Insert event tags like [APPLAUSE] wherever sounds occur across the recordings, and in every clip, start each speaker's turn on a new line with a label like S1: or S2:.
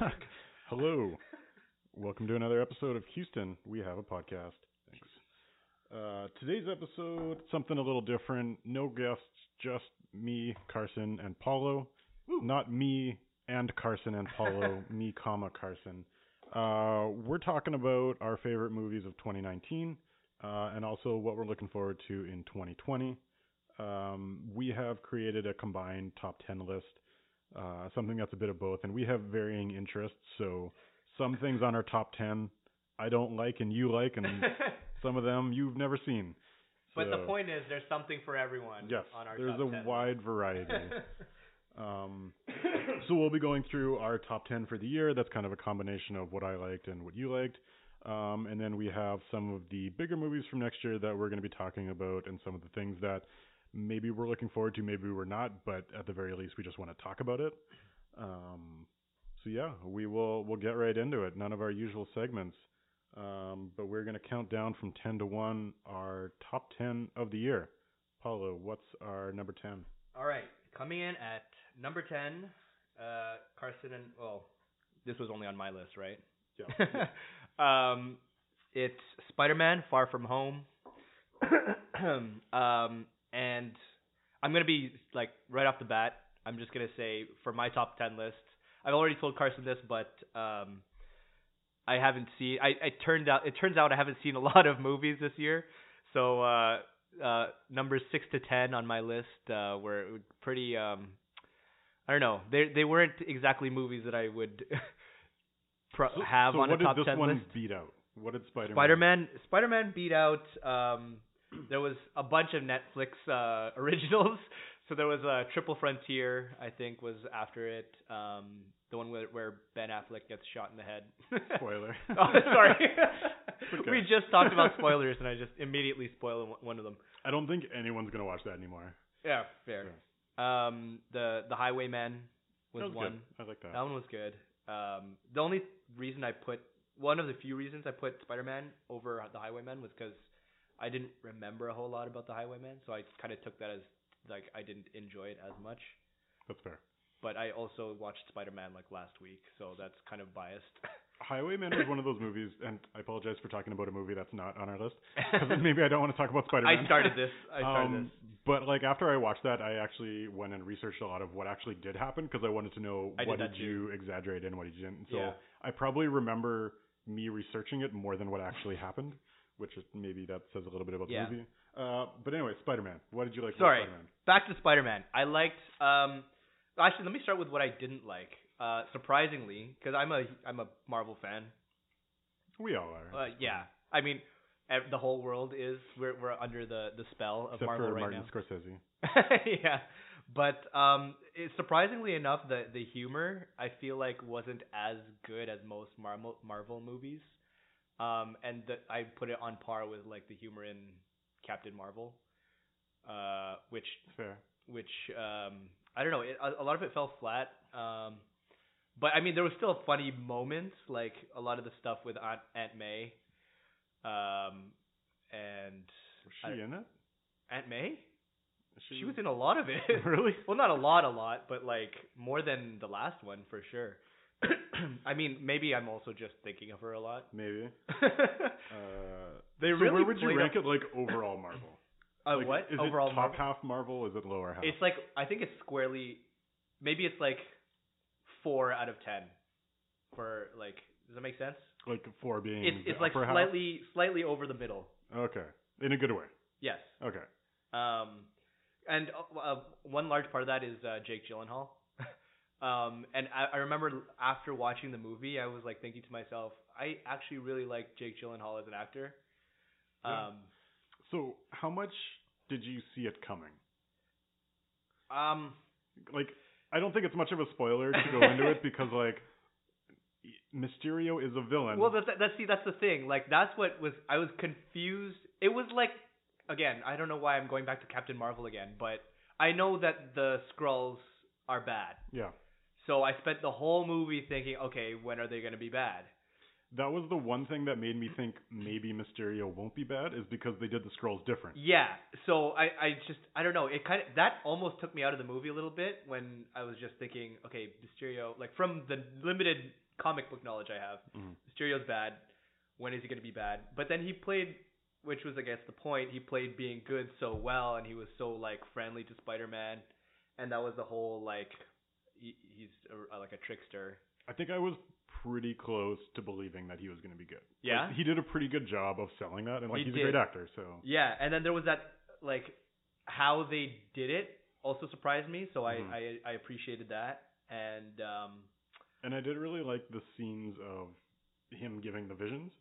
S1: [LAUGHS] Hello. Welcome to another episode of Houston. We have a podcast. Thanks. Uh, today's episode, something a little different. No guests, just me, Carson, and Paulo. Not me and Carson and Paulo, me, comma, Carson. Uh, we're talking about our favorite movies of 2019 uh, and also what we're looking forward to in 2020. Um, we have created a combined top 10 list, uh, something that's a bit of both, and we have varying interests. So some things on our top 10 I don't like and you like,
S2: [LAUGHS]
S1: and some of them you've never seen.
S2: but the
S1: So,
S2: point is, there's something for everyone.
S1: yes,
S2: on our
S1: there's
S2: top
S1: a
S2: 10. [LAUGHS]
S1: wide variety. um, so we'll be going through our top 10 for the year. That's kind of a combination of what I liked and what you liked. Um, and then we have some of the bigger movies from next year that we're going to be talking about and some of the things that maybe we're looking forward to, maybe we're not, but at the very least we just want to talk about it. Um, so yeah, we will we'll get right into it. None of our usual segments. Um, but we're going to count down from 10 to 1 our top 10 of the year. Paulo, what's our number 10?
S2: All right, coming in at number ten, uh, Carson and well, this was only on my list, right? [LAUGHS] um, it's Spider-Man: Far From Home. [CLEARS THROAT] um, and I'm gonna be like right off the bat. I'm just gonna say for my top ten list. I've already told Carson this, but um, I haven't seen. I, I turned out it turns out I haven't seen a [LAUGHS] lot of movies this year. So uh, uh, numbers six to ten on my list uh, were pretty. Um, I don't know. They they weren't exactly movies that I would [LAUGHS] pro-
S1: So-
S2: have
S1: so
S2: on a
S1: what did
S2: top
S1: this
S2: ten
S1: one
S2: list.
S1: beat out? What did Spider-Man?
S2: Spider-Man Spider-Man beat out um there was a bunch of Netflix uh [LAUGHS] originals. So there was a uh, Triple Frontier, I think was after it. Um the one where, where Ben Affleck gets shot in the head.
S1: [LAUGHS]
S2: [LAUGHS]
S1: Spoiler.
S2: oh, sorry.
S1: okay.
S2: We just talked about spoilers and I just immediately spoiled one- one of them.
S1: [LAUGHS] I don't think anyone's gonna watch that anymore.
S2: Yeah, fair. Um the the Highwayman was,
S1: that was
S2: one.
S1: Good. I like that.
S2: That one was good. Um, the only reason I put one of the few reasons I put Spider-Man over the Highwayman was because I didn't remember a whole lot about the Highwayman, so I kind of took that as like I didn't enjoy it as much.
S1: That's fair.
S2: But I also watched Spider-Man like last week, so that's kind
S1: [LAUGHS]
S2: of biased.
S1: Highwayman was one of those movies, and I apologize for talking about a movie that's not on our list. 'cause maybe I don't want to talk about Spider-Man.
S2: [LAUGHS] I started this. I started
S1: um,
S2: this.
S1: But like after I watched that, I actually went and researched a lot of what actually did happen because I wanted to know
S2: I did
S1: what
S2: that
S1: you exaggerate and what you didn't. So
S2: Yeah.
S1: I probably remember me researching it more than what actually happened, which is maybe that says a little bit about
S2: Yeah.
S1: the movie. Uh, but anyway, Spider-Man. What did you like
S2: Sorry.
S1: about Spider-Man?
S2: Back to Spider-Man. I liked. Um, actually, let me start with what I didn't like. Uh, surprisingly, because I'm a I'm a Marvel fan.
S1: We all are.
S2: Uh, yeah, I mean, ev- the whole world is we're we're under the the spell of
S1: Except
S2: Marvel
S1: for
S2: right
S1: Martin Scorsese.
S2: now. [LAUGHS] yeah, but um, it, surprisingly enough, the the humor I feel like wasn't as good as most Marvel Marvel movies. Um, and the, I put it on par with like the humor in Captain Marvel, uh, which
S1: Fair.
S2: which um, I don't know. It, a, a lot of it fell flat. Um, but I mean, there was still funny moments, like a lot of the stuff with Aunt Aunt May, um, and
S1: Was
S2: I-
S1: she in it?
S2: Aunt May.
S1: She,
S2: She was in a lot of
S1: [LAUGHS]
S2: it. [LAUGHS]
S1: really?
S2: well, not a lot, a lot, but like more than the last one for sure. [CLEARS THROAT] I mean, maybe I'm also just thinking of her a lot. [LAUGHS]
S1: Maybe. Uh, so
S2: they really
S1: where would you
S2: played
S1: rank
S2: up-
S1: it, like overall Marvel?
S2: Uh,
S1: Like,
S2: what
S1: Is
S2: overall?
S1: it
S2: Marvel-
S1: top half Marvel? Is it lower half?
S2: It's like I think it's squarely, maybe it's like four out of ten, for like. Does that make sense?
S1: like four being
S2: It's
S1: Mm-hmm. the
S2: it's like
S1: upper half?
S2: slightly slightly over the middle.
S1: Okay, in a good way.
S2: Yes.
S1: Okay,
S2: Um, and uh, uh, one large part of that is uh, Jake Gyllenhaal. [LAUGHS] um, and I, I remember after watching the movie, I was like thinking to myself, I actually really like Jake Gyllenhaal as an actor. Um,
S1: Yeah. so how much did you see it coming?
S2: um,
S1: Like, I don't think it's much of a spoiler to go into
S2: [LAUGHS]
S1: it because like, Mysterio is a villain.
S2: Well, that's that's see that's the thing. Like that's what was I was confused. It was like again, I don't know why I'm going back to Captain Marvel again, but I know that the Skrulls are bad.
S1: yeah,
S2: So I spent the whole movie thinking, okay, when are they going to be bad?
S1: that was the one thing that made me think maybe Mysterio won't be bad is because they did the scrolls different.
S2: Yeah. So I I just I don't know. It kind of that almost took me out of the movie a little bit when I was just thinking, okay, Mysterio like from the limited comic book knowledge I have.
S1: Mhm.
S2: Mysterio's bad. When is he going to be bad? But then he played, which was I guess the point. He played being good so well, and he was so like friendly to Spider-Man, and that was the whole like he, he's a, like a trickster.
S1: I think I was pretty close to believing that he was going to be good.
S2: Yeah?
S1: Like, he did a pretty good job of selling that, and like
S2: He
S1: he's
S2: did.
S1: a great actor. So
S2: Yeah, and then there was that like how they did it also surprised me, so I
S1: Mhm.
S2: I, I appreciated that, and um,
S1: and I did really like the scenes of him giving the visions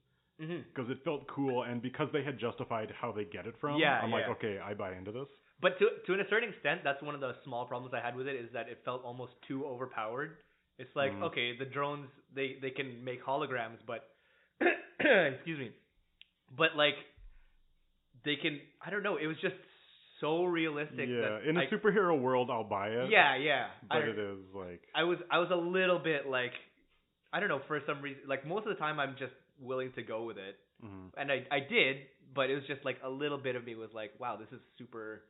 S2: mhm.
S1: because it felt cool, and because they had justified how they get it from.
S2: Yeah,
S1: I'm
S2: yeah.
S1: like, okay, I buy into this.
S2: But to to a certain extent, that's one of the small problems I had with it is that it felt almost too overpowered. It's like
S1: Mhm.
S2: okay, the drones they they can make holograms, but [CLEARS THROAT] excuse me, but like they can I don't know. It was just so realistic.
S1: yeah,
S2: that
S1: in a
S2: I-
S1: superhero world, I'll buy it.
S2: yeah yeah.
S1: but
S2: I don't-
S1: it is like
S2: I was I was a little bit like I don't know for some reason like most of the time I'm just willing to go with it
S1: mhm.
S2: and I I did but it was just like a little bit of me was like wow this is super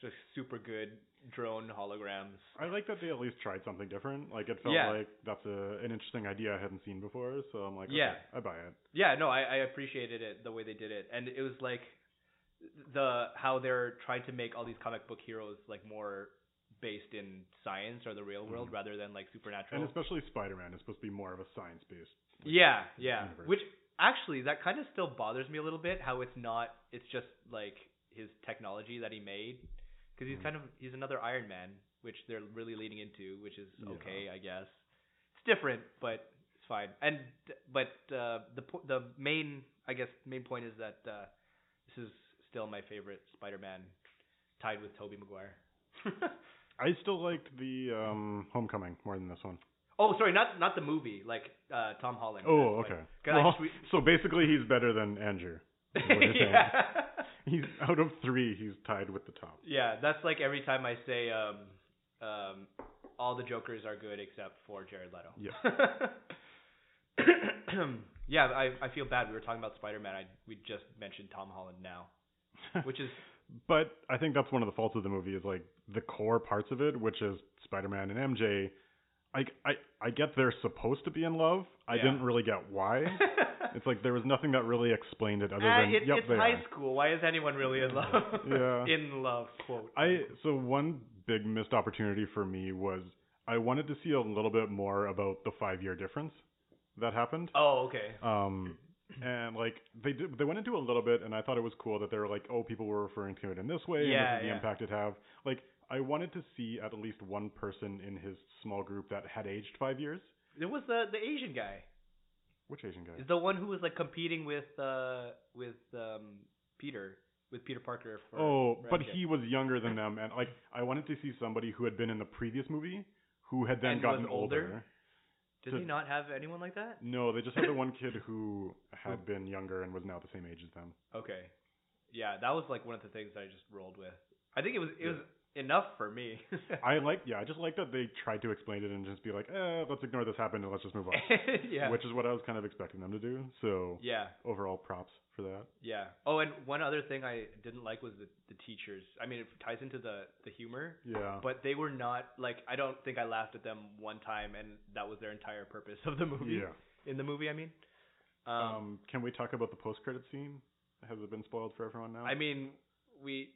S2: just super good drone holograms
S1: I like that they at least tried something different. Like it felt
S2: Yeah.
S1: like that's a, an interesting idea I hadn't seen before. So I'm like,
S2: Yeah.
S1: okay, I buy it.
S2: yeah no I I appreciated it the way they did it and it was like the how they're trying to make all these comic book heroes like more based in science or the real world
S1: Mhm.
S2: rather than like
S1: And
S2: supernatural
S1: especially Spider-Man is supposed to be more of a science-based.
S2: Yeah, yeah.
S1: universe.
S2: Which actually, that kind of still bothers me a little bit. How it's not. It's just like his technology that he made, because he's
S1: Mhm.
S2: kind of he's another Iron Man, which they're really leaning into, which is
S1: Yeah.
S2: okay, I guess. It's different, but it's fine. And but uh, the po- the main I guess main point is that uh, this is still my favorite Spider-Man, tied with Tobey
S1: [LAUGHS]
S2: Maguire.
S1: I still liked the um, Homecoming more than this one.
S2: oh, sorry, not not the movie, like uh, Tom Holland.
S1: Oh,
S2: That's
S1: okay.
S2: what- 'cause I
S1: Well,
S2: tweet-
S1: so basically, he's better than Andrew. what you're saying.
S2: [LAUGHS] yeah.
S1: He's out of three, he's tied with the top.
S2: Yeah, that's like every time I say um um all the jokers are good except for Jared Leto. Yeah. [LAUGHS] yeah, I I feel bad. We were talking about Spider Man. I we just mentioned Tom Holland now,
S1: [LAUGHS]
S2: which is
S1: but I think that's one of the faults of the movie is like the core parts of it, which is Spider-Man and MJ. I I I get they're supposed to be in love. I
S2: Yeah.
S1: didn't really get why.
S2: [LAUGHS]
S1: it's like there was nothing that really explained it other
S2: Ah,
S1: than
S2: it-
S1: yep,
S2: it's
S1: they
S2: high
S1: are.
S2: school. Why is anyone really in love?
S1: Yeah.
S2: [LAUGHS] in love quote.
S1: I so one big missed opportunity for me was I wanted to see a little bit more about the five year difference that happened.
S2: Oh, okay.
S1: [CLEARS THROAT] Um, and like they did, they went into a little bit, and I thought it was cool that they were like, oh, people were referring to it in this way, and
S2: Yeah,
S1: this is the
S2: yeah.
S1: impact it have. Like I wanted to see at least one person in his small group that had aged five years.
S2: There was the the Asian guy.
S1: Which Asian guy?
S2: Is the one who was like competing with uh with um Peter with Peter Parker for
S1: Oh,
S2: for
S1: but
S2: MJ.
S1: he was younger than them, and like I wanted to see somebody who had been in the previous movie, who had then
S2: And was
S1: gotten
S2: older?
S1: older.
S2: Does he not have anyone like that?
S1: No, they just had the one [LAUGHS] kid who had been younger and was now the same age as them.
S2: Okay. Yeah, that was like one of the things that I just rolled with. I think it was it
S1: Yeah.
S2: was enough for me. [LAUGHS]
S1: I like, yeah, I just like that they tried to explain it and just be like, eh, let's ignore this happened and let's just move on.
S2: yeah.
S1: Which is what I was kind of expecting them to do. So
S2: yeah.
S1: overall, props for that.
S2: Yeah. Oh, and one other thing I didn't like was the the teachers. I mean, it ties into the the humor,
S1: Yeah.
S2: but they were not like I don't think I laughed at them one time and that was their entire purpose of the movie.
S1: yeah.
S2: In the movie, I mean.
S1: Um,
S2: Um,
S1: can we talk about the post-credit scene? Has it been spoiled for everyone now?
S2: I mean, we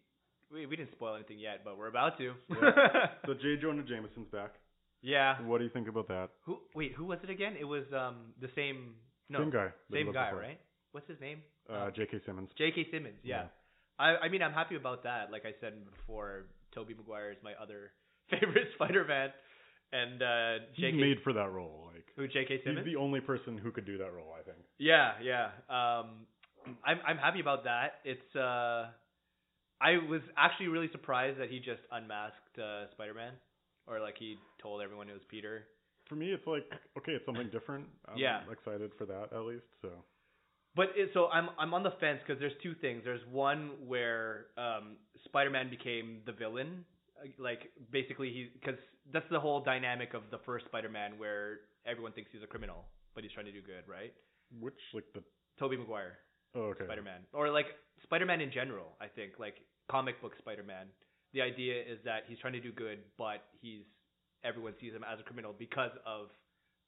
S2: we we didn't spoil anything yet, but we're about to. [LAUGHS]
S1: Yeah. so J. Jonah Jameson's back.
S2: yeah.
S1: What do you think about that?
S2: Who? Wait, who was it again? It was um the same. No,
S1: same guy. that
S2: same
S1: was
S2: guy,
S1: before.
S2: right? What's his name?
S1: Uh, J.K. Simmons.
S2: J.K. Simmons. Yeah. I I mean, I'm happy about that. Like I said before, Toby Maguire is my other [LAUGHS] favorite Spider-Man, and uh,
S1: He's
S2: J.K.
S1: made for that role. Like
S2: who J.K. Simmons.
S1: he's the only person who could do that role, I think.
S2: Yeah, yeah. Um, I'm I'm happy about that. It's uh, I was actually really surprised that he just unmasked uh, Spider-Man, or like he told everyone it was Peter.
S1: for me, it's like okay, it's something different. I'm
S2: Yeah.
S1: excited for that at least. So
S2: But it, so I'm I'm on the fence because there's two things. There's one where um, Spider-Man became the villain, uh, like basically he because that's the whole dynamic of the first Spider-Man where everyone thinks he's a criminal, but he's trying to do good, right?
S1: which like the
S2: Tobey Maguire,
S1: oh okay
S2: Spider-Man, or like Spider-Man in general. I think like comic book Spider-Man. The idea is that he's trying to do good, but he's everyone sees him as a criminal because of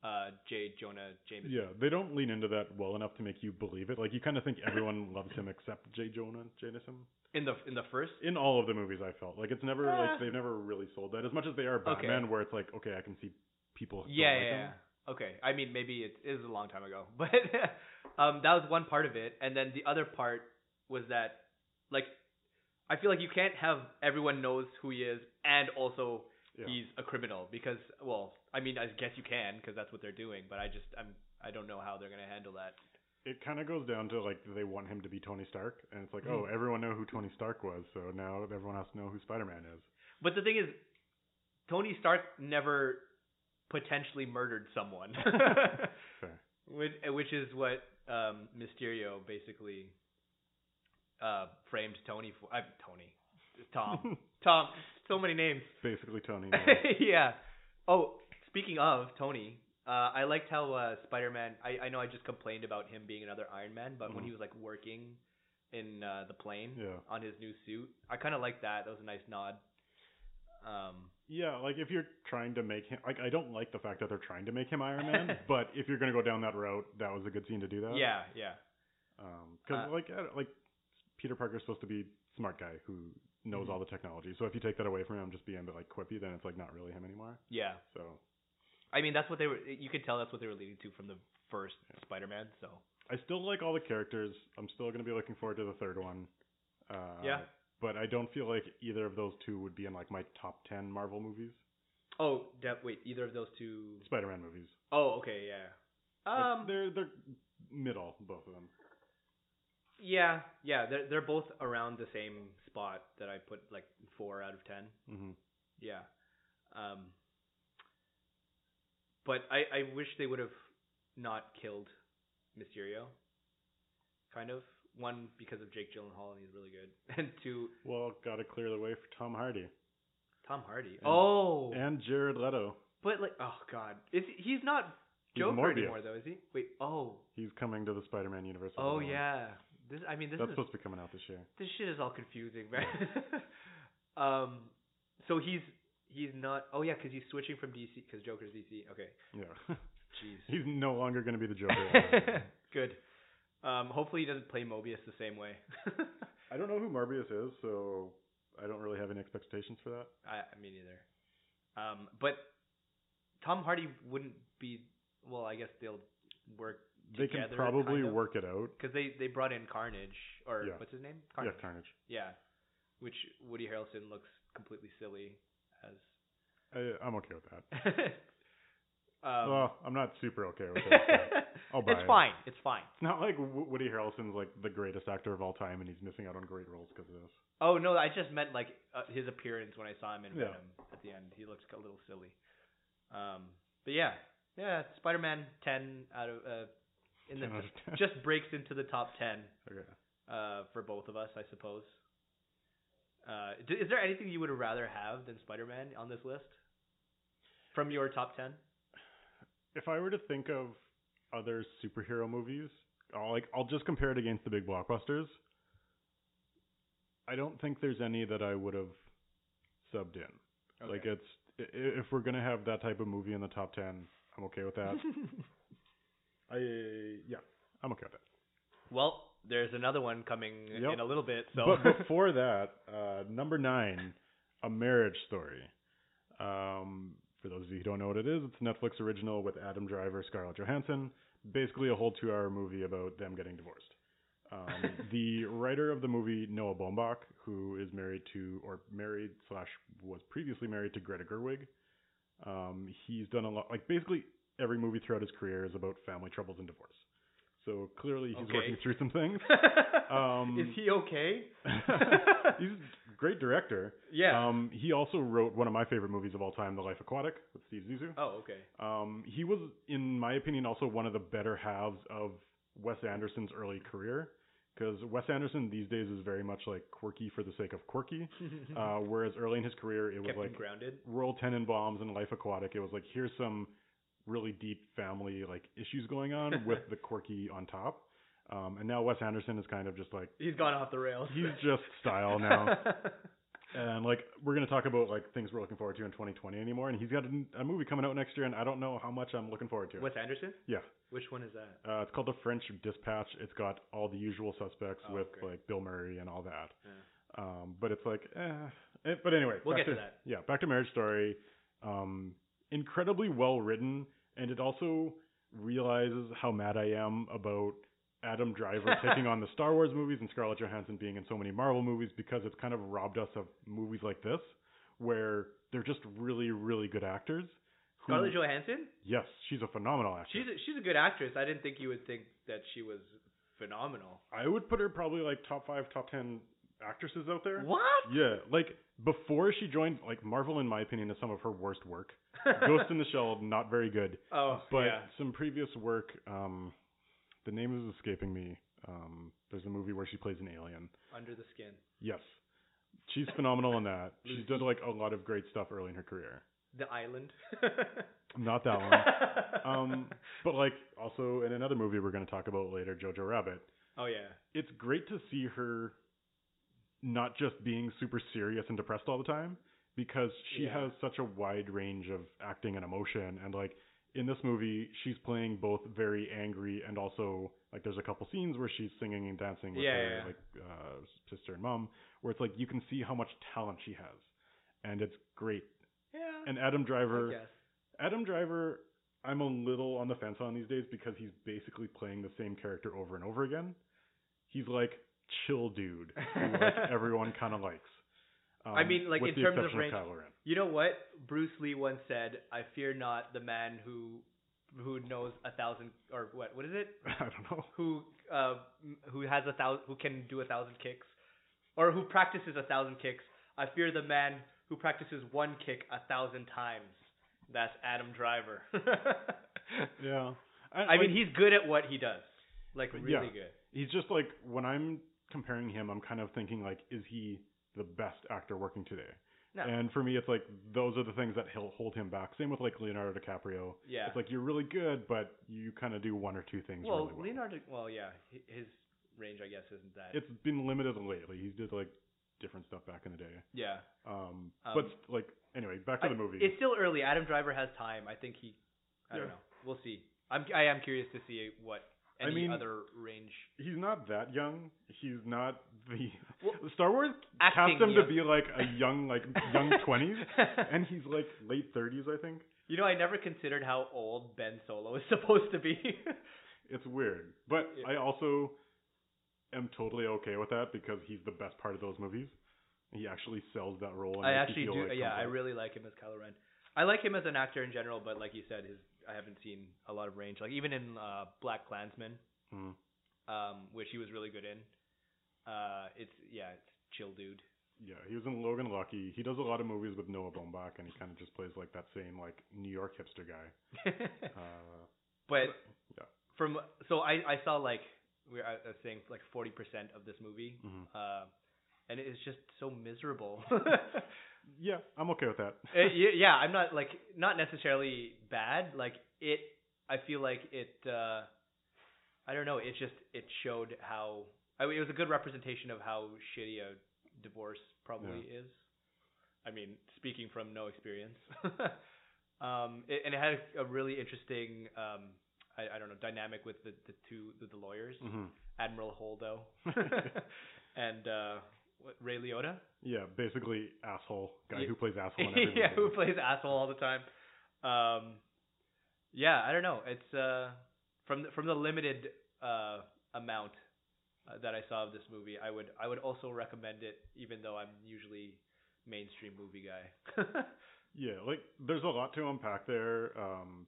S2: uh, J. Jonah Jameson.
S1: Yeah, they don't lean into that well enough to make you believe it. Like you kind of think
S2: [LAUGHS]
S1: everyone loves him except J. Jonah Jameson.
S2: In the in the first,
S1: In all of the movies, I felt like it's never
S2: Yeah.
S1: like they've never really sold that as much as they are
S2: Ah. Okay.
S1: Batman, where it's like okay, I can see people. don't
S2: yeah,
S1: like
S2: yeah,
S1: him.
S2: yeah. Okay. I mean, maybe it is a long time ago, [LAUGHS] but um, that was one part of it, and then the other part was that, like, I feel like you can't have everyone knows who he is and also
S1: Yeah.
S2: he's a criminal because, well, I mean, I guess you can because that's what they're doing, but I just I'm I don't know how they're gonna handle that.
S1: it kind of goes down to like they want him to be Tony Stark, and it's like,
S2: Mhm.
S1: oh, everyone know who Tony Stark was, so now everyone has to know who Spider Man is.
S2: But the thing is, Tony Stark never potentially murdered someone,
S1: [LAUGHS]
S2: [LAUGHS]
S1: Fair.
S2: which which is what um, Mysterio basically uh, framed Tony for. Uh, Tony,
S1: [LAUGHS]
S2: Tom, Tom, so many names.
S1: Basically,
S2: [LAUGHS]
S1: Tony. Mm-hmm.
S2: yeah. Oh, speaking of Tony, uh, I liked how uh, Spider-Man. I, I know I just complained about him being another Iron Man, but when
S1: Mhm.
S2: he was like working in uh, the plane
S1: yeah.
S2: on his new suit, I kind of liked that. That was a nice nod. Um,
S1: Yeah, like if you're trying to make him, like I don't like the fact that they're trying to make him Iron
S2: [LAUGHS]
S1: Man, but if you're gonna go down that route, that was a good scene to do that.
S2: yeah, yeah.
S1: Because
S2: Uh,
S1: like I don't- like Peter Parker's supposed to be smart guy who knows
S2: Mhm.
S1: all the technology. So if you take that away from him, just being a bit like quippy, then it's like not really him anymore.
S2: Yeah.
S1: So
S2: I mean, that's what they were. You could tell that's what they were leading to from the first Spider-Man. So
S1: I still like all the characters. I'm still going to be looking forward to the third one. Uh,
S2: Yeah.
S1: But I don't feel like either of those two would be in like my top ten Marvel movies,
S2: oh, de- wait, either of those two.
S1: Spider-Man movies.
S2: Oh, okay, yeah.
S1: Like,
S2: Um,
S1: they're they're middle, both of them.
S2: yeah, yeah. They're they're both around the same spot that I put like four out of ten.
S1: hmm
S2: Yeah. Um. But I I wish they would have not killed Mysterio. Kind of one because of Jake Gyllenhaal and he's really good, [LAUGHS] and two
S1: Well, gotta clear the way for Tom Hardy
S2: Tom Hardy.
S1: And-
S2: oh,
S1: and Jared Leto.
S2: but like oh god, is he- he's not
S1: He's
S2: Joker
S1: Morbius.
S2: anymore, though, is he? Wait, oh,
S1: He's coming to the Spider-Man universe. with
S2: oh
S1: that one.
S2: yeah. This, I mean, this
S1: That's
S2: is
S1: supposed to be coming out this year.
S2: this shit is all confusing, man. [LAUGHS] um, so he's he's not. Oh yeah, because he's switching from DC because Joker's DC. Okay,
S1: Yeah. [LAUGHS]
S2: [LAUGHS] jeez.
S1: He's no longer gonna be the
S2: [LAUGHS]
S1: Joker.
S2: Good. Um, hopefully he doesn't play Mobius the same way. [LAUGHS]
S1: I don't know who Morbius is, so I don't really have any expectations for that.
S2: I, I mean either. Um, but Tom Hardy wouldn't be. Well, I guess they'll work
S1: They can
S2: Together,
S1: probably
S2: kind of.
S1: work it out.
S2: because they they brought in Carnage or
S1: Yeah.
S2: what's his name? Carnage.
S1: Yeah, Carnage.
S2: Yeah, which Woody Harrelson looks completely silly as. [LAUGHS]
S1: I, I'm okay with that.
S2: um,
S1: well, I'm not super okay with it.
S2: [LAUGHS]
S1: but I'll buy
S2: it's
S1: it.
S2: fine. It's fine.
S1: It's not like W- Woody Harrelson's like the greatest actor of all time, and he's missing out on great roles because of this.
S2: Oh no, I just meant like uh, his appearance when I saw him in
S1: Yeah.
S2: Venom at the end. He looks a little silly. Um, but yeah, yeah, Spider-Man ten out of uh, in the
S1: 10 out of 10.
S2: just breaks into the top ten
S1: okay.
S2: uh for both of us, I suppose. Uh, d- is there anything you would rather have than Spider-Man on this list from your top ten?
S1: If I were to think of other superhero movies, I'll like I'll just compare it against the big blockbusters. I don't think there's any that I would have subbed in. Like it's i- i- if we're gonna have that type of movie in the top ten, I'm okay with
S2: [LAUGHS]
S1: that. I yeah, I'm okay with that.
S2: well, there's another one coming
S1: Yep.
S2: in a little bit, so [LAUGHS]
S1: But before that, uh, number nine, A Marriage Story. Um, for those of you who don't know what it is, it's a Netflix original with Adam Driver, Scarlett Johansson. Basically, a whole two-hour movie about them getting divorced.
S2: [LAUGHS]
S1: Um, the writer of the movie, Noah Baumbach, who is married to, or married slash was previously married to Greta Gerwig. Um, he's done a lot, like basically every movie throughout his career is about family troubles and divorce. So clearly he's
S2: Okay.
S1: working through some
S2: [LAUGHS]
S1: things. Um,
S2: is he okay?
S1: [LAUGHS] He's a great director.
S2: yeah.
S1: Um, he also wrote one of my favorite movies of all time, The Life Aquatic, with Steve Zissou.
S2: oh, okay.
S1: Um, he was, in my opinion, also one of the better halves of Wes Anderson's early career, because Wes Anderson these days is very much like quirky for the sake of quirky,
S2: [LAUGHS] Mm-hmm.
S1: uh, whereas early in his career it was
S2: Kept him
S1: like
S2: grounded.
S1: Royal Tenenbaums and Life Aquatic. It was like here's some really deep family like issues going
S2: [LAUGHS]
S1: on with the quirky on top. Um, and now Wes Anderson is kind of just like
S2: [LAUGHS] He's gone off the rails.
S1: he's just style now. and like we're gonna talk about like things we're looking forward to in 2020 anymore. And he's got a, a movie coming out next year, and I don't know how much I'm looking forward to. it.
S2: [LAUGHS] Wes Anderson?
S1: Yeah,
S2: Which one is that?
S1: uh, it's called The French Dispatch. It's got all the usual suspects
S2: Oh,
S1: with
S2: okay.
S1: like Bill Murray and all that.
S2: Yeah.
S1: Um, but it's like, eh. Eh, But anyway,
S2: We'll
S1: back
S2: get to that.
S1: Yeah, back to Marriage Story. Um, incredibly well written, and it also realizes how mad I am about Adam
S2: [LAUGHS]
S1: Driver taking on the Star Wars movies and Scarlett Johansson being in so many Marvel movies because it's kind of robbed us of movies like this where they're just really, really good actors. who-
S2: Scarlett Johansson?
S1: yes, she's a phenomenal actor.
S2: She's a, she's a good actress. I didn't think you would think that she was phenomenal.
S1: I would put her probably like top five, top ten actresses out there.
S2: [LAUGHS] What?
S1: Yeah, like before she joined, like Marvel, in my opinion, is some of her worst
S2: [LAUGHS]
S1: work. Ghost in the Shell, not very good,
S2: oh,
S1: but
S2: yeah.
S1: some previous work. Um, the name is escaping me. Um, there's a movie where she plays an alien.
S2: Under the skin.
S1: Yes, she's phenomenal in
S2: [LAUGHS]
S1: that. She's
S2: Lucy.
S1: done like a lot of great stuff early in her career.
S2: The island.
S1: Not that
S2: [LAUGHS]
S1: one,
S2: one.
S1: Um, but like also in another movie we're going to talk about later, Jojo Rabbit.
S2: oh, yeah.
S1: it's great to see her not just being super serious and depressed all the time because she
S2: Yeah.
S1: has such a wide range of acting and emotion and like in this movie she's playing both very angry and also like there's a couple scenes where she's singing and dancing with
S2: Yeah,
S1: her
S2: yeah.
S1: like uh, sister and mom where it's like you can see how much talent she has and it's great
S2: Yeah.
S1: and Adam Driver
S2: I guess.
S1: Adam Driver, I'm a little on the fence on these days because he's basically playing the same character over and over again. He's like chill dude who
S2: [LAUGHS]
S1: like everyone kind of likes. Um,
S2: I mean, like,
S1: with
S2: in
S1: the
S2: terms of
S1: exception
S2: range-
S1: Kylo Ren. [LAUGHS]
S2: You know what? Bruce Lee once said, "I fear not the man who who knows a thousand or what what is it?
S1: I don't know.
S2: Who uh m- who has a thousand who can do a thousand kicks or who practices a thousand kicks. I fear the man who practices one kick a thousand times." That's Adam Driver. [LAUGHS]
S1: Yeah,
S2: I mean, he's good at what he does. Like really
S1: Yeah.
S2: good.
S1: he's just like when I'm comparing him, I'm kind of thinking like, is he the best actor working today?
S2: No.
S1: And for me, it's like those are the things that he'll hold him back. Same with like Leonardo DiCaprio.
S2: Yeah.
S1: It's like you're really good, but you kind of do one or two things
S2: well,
S1: really well.
S2: Leonardo well, yeah, hi- his range I guess isn't that.
S1: it's been limited lately. He did like different stuff back in the day.
S2: yeah.
S1: Um,
S2: Um,
S1: but like anyway, back to
S2: I-
S1: the movie.
S2: It's still early. Adam Driver has time. I think he. I don't
S1: Yeah.
S2: know. We'll see. I'm. I am curious to see what
S1: I
S2: any
S1: mean-
S2: other range.
S1: He's not that young. He's not the
S2: Well,
S1: [LAUGHS] Star Wars
S2: acting
S1: cast him to
S2: young.
S1: be like a young like
S2: [LAUGHS]
S1: young twenties, and he's like late thirties, I think.
S2: you know, I never considered how old Ben Solo is [LAUGHS] supposed to be.
S1: It's weird, but
S2: Yeah.
S1: I also am totally okay with that because he's the best part of those movies. He actually sells that role. And
S2: I
S1: makes
S2: actually
S1: you feel
S2: do.
S1: like
S2: yeah, I
S1: something.
S2: really like him as Kylo Ren. I like him as an actor in general, but like you said, his I haven't seen a lot of range. Like even in uh, Black Klansman,
S1: Mm.
S2: um, which he was really good in. Uh, it's yeah, it's chill dude. [LAUGHS]
S1: Yeah, he was in Logan Lucky. He does a lot of movies with Noah Baumbach, and he kind of just plays like that same like New York hipster guy. Uh,
S2: But
S1: Yeah.
S2: from so I I saw like we are I was saying like forty percent of this movie,
S1: mhm.
S2: uh, and it's just so miserable. [LAUGHS]
S1: Yeah, I'm okay with that.
S2: Eh, y- yeah, I'm not like not necessarily bad. Like it, I feel like it. uh I don't know. It just it showed how I mean, it was a good representation of how shitty a divorce probably is. I mean, speaking from no experience. [LAUGHS] um, it, and it had a really interesting, um, I, I don't know, dynamic with the, the two with the lawyers,
S1: hmm
S2: Admiral Holdo, [LAUGHS] and uh, what, Ray Liotta.
S1: Yeah, basically asshole guy
S2: Ye-
S1: who plays asshole.
S2: [LAUGHS]
S1: In every
S2: yeah, who
S1: movie.
S2: plays asshole all the time. Um, yeah, I don't know. It's uh, from the, from the limited uh, amount uh, that I saw of this movie, I would I would also recommend it, even though I'm usually mainstream movie guy. [LAUGHS]
S1: Yeah, like there's a lot to unpack there. Um,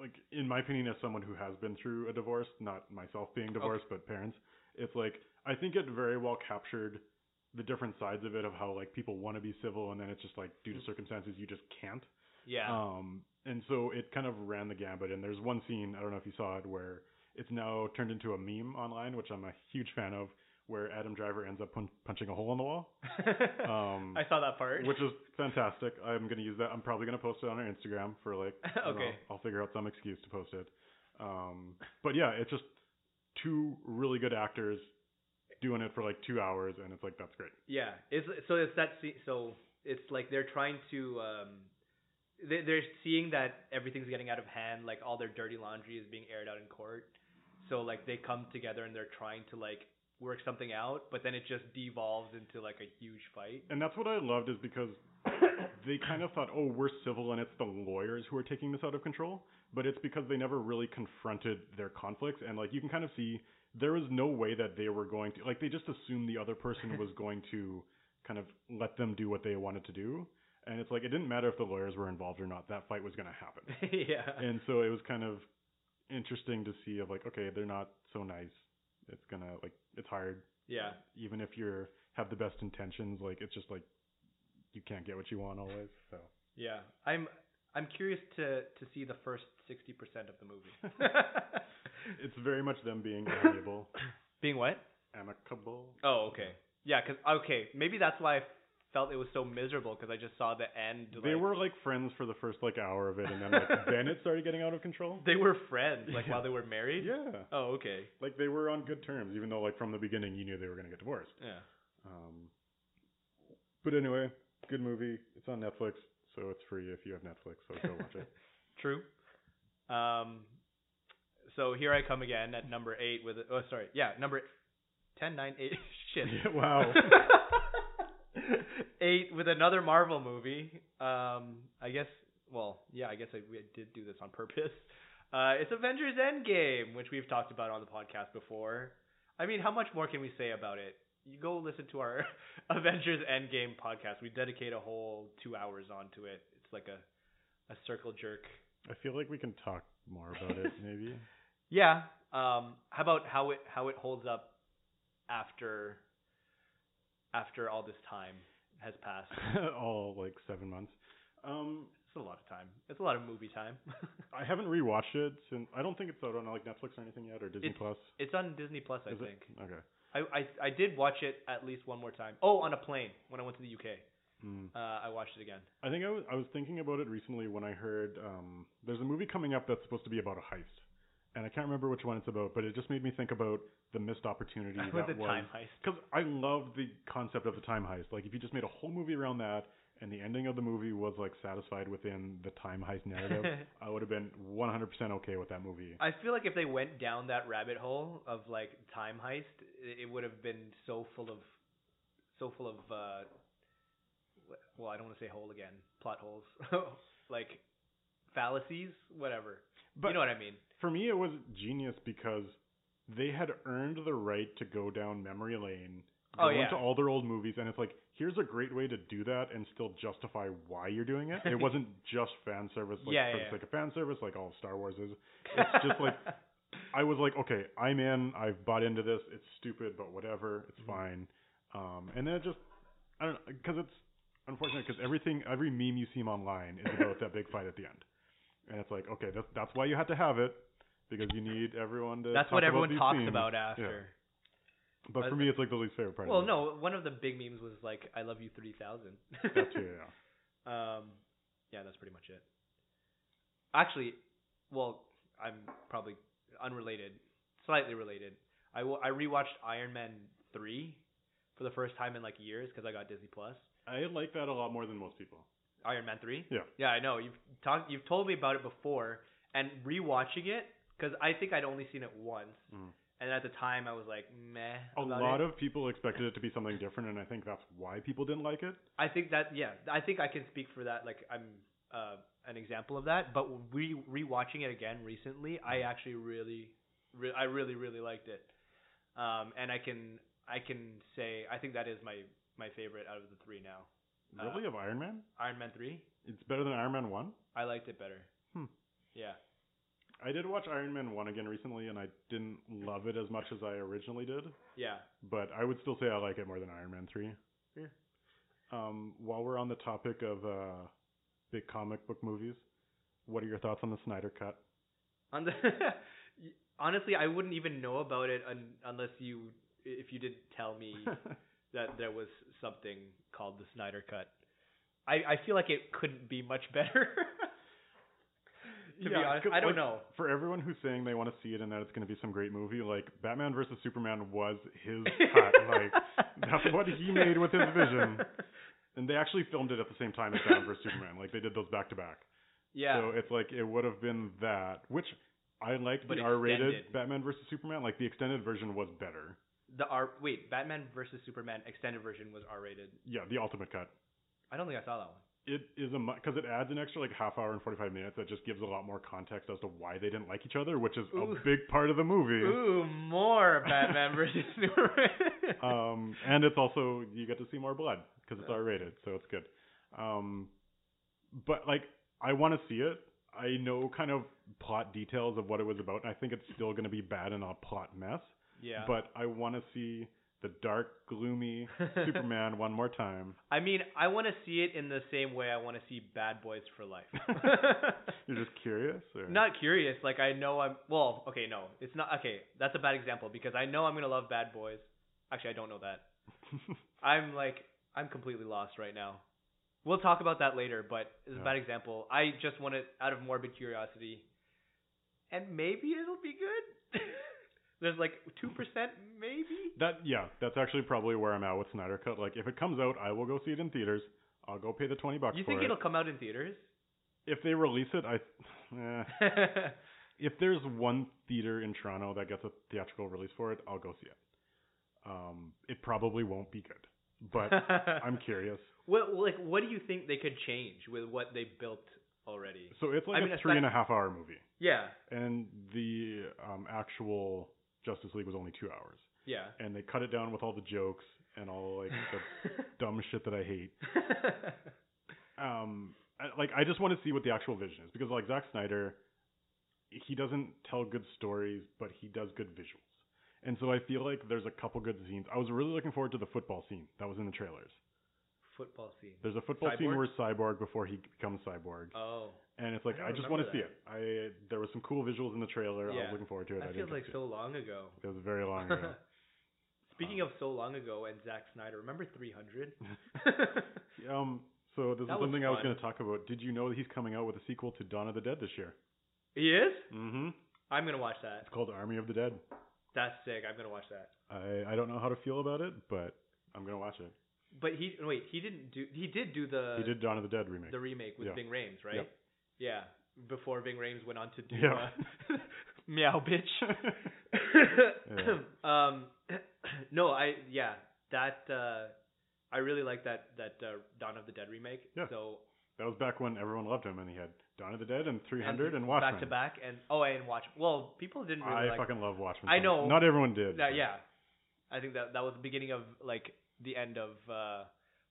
S1: like in my opinion, as someone who has been through a divorce, not myself being divorced, but parents, it's like I think it very well captured the different sides of it of how like people want to be civil and then it's just like due to
S2: Mm.
S1: circumstances you just can't.
S2: yeah, [LAUGHS]
S1: Um, and so it kind of ran the gambit. And there's one scene, I don't know if you saw it, where it's now turned into a meme online, which I'm a huge fan of, where Adam Driver ends up pun- punching a hole in the wall, um,
S2: I saw that part.
S1: which is fantastic. I'm going to use that. I'm probably going to post it on our Instagram for
S2: [LAUGHS]
S1: like, I don't know,
S2: [LAUGHS] Okay.
S1: I'll figure out some excuse to post it. Um, but yeah, it's just two really good actors doing it for like two hours, and it's like that's great.
S2: Yeah, it's so it's that se- so it's like they're trying to um, they, they're seeing that everything's getting out of hand, like all their dirty laundry is being aired out in court. So like they come together and they're trying to like work something out, but then it just devolves into like a huge
S1: [COUGHS]
S2: fight. [LAUGHS]
S1: And that's what I loved is because they kind of thought, oh, we're civil and it's the lawyers who are taking this out of control. But it's because they never really confronted their conflicts. And like you can kind of see there was no way that they were going to, like they just assumed the other person was going to kind of let them do what they wanted to do. And it's like it didn't matter if the lawyers were involved or not, that fight was going to happen.
S2: [LAUGHS] yeah.
S1: and so it was kind of interesting to see of like, okay, they're not so nice. It's going to, like, it's hard
S2: yeah.
S1: even if you're have the best intentions, like it's just like you can't get what you want always. So
S2: Yeah. I'm I'm curious to to see the first 60% of the movie.
S1: [LAUGHS] it's very much them being
S2: [LAUGHS]
S1: amiable,
S2: Being what?
S1: amicable.
S2: Oh, okay. Yeah, cuz okay, maybe that's why I felt it was so miserable cuz I just saw the end like
S1: They were like friends for the first like hour of it, and then like then it started getting out of control.
S2: [LAUGHS] They were friends, like
S1: Yeah.
S2: while they were married.
S1: Yeah,
S2: Oh, okay.
S1: like they were on good terms, even though like from the beginning you knew they were gonna get divorced.
S2: Yeah.
S1: Um, but anyway, good movie. It's on Netflix, so it's free if you have Netflix. So [LAUGHS] go watch
S2: [LAUGHS]
S1: it.
S2: True. Um, so here I come again at number eight with oh sorry yeah number ten nine eight [LAUGHS] shit
S1: Yeah, [LAUGHS] wow.
S2: [LAUGHS] eight with another Marvel movie. Um, I guess well yeah I guess I we did do this on purpose. [LAUGHS] Uh, it's Avengers Endgame, which we've talked about on the podcast before. I mean, how much more can we say about it? You go listen to our [LAUGHS] Avengers Endgame podcast. We dedicate a whole two hours onto it. It's like a a circle jerk
S1: I feel like we can talk more about it maybe.
S2: Yeah. Um, how about how it how it holds up after after all this time has passed?
S1: [LAUGHS] all like seven months. Um,
S2: It's a lot of time. It's a lot of movie time. [LAUGHS]
S1: I haven't rewatched it since. I don't think it's out on like Netflix or anything yet, or Disney
S2: It's-
S1: Plus.
S2: it's on Disney Plus, I
S1: Is it?
S2: think.
S1: Okay.
S2: I, I I did watch it at least one more time. Oh, on a plane when I went to the UK.
S1: Mm.
S2: Uh, I watched it again.
S1: I think I was I was thinking about it recently when I heard um, there's a movie coming up that's supposed to be about a heist, and I can't remember which one it's about, but it just made me think about the missed opportunity
S2: [LAUGHS] With
S1: that
S2: the
S1: was.
S2: time
S1: [LAUGHS]
S2: heist.
S1: Because I love the concept of the time heist. Like if you just made a whole movie around that, and the ending of the movie was like satisfied within the time heist narrative,
S2: [LAUGHS]
S1: I would have been 100% okay with that movie.
S2: I feel like if they went down that rabbit hole of like time heist, it, it would have been so full of, so full of, uh, wh- well, I don't want to say hole again, plot holes, [LAUGHS] like fallacies, whatever.
S1: But
S2: you know what I mean?
S1: for me it was genius because they had earned the right to go down memory lane
S2: Oh,
S1: go
S2: yeah.
S1: into all their old movies and it's like here's a great way to do that and still justify why you're doing it
S2: [LAUGHS]
S1: it wasn't just fan service like
S2: Yeah,
S1: for
S2: yeah,
S1: the sake of fan service like all of star wars is It's just
S2: [LAUGHS]
S1: like- i was like okay i'm in i've bought into this it's stupid but whatever it's
S2: Mhm.
S1: fine um and then it just i don't because it's unfortunate because everything every meme you see online is about that big fight at the end and it's like okay that's that's why you had to have it because you need everyone to
S2: that's
S1: talk
S2: what
S1: about
S2: everyone
S1: these
S2: talks
S1: themes.
S2: about after.
S1: But for
S2: Uh,
S1: me, it's like the least favorite part.
S2: Well,
S1: of the movie.
S2: no, one of the big memes was like, "I love you 3000."
S1: That too, yeah.
S2: [LAUGHS] Um, yeah, that's pretty much it. Actually, well, I'm probably unrelated, slightly related. I wa- I rewatched Iron Man three for the first time in like years because I got Disney Plus.
S1: I like that a lot more than most people.
S2: Iron Man three.
S1: Yeah.
S2: Yeah, I know you've talked, you've told me about it before, and rewatching it because I think I'd only seen it once, and at the time I was like, meh.
S1: Mm-hmm. A
S2: about
S1: lot
S2: it.
S1: of people expected it to be something different, and I think that's why people didn't like it.
S2: I think that yeah, I think I can speak for that. Like I'm uh, an example of that. But re rewatching it again recently, I actually really, re- I really really liked it. Um, and I can I can say I think that is my my favorite out of the three now. Uh,
S1: Really, of Iron Man?
S2: Iron Man three,
S1: It's better than Iron Man One.
S2: I liked it better.
S1: Hmm.
S2: Yeah.
S1: I did watch Iron Man One again recently, and I didn't love it as much as I originally did,
S2: Yeah.
S1: but I would still say I like it more than Iron Man Three.
S2: Yeah.
S1: Um, while we're on the topic of uh, big comic book movies, what are your thoughts on the Snyder
S2: [LAUGHS]
S1: Cut?
S2: On the honestly, I wouldn't even know about it un- unless you if you did tell me
S1: [LAUGHS]
S2: that there was something called the Snyder Cut. I, I feel like it couldn't be much better. [LAUGHS] to be
S1: Yeah,
S2: honest.
S1: good-
S2: I don't
S1: like,
S2: know.
S1: For everyone who's saying they want to see it and that it's going to be some great movie, like Batman versus Superman was
S2: [LAUGHS]
S1: his cut. like, that's what he made with his vision. and they actually filmed it at the same time as Batman versus Superman. Like they did those back to back.
S2: Yeah.
S1: So it's like it would have been that, which I liked
S2: But
S1: the R-rated
S2: extended.
S1: Batman versus Superman. Like the extended version was better.
S2: the R wait, Batman versus Superman extended version was R rated.
S1: Yeah, the ultimate cut.
S2: I don't think I saw that one.
S1: It is a because it adds an extra like half hour and 45 minutes that just gives a lot more context as to why they didn't like each other, which is
S2: Ooh.
S1: a big part of the movie.
S2: Ooh, more Batman [LAUGHS] versus Superman.
S1: um, and it's also you get to see more blood because it's
S2: Yeah.
S1: R-rated, so it's good. Um, but like I want to see it. I know kind of plot details of what it was about, and I think it's still going to be bad and a plot mess.
S2: yeah.
S1: But I want to see the dark,
S2: [LAUGHS]
S1: gloomy Superman one more time.
S2: I mean, I want to see it in the same way I want to see Bad Boys for Life.
S1: [LAUGHS] You're just curious, or
S2: not curious. Like I know I'm. Well, okay, no, it's not. Okay, that's a bad example because I know I'm gonna love Bad Boys. Actually, I don't know that. I'm like I'm completely lost right now. We'll talk about that later, but it's
S1: Yeah.
S2: a bad example. I just want it out of morbid curiosity, and maybe it'll be good. [LAUGHS] There's like two percent, maybe.
S1: [LAUGHS] that yeah, that's actually probably where I'm at with Snyder Cut. Like if it comes out, I will go see it in theaters. I'll go pay the twenty bucks
S2: You
S1: for
S2: think
S1: it.
S2: it'll come out in theaters?
S1: If they release it, I. Eh.
S2: [LAUGHS]
S1: if there's one theater in Toronto that gets a theatrical release for it, I'll go see it. Um, it probably won't be good, [LAUGHS]
S2: [LAUGHS]
S1: but I'm curious.
S2: What like what do you think they could change with what they built already?
S1: So it's like
S2: I mean,
S1: a
S2: it's
S1: three
S2: not-
S1: and a half hour movie,
S2: Yeah,
S1: and the um, actual Justice League was only two hours,
S2: yeah.
S1: and they cut it down with all the jokes and all like
S2: [LAUGHS]
S1: the dumb shit that I hate. Um, I, like I just want to see what the actual vision is because like Zack Snyder, he doesn't tell good stories, but he does good visuals. And so I feel like there's a couple good scenes. I was really looking forward to the football scene that was in the trailers.
S2: Football scene.
S1: There's a football scene
S2: Cyborg?
S1: where Cyborg before he becomes Cyborg,
S2: Oh,
S1: and it's like I,
S2: I don't
S1: just want to see
S2: remember
S1: it. I there was some cool visuals in the trailer. I was
S2: Yeah.
S1: looking forward to it. I
S2: that
S1: didn't
S2: feels
S1: get
S2: like
S1: to
S2: so long ago.
S1: It It was very [LAUGHS]
S2: [LAUGHS]
S1: long ago.
S2: Speaking
S1: Um,
S2: of so long ago and Zack Snyder, remember
S1: [LAUGHS]
S2: 300?
S1: um. So this
S2: That
S1: is
S2: was
S1: something I was
S2: fun.
S1: going to talk about. Did you know that he's coming out with a sequel to Dawn of the Dead this year?
S2: [LAUGHS] he is?
S1: Mm-hmm.
S2: I'm gonna watch that.
S1: It's called Army of the Dead.
S2: That's sick. I'm gonna watch that.
S1: I, I don't know how to feel about it, but I'm gonna watch it.
S2: But he wait, he didn't do. He did do the
S1: he did Dawn of the Dead remake.
S2: the remake with
S1: Yeah.
S2: Ving Rhames, right?
S1: Yep.
S2: Yeah. Before Ving Rhames went on to do
S1: Yeah.
S2: uh, [LAUGHS] Meow
S1: [LAUGHS]
S2: Bitch. [COUGHS] um no, I yeah, that uh I really like that that uh, Dawn of the Dead remake.
S1: Yeah.
S2: So
S1: that was back when everyone loved him, and he had Dawn of the Dead and
S2: and
S1: 300 and, Watchmen.
S2: back to back and oh and watch well, people didn't really
S1: I
S2: like
S1: fucking love Watchmen. so
S2: I
S1: much.
S2: know.
S1: Not everyone did.
S2: that
S1: but
S2: yeah. I think that that was the beginning of like the end of uh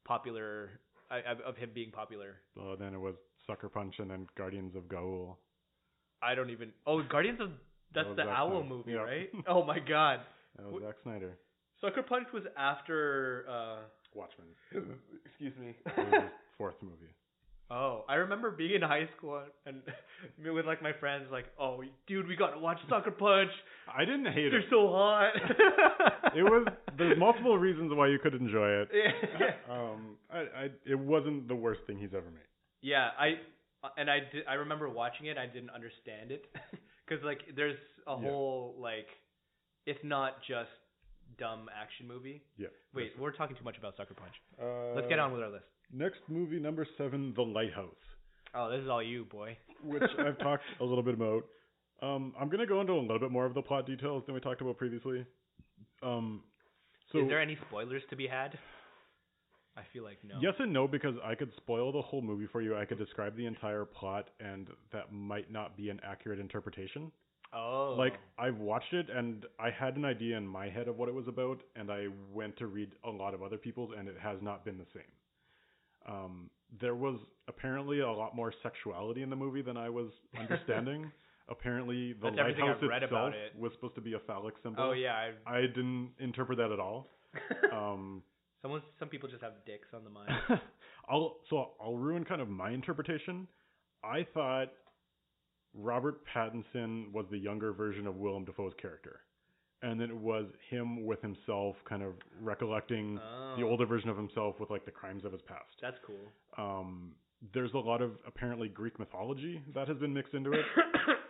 S2: popular I- of, of him being popular.
S1: uh, then it was Sucker Punch and then Guardians of Gaul.
S2: I don't even Oh, Guardians of that's
S1: was
S2: the
S1: Zack
S2: owl
S1: Snyder.
S2: movie,
S1: Yeah. [LAUGHS]
S2: right? Oh my god.
S1: That was
S2: Wh-
S1: Zack Snyder.
S2: Sucker Punch was after
S1: [LAUGHS]
S2: uh [LAUGHS]
S1: Watchmen.
S2: excuse me.
S1: That was
S2: [LAUGHS]
S1: his fourth movie.
S2: oh, I remember being in high school and [LAUGHS] me with like my friends like, "Oh, dude, we got to watch Sucker Punch.
S1: I didn't hate
S2: They're
S1: it.
S2: so hot."
S1: It was there's multiple reasons why you could enjoy it.
S2: [LAUGHS] Yeah.
S1: [LAUGHS]
S2: Uh,
S1: Um, I, I it wasn't the worst thing he's ever made.
S2: Yeah, I uh, and I did, I remember watching it. I didn't understand it [LAUGHS] because like there's a
S1: Yeah.
S2: whole like it's not just dumb action movie.
S1: Yeah.
S2: Wait, we're talking too much about Sucker Punch.
S1: Uh,
S2: Let's get on with our list.
S1: Next movie number seven, The Lighthouse.
S2: Oh, this is all you, boy.
S1: which
S2: [LAUGHS]
S1: I've talked a little bit about. Um, I'm gonna go into a little bit more of the plot details than we talked about previously. Um, so
S2: is there any spoilers to be had? I feel like no.
S1: yes and no because I could spoil the whole movie for you. I could describe the entire plot, and that might not be an accurate interpretation.
S2: Oh.
S1: Like I've watched it, and I had an idea in my head of what it was about, and I went to read a lot of other people's, and it has not been the same. Um, there was apparently a lot more sexuality in the movie than I
S2: [LAUGHS]
S1: was understanding. apparently, the
S2: That's everything
S1: lighthouse
S2: I've read
S1: itself
S2: about it.
S1: was supposed to be a phallic symbol.
S2: Oh yeah.
S1: I didn't interpret that at all.
S2: [LAUGHS] I,
S1: Um,
S2: Someone. Some people just have dicks on the mind.
S1: [LAUGHS] I'll so I'll ruin kind of my interpretation. I thought Robert Pattinson was the younger version of Willem Dafoe's character, and then it was him with himself, kind of recollecting
S2: oh,
S1: [LAUGHS] the older version of himself with like the crimes of his past.
S2: That's cool.
S1: Um, there's a lot of apparently Greek mythology that has been mixed into it.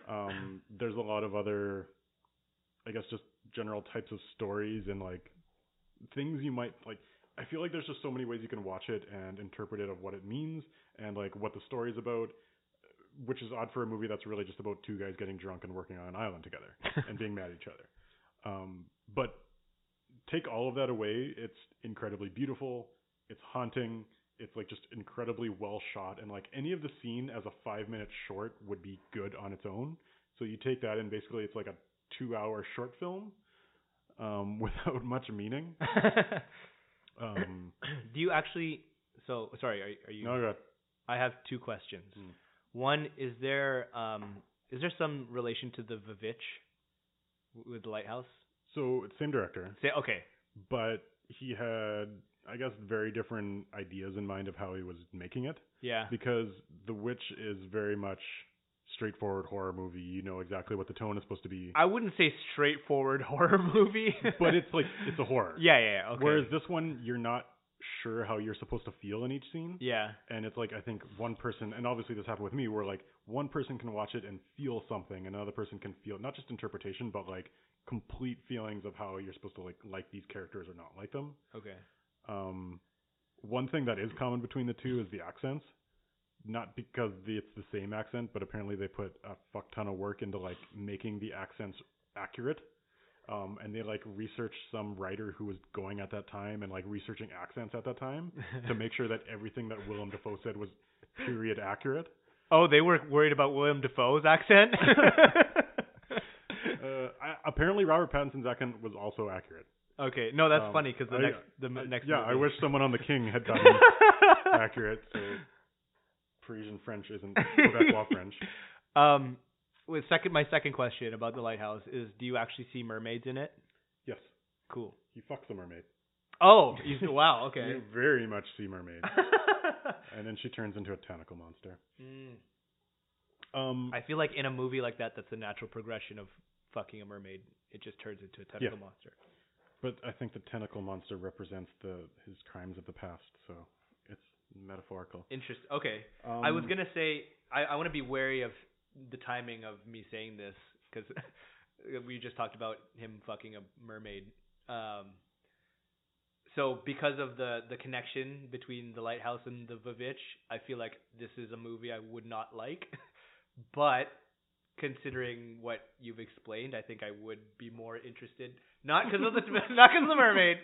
S1: Um, there's a lot of other, I guess, just general types of stories and like things you might like. I feel like there's just so many ways you can watch it and interpret it of what it means and like what the story's about, which is odd for a movie that's really just about two guys getting drunk and working on an island together
S2: [LAUGHS]
S1: and being mad at each other. Um, but take all of that away, it's incredibly beautiful. It's haunting. It's like just incredibly well shot, and like any of the scene as a five minute short would be good on its own. So you take that, and basically it's like a two hour short film um, [LAUGHS] without much meaning. Um,
S2: Do you actually? So sorry, are, are you?
S1: no, God.
S2: I have two questions.
S1: Hmm.
S2: One is there um is there some relation to the Vavitch w- with Lighthouse?
S1: So it's same director,
S2: Say okay,
S1: but he had I guess very different ideas in mind of how he was making it.
S2: yeah,
S1: because The Witch is very much straightforward horror movie. You know exactly what the tone is supposed to
S2: [LAUGHS]
S1: be,
S2: I wouldn't say straightforward [LAUGHS] horror movie,
S1: but
S2: [LAUGHS]
S1: it's like it's a horror.
S2: yeah, yeah, yeah, okay,
S1: Whereas this one, you're not sure how you're supposed to feel in each scene,
S2: yeah,
S1: and it's like I think one person, and obviously this happened with me, where like one person can watch it and feel something, and another person can feel not just interpretation, but like complete feelings of how you're supposed to like like these characters or not like them.
S2: okay,
S1: Um, one thing that is common between the two is the accents. Not because the, it's the same accent, but apparently they put a fuck ton of work into like making the accents accurate. Um, and they like researched some writer who was going at that time and like researching accents at that time to make sure that everything that Willem Dafoe said was period accurate.
S2: [LAUGHS] oh, they were worried about William Defoe's accent.
S1: [LAUGHS]
S2: [LAUGHS]
S1: Uh, I, apparently Robert Pattinson's accent was also accurate.
S2: okay, no, that's
S1: Um,
S2: funny 'cause the
S1: I-
S2: next the m-
S1: I-
S2: next
S1: yeah, I
S2: movie-
S1: wish someone on The King had
S2: [LAUGHS]
S1: gotten accurate. So Parisian French
S2: [LAUGHS]
S1: isn't Quebecois French.
S2: Um, with second, my second question about the lighthouse is: Do you actually see mermaids in it?
S1: Yes,
S2: Cool.
S1: he fucks a mermaid.
S2: Oh, you see, wow. Okay.
S1: You very much see mermaid, and then she turns into a tentacle monster.
S2: [LAUGHS] Mm.
S1: Um,
S2: I feel like in a movie like that, that's the natural progression of fucking a mermaid. It just turns into a tentacle monster.
S1: but I think the tentacle monster represents the his crimes of the past, so it's metaphorical.
S2: Interesting. Okay.
S1: Um,
S2: I was gonna say I, I want to be wary of the timing of me saying this because [LAUGHS] we just talked about him fucking a mermaid. Um, so because of the the connection between the lighthouse and the Vavitch, I feel like this is a movie I would not like. [LAUGHS] but considering what you've explained, I think I would be more interested not because
S1: [LAUGHS]
S2: of the not because of the mermaid.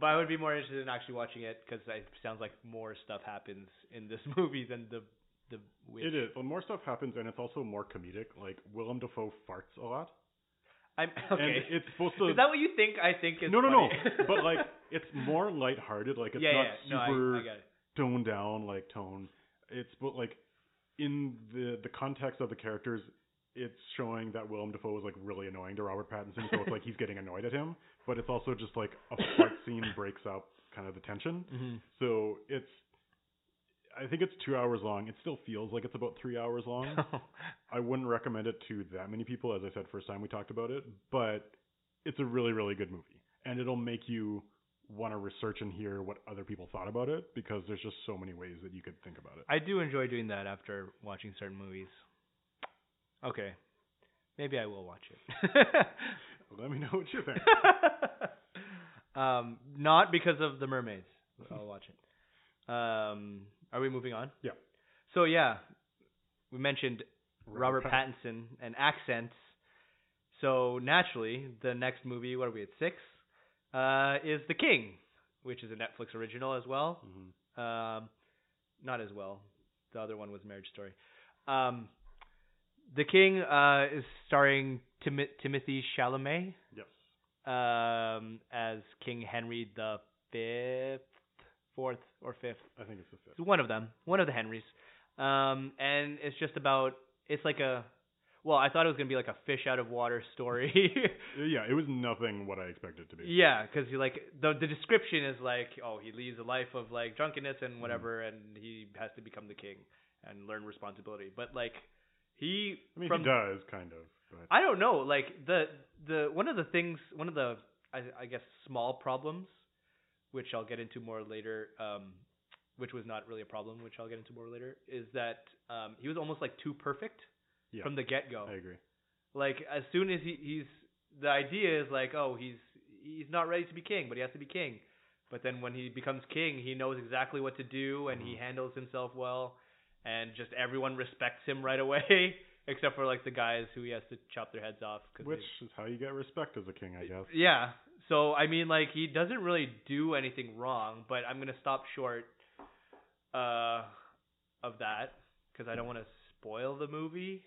S2: But I would be more interested in actually watching it because it sounds like more stuff happens in this [LAUGHS] movie than the the witch.
S1: Um, It is. Well, more stuff happens, and it's also more comedic. Like Willem Dafoe farts a lot,
S2: I'm okay.
S1: and it's supposed to.
S2: is [LAUGHS] that what you think? I think is
S1: no, no, no.
S2: funny?
S1: [LAUGHS] but
S2: [LAUGHS]
S1: like, it's more lighthearted. Like, it's
S2: yeah,
S1: not
S2: yeah. No, I,
S1: super
S2: I got it.
S1: toned down like tone. It's but like in the the context of the characters, it's showing that Willem Dafoe was like really annoying to Robert Pattinson, so it's like he's getting annoyed at him. But it's also just like a fart scene breaks up kind of the tension.
S2: [LAUGHS]
S1: So it's I think it's two hours long. It still feels like it's about three hours long. I wouldn't recommend it to that many people, as I said first time we talked about it, but it's a really, really good movie. And it'll make you want to research and hear what other people thought about it because there's just so many ways that you could think about it.
S2: I do enjoy doing that after watching certain movies. Okay, maybe I will watch it. [LAUGHS]
S1: Let me know what you think.
S2: [LAUGHS] um, not because of the mermaids. I'll watch it. Um, are we moving on?
S1: Yeah.
S2: So yeah, we mentioned Robert,
S1: Pat-
S2: Pattinson and accents. So naturally, the next movie, what are we at six? Uh, is The King, which is a Netflix original as well.
S1: Mhm.
S2: Um, not as well. The other one was Marriage Story. Um, the King uh, is starring Tim- Timothy Chalamet
S1: Yes.
S2: um, as King Henry the fifth, fourth or fifth.
S1: I think it's the fifth.
S2: It's one of them, one of the Henrys. Um, and it's just about it's like a well, I thought it was gonna be like a fish out of water story.
S1: Uh, Yeah, it was nothing what I expected [LAUGHS] it to be.
S2: yeah, because you like the the description is like oh he leads a life of like drunkenness and whatever,
S1: Mm.
S2: and he has to become the king and learn responsibility. But like he
S1: I mean,
S2: from Uh,
S1: he does, kind of. But
S2: I don't know. Like the the one of the things, one of the I, I guess small problems, which I'll get into more later, um, which was not really a problem, which I'll get into more later, is that um, he was almost like too perfect
S1: Yeah.
S2: from the get go.
S1: I agree.
S2: Like as soon as he, he's the idea is like, oh, he's he's not ready to be king, but he has to be king. But then when he becomes king, he knows exactly what to do and he
S1: Mhm.
S2: handles himself well and just everyone respects him right away [LAUGHS] except for like the guys who he has to chop their heads off 'cause they-
S1: Which is how you get respect as a king, I guess.
S2: yeah. So I mean, like he doesn't really do anything wrong, but I'm gonna stop short uh, of that because I don't want to spoil the movie.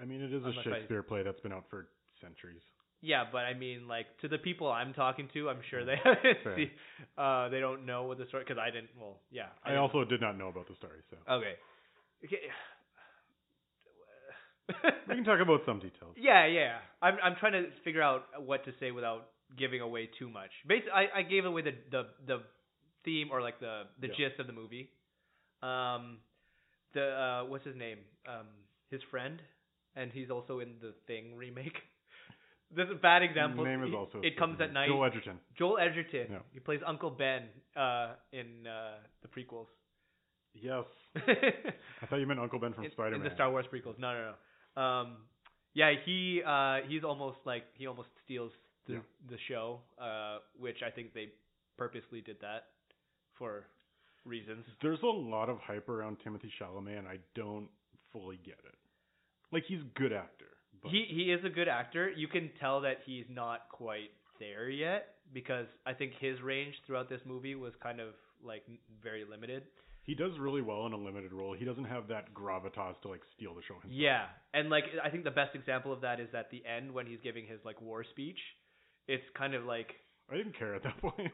S1: I mean, it is a
S2: Unless I-
S1: Shakespeare play that's been out for centuries.
S2: Yeah, but I mean, like to the people I'm talking to, I'm sure they [LAUGHS] haven't
S1: Fair.
S2: seen- uh, they don't know what the story because I Uh, didn't. Well, yeah.
S1: I
S2: didn't-
S1: also did not know about the story, so
S2: okay.
S1: [LAUGHS] we
S2: okay. [LAUGHS]
S1: can talk about some details.
S2: yeah, yeah. I'm I'm trying to figure out what to say without giving away too much. Basically, I, I gave away the the the theme or like the the
S1: Yeah.
S2: gist of the movie. Um, the uh, what's his name? Um, his friend, and he's also in the Thing remake. [LAUGHS] This is a bad example.
S1: Name is
S2: He-
S1: also
S2: It comes at
S1: escaping me.
S2: night.
S1: Joel Edgerton.
S2: Joel Edgerton.
S1: Yeah.
S2: He plays Uncle Ben uh, in uh, the prequels. [LAUGHS]
S1: Yes, I thought you meant Uncle Ben from
S2: in,
S1: Spider-Man.
S2: in the Star Wars prequels. No, no, no. Um, yeah, he uh, he's almost like he almost steals the
S1: Yeah.
S2: the show, uh, which I think they purposely did that for reasons.
S1: There's a lot of hype around Timothy Chalamet, and I don't fully get it. Like he's a good actor, but
S2: He he is a good actor. You can tell that he's not quite there yet because I think his range throughout this movie was kind of like n- very limited.
S1: he does really well in a limited role. He doesn't have that gravitas to like steal the show himself.
S2: Yeah, and like I think the best example of that is at the end when he's giving his like war speech. It's kind of like
S1: I didn't care at that
S2: [LAUGHS]
S1: point.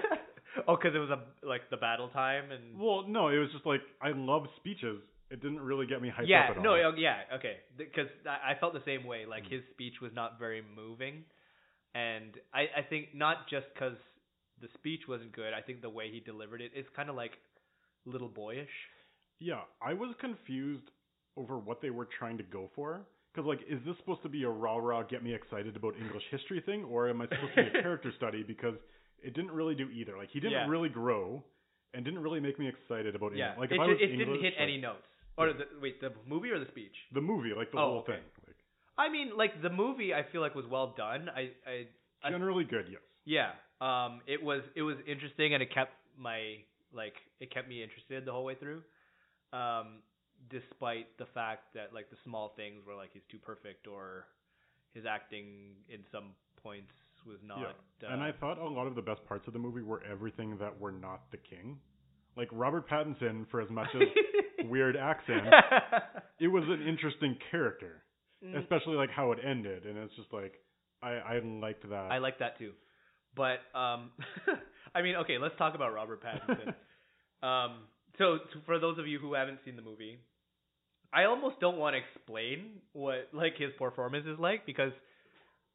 S1: [LAUGHS]
S2: oh, because it was a like the battle time and
S1: well, no, it was just like I love speeches. It didn't really get me hyped
S2: yeah,
S1: up at
S2: no,
S1: all.
S2: oh, yeah, okay, because I, I felt the same way. Like
S1: Mm.
S2: his speech was not very moving, and I I think not just because the speech wasn't good. I think the way he delivered it is kind of like little boyish.
S1: Yeah, I was confused over what they were trying to go for. Because, like, is this supposed to be a rah rah, get me excited about English history thing, or am I supposed to
S2: [LAUGHS]
S1: be a character study? Because it didn't really do either. Like, he didn't
S2: Yeah. really
S1: really grow and didn't really make me excited about
S2: yeah,
S1: English. Like, if
S2: it,
S1: I
S2: ju-
S1: was
S2: it
S1: English,
S2: didn't hit
S1: like,
S2: any notes. Or the, wait, the movie or the speech?
S1: The movie, like, the
S2: Oh,
S1: whole
S2: okay.
S1: thing. Like,
S2: I mean, like the movie, I feel like was well done. I I I-
S1: generally good, yes.
S2: Yeah. Um it was it was interesting and it kept my like it kept me interested the whole way through. Um despite the fact that like the small things were like he's too perfect or his acting in some points was not uh, [LAUGHS]
S1: and I thought a lot of the best parts of the movie were everything that were not the king. Like, Robert Pattinson, for as much
S2: [LAUGHS]
S1: as weird accent, it was an interesting character.
S2: Mm,
S1: especially like how it ended and it's just like i i liked that
S2: I like that too. But um [LAUGHS] I mean, okay, let's talk about Robert
S1: [LAUGHS]
S2: Pattinson. Um, so t- for those of you who haven't seen the movie, I almost don't want to explain what like his performance is like because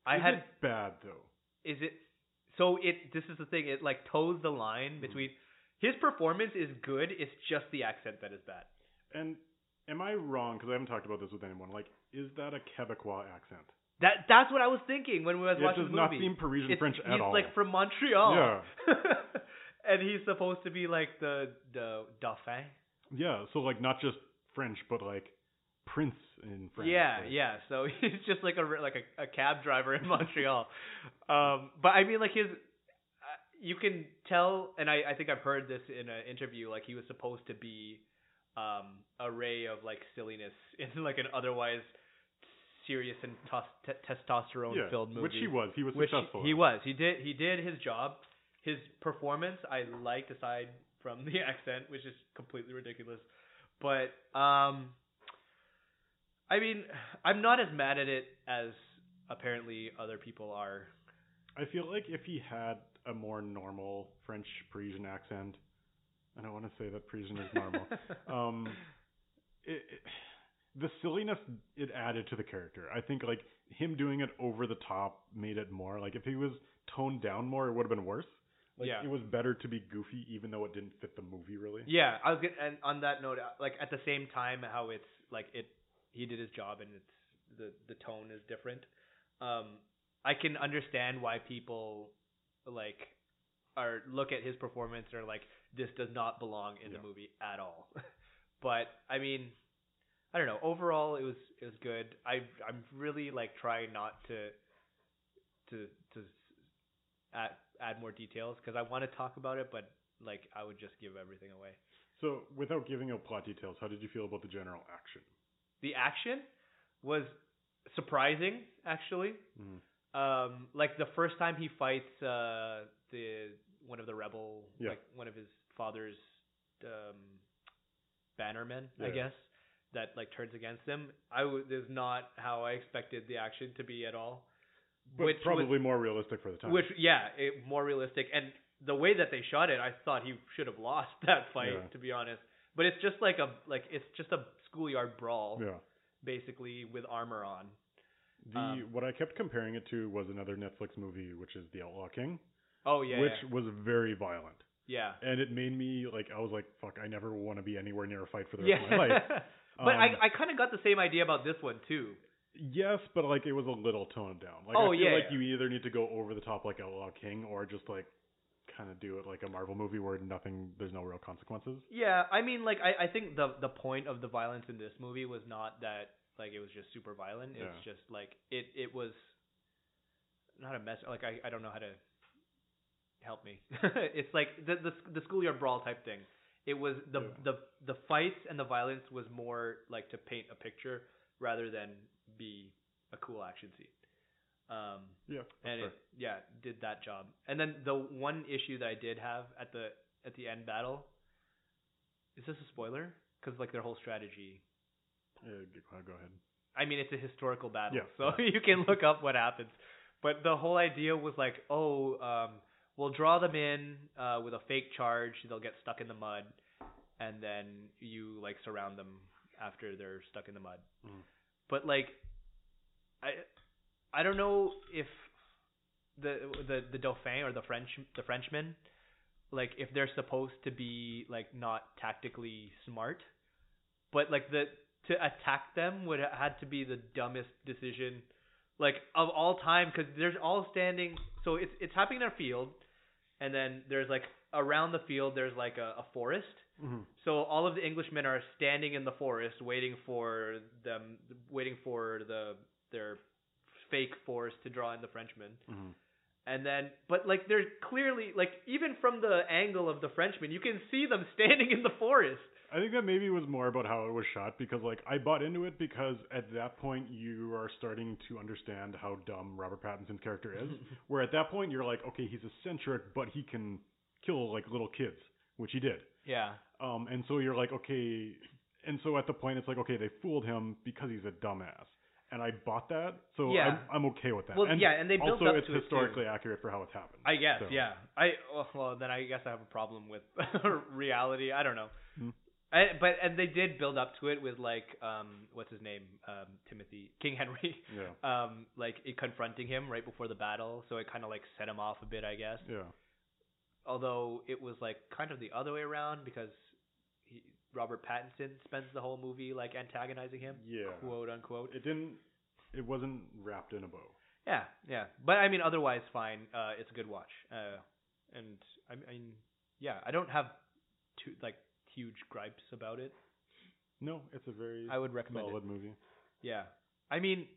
S2: I
S1: Is
S2: had
S1: it bad though
S2: is it so it this is the thing it like toes the line
S1: Mm-hmm.
S2: between his performance is good it's just the accent that is bad.
S1: and am i wrong because i haven't talked about this with anyone like is that a quebecois accent
S2: That that's what I was thinking when we was
S1: it
S2: watching
S1: does
S2: the
S1: not
S2: movie.
S1: seem parisian
S2: It's-
S1: french
S2: he's
S1: at all
S2: like from Montreal.
S1: Yeah.
S2: [LAUGHS] and he's supposed to be like the the dauphin.
S1: yeah so like not just french but like prince in french
S2: Yeah,
S1: like-
S2: yeah. So [LAUGHS] he's just like a re- like a, a cab driver in [LAUGHS] Montreal. um, but I mean, like his, uh, you can tell, and I I think I've heard this in an interview. Like he was supposed to be, um, a ray of like silliness [LAUGHS] in like an otherwise serious and tos- t- testosterone
S1: yeah
S2: filled movie.
S1: which he was he was
S2: Which
S1: successful
S2: he
S1: at.
S2: was. He did he did his job. His performance I liked aside from the [LAUGHS] accent, which is completely ridiculous. But um I mean, I'm not as mad at it as apparently other people
S1: [LAUGHS]
S2: are.
S1: i feel like if he had a more normal french parisian accent i don't want to say that parisian is
S2: [LAUGHS]
S1: normal um it, it, the silliness it added to the character. I think like him doing it over the top made it more like if he was toned down more, it would have been worse. Like
S2: Yeah.
S1: it was better to be goofy, even though it didn't fit the movie really.
S2: yeah, I was gonna, and on that note, uh, like at the same time how it's like it he did his job and it's the the tone is different. Um I can understand why people like or look at his performance and are like, this does not belong in
S1: Yeah.
S2: the movie at all. [LAUGHS] but I mean, I don't know. Overall, it was it was good. I I'm really like trying not to to to s- add add more details because I want to talk about it, but like I would just give everything away.
S1: So, without giving out plot details, how did you feel about the general action?
S2: The action was surprising, actually.
S1: Mm.
S2: Um, like the first time he fights uh the one of the rebel,
S1: Yeah.
S2: like one of his father's um bannermen, I
S1: Yeah.
S2: guess, that like turns against him. I w- is not how I expected the action to be at all.
S1: But
S2: which was-
S1: probably more realistic for the time.
S2: Which yeah, it, more realistic and the way that they shot it, I thought he should have lost [LAUGHS] that fight
S1: Yeah.
S2: to be honest. But it's just like a like it's just a schoolyard brawl
S1: yeah.
S2: basically with armor on.
S1: The
S2: um,
S1: what I kept comparing it to was another Netflix movie, which is The Outlaw King,
S2: Oh yeah,
S1: which was very violent,
S2: yeah.
S1: and it made me like I was like, "Fuck, I never want to be anywhere near a fight for the
S2: yeah.
S1: rest of my life."
S2: [LAUGHS] but I
S1: Um,
S2: I kind of got the same idea about this one too.
S1: Yes, but like it was a little toned down. Like I
S2: Oh,
S1: feel
S2: yeah,
S1: like
S2: yeah.
S1: you either need to go over the top like Outlaw King or just like kind of do it like a Marvel movie where nothing there's no real consequences.
S2: Yeah, I mean like I I think the the point of the violence in this movie was not that like it was just super violent. It's
S1: Yeah.
S2: just like it it was not a mess. Like I I don't know how to help me. [LAUGHS] it's like the the the schoolyard brawl type thing. It was the
S1: Yeah.
S2: the the fights and the violence was more like to paint a picture rather than be a cool action scene. Um
S1: Yeah.
S2: and it, yeah, did that job. And then the one issue that I did have at the at the end battle is this a spoiler? Because like their whole strategy.
S1: go ahead.
S2: I mean, it's a historical battle,
S1: Yeah.
S2: so [LAUGHS] you can look up what happens. But the whole idea was like, oh, um, we'll draw them in uh, with a fake charge. They'll get stuck in the mud, and then you like surround them after they're stuck in the mud.
S1: Mm.
S2: But like, I I don't know if the the the Dauphin or the French the Frenchman, like if they're supposed to be like not tactically smart, but like the to attack them would had to be the dumbest decision like of all time because they're all standing so it's it's happening in a field and then there's like around the field there's like a, a forest
S1: Mhm.
S2: so all of the Englishmen are standing in the forest waiting for them waiting for the their fake force to draw in the Frenchmen
S1: Mhm.
S2: and then but like they're clearly like even from the angle of the Frenchmen you can see them standing in the forest
S1: I think that maybe was more about how it was shot because like I bought into it because at that point you are starting to understand how dumb Robert Pattinson's character is. Where at that point you're like, okay, he's eccentric, but he can kill like little kids, which he did.
S2: yeah
S1: Um, and so you're like, okay. And so at the point, it's like, okay, they fooled him because he's a dumbass. And I bought that, so
S2: Yeah.
S1: I'm, I'm okay with that.
S2: well
S1: and
S2: yeah and they built
S1: also,
S2: up
S1: it's
S2: to it too.
S1: historically accurate for how it's happened.
S2: I guess,
S1: So-
S2: yeah. I oh, well, then I guess I have a problem with [LAUGHS] reality. I don't know.
S1: Hmm.
S2: I, but and they did build up to it with like um what's his name um Timothy King Henry [LAUGHS]
S1: yeah,
S2: um like it confronting him right before the battle, so it kind of like set him off a bit, I guess.
S1: yeah,
S2: Although it was like kind of the other way around because he, Robert Pattinson spends the whole movie like antagonizing him,
S1: yeah.
S2: quote unquote.
S1: It didn't. It wasn't wrapped in a bow.
S2: Yeah, yeah. But I mean, otherwise, fine. Uh, it's a good watch. Uh, and I mean, yeah, I don't have too like huge gripes about it.
S1: No, it's a very
S2: I would recommend
S1: solid movie.
S2: it. Yeah, I mean,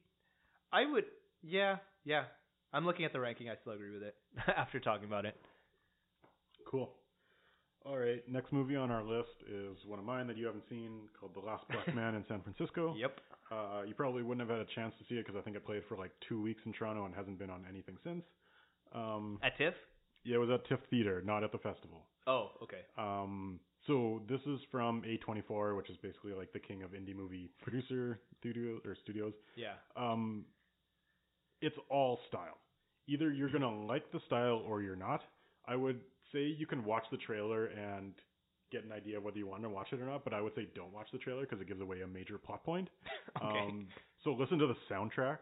S2: I would. Yeah, yeah. I'm looking at the ranking. I still agree with it [LAUGHS] after talking about it.
S1: Cool. All right, next movie on our list is one of mine that you haven't seen called The Last Black
S2: [LAUGHS]
S1: Man in San Francisco.
S2: Yep.
S1: Uh, you probably wouldn't have had a chance to see it because I think it played for like two weeks in Toronto and hasn't been on anything since. Um,
S2: At TIFF.
S1: yeah, it was at TIFF Theater, not at the festival.
S2: Oh, okay.
S1: Um, so this is from A24, which is basically like the king of indie movie producer studio or studios.
S2: Yeah. [LAUGHS]
S1: Um, it's all style. Either you're gonna like the style or you're not. I would say you can watch the trailer and get an idea whether you want to watch it or not, but I would say don't watch the trailer because it gives away a major plot point.
S2: [LAUGHS] okay.
S1: Um, so listen to the soundtrack,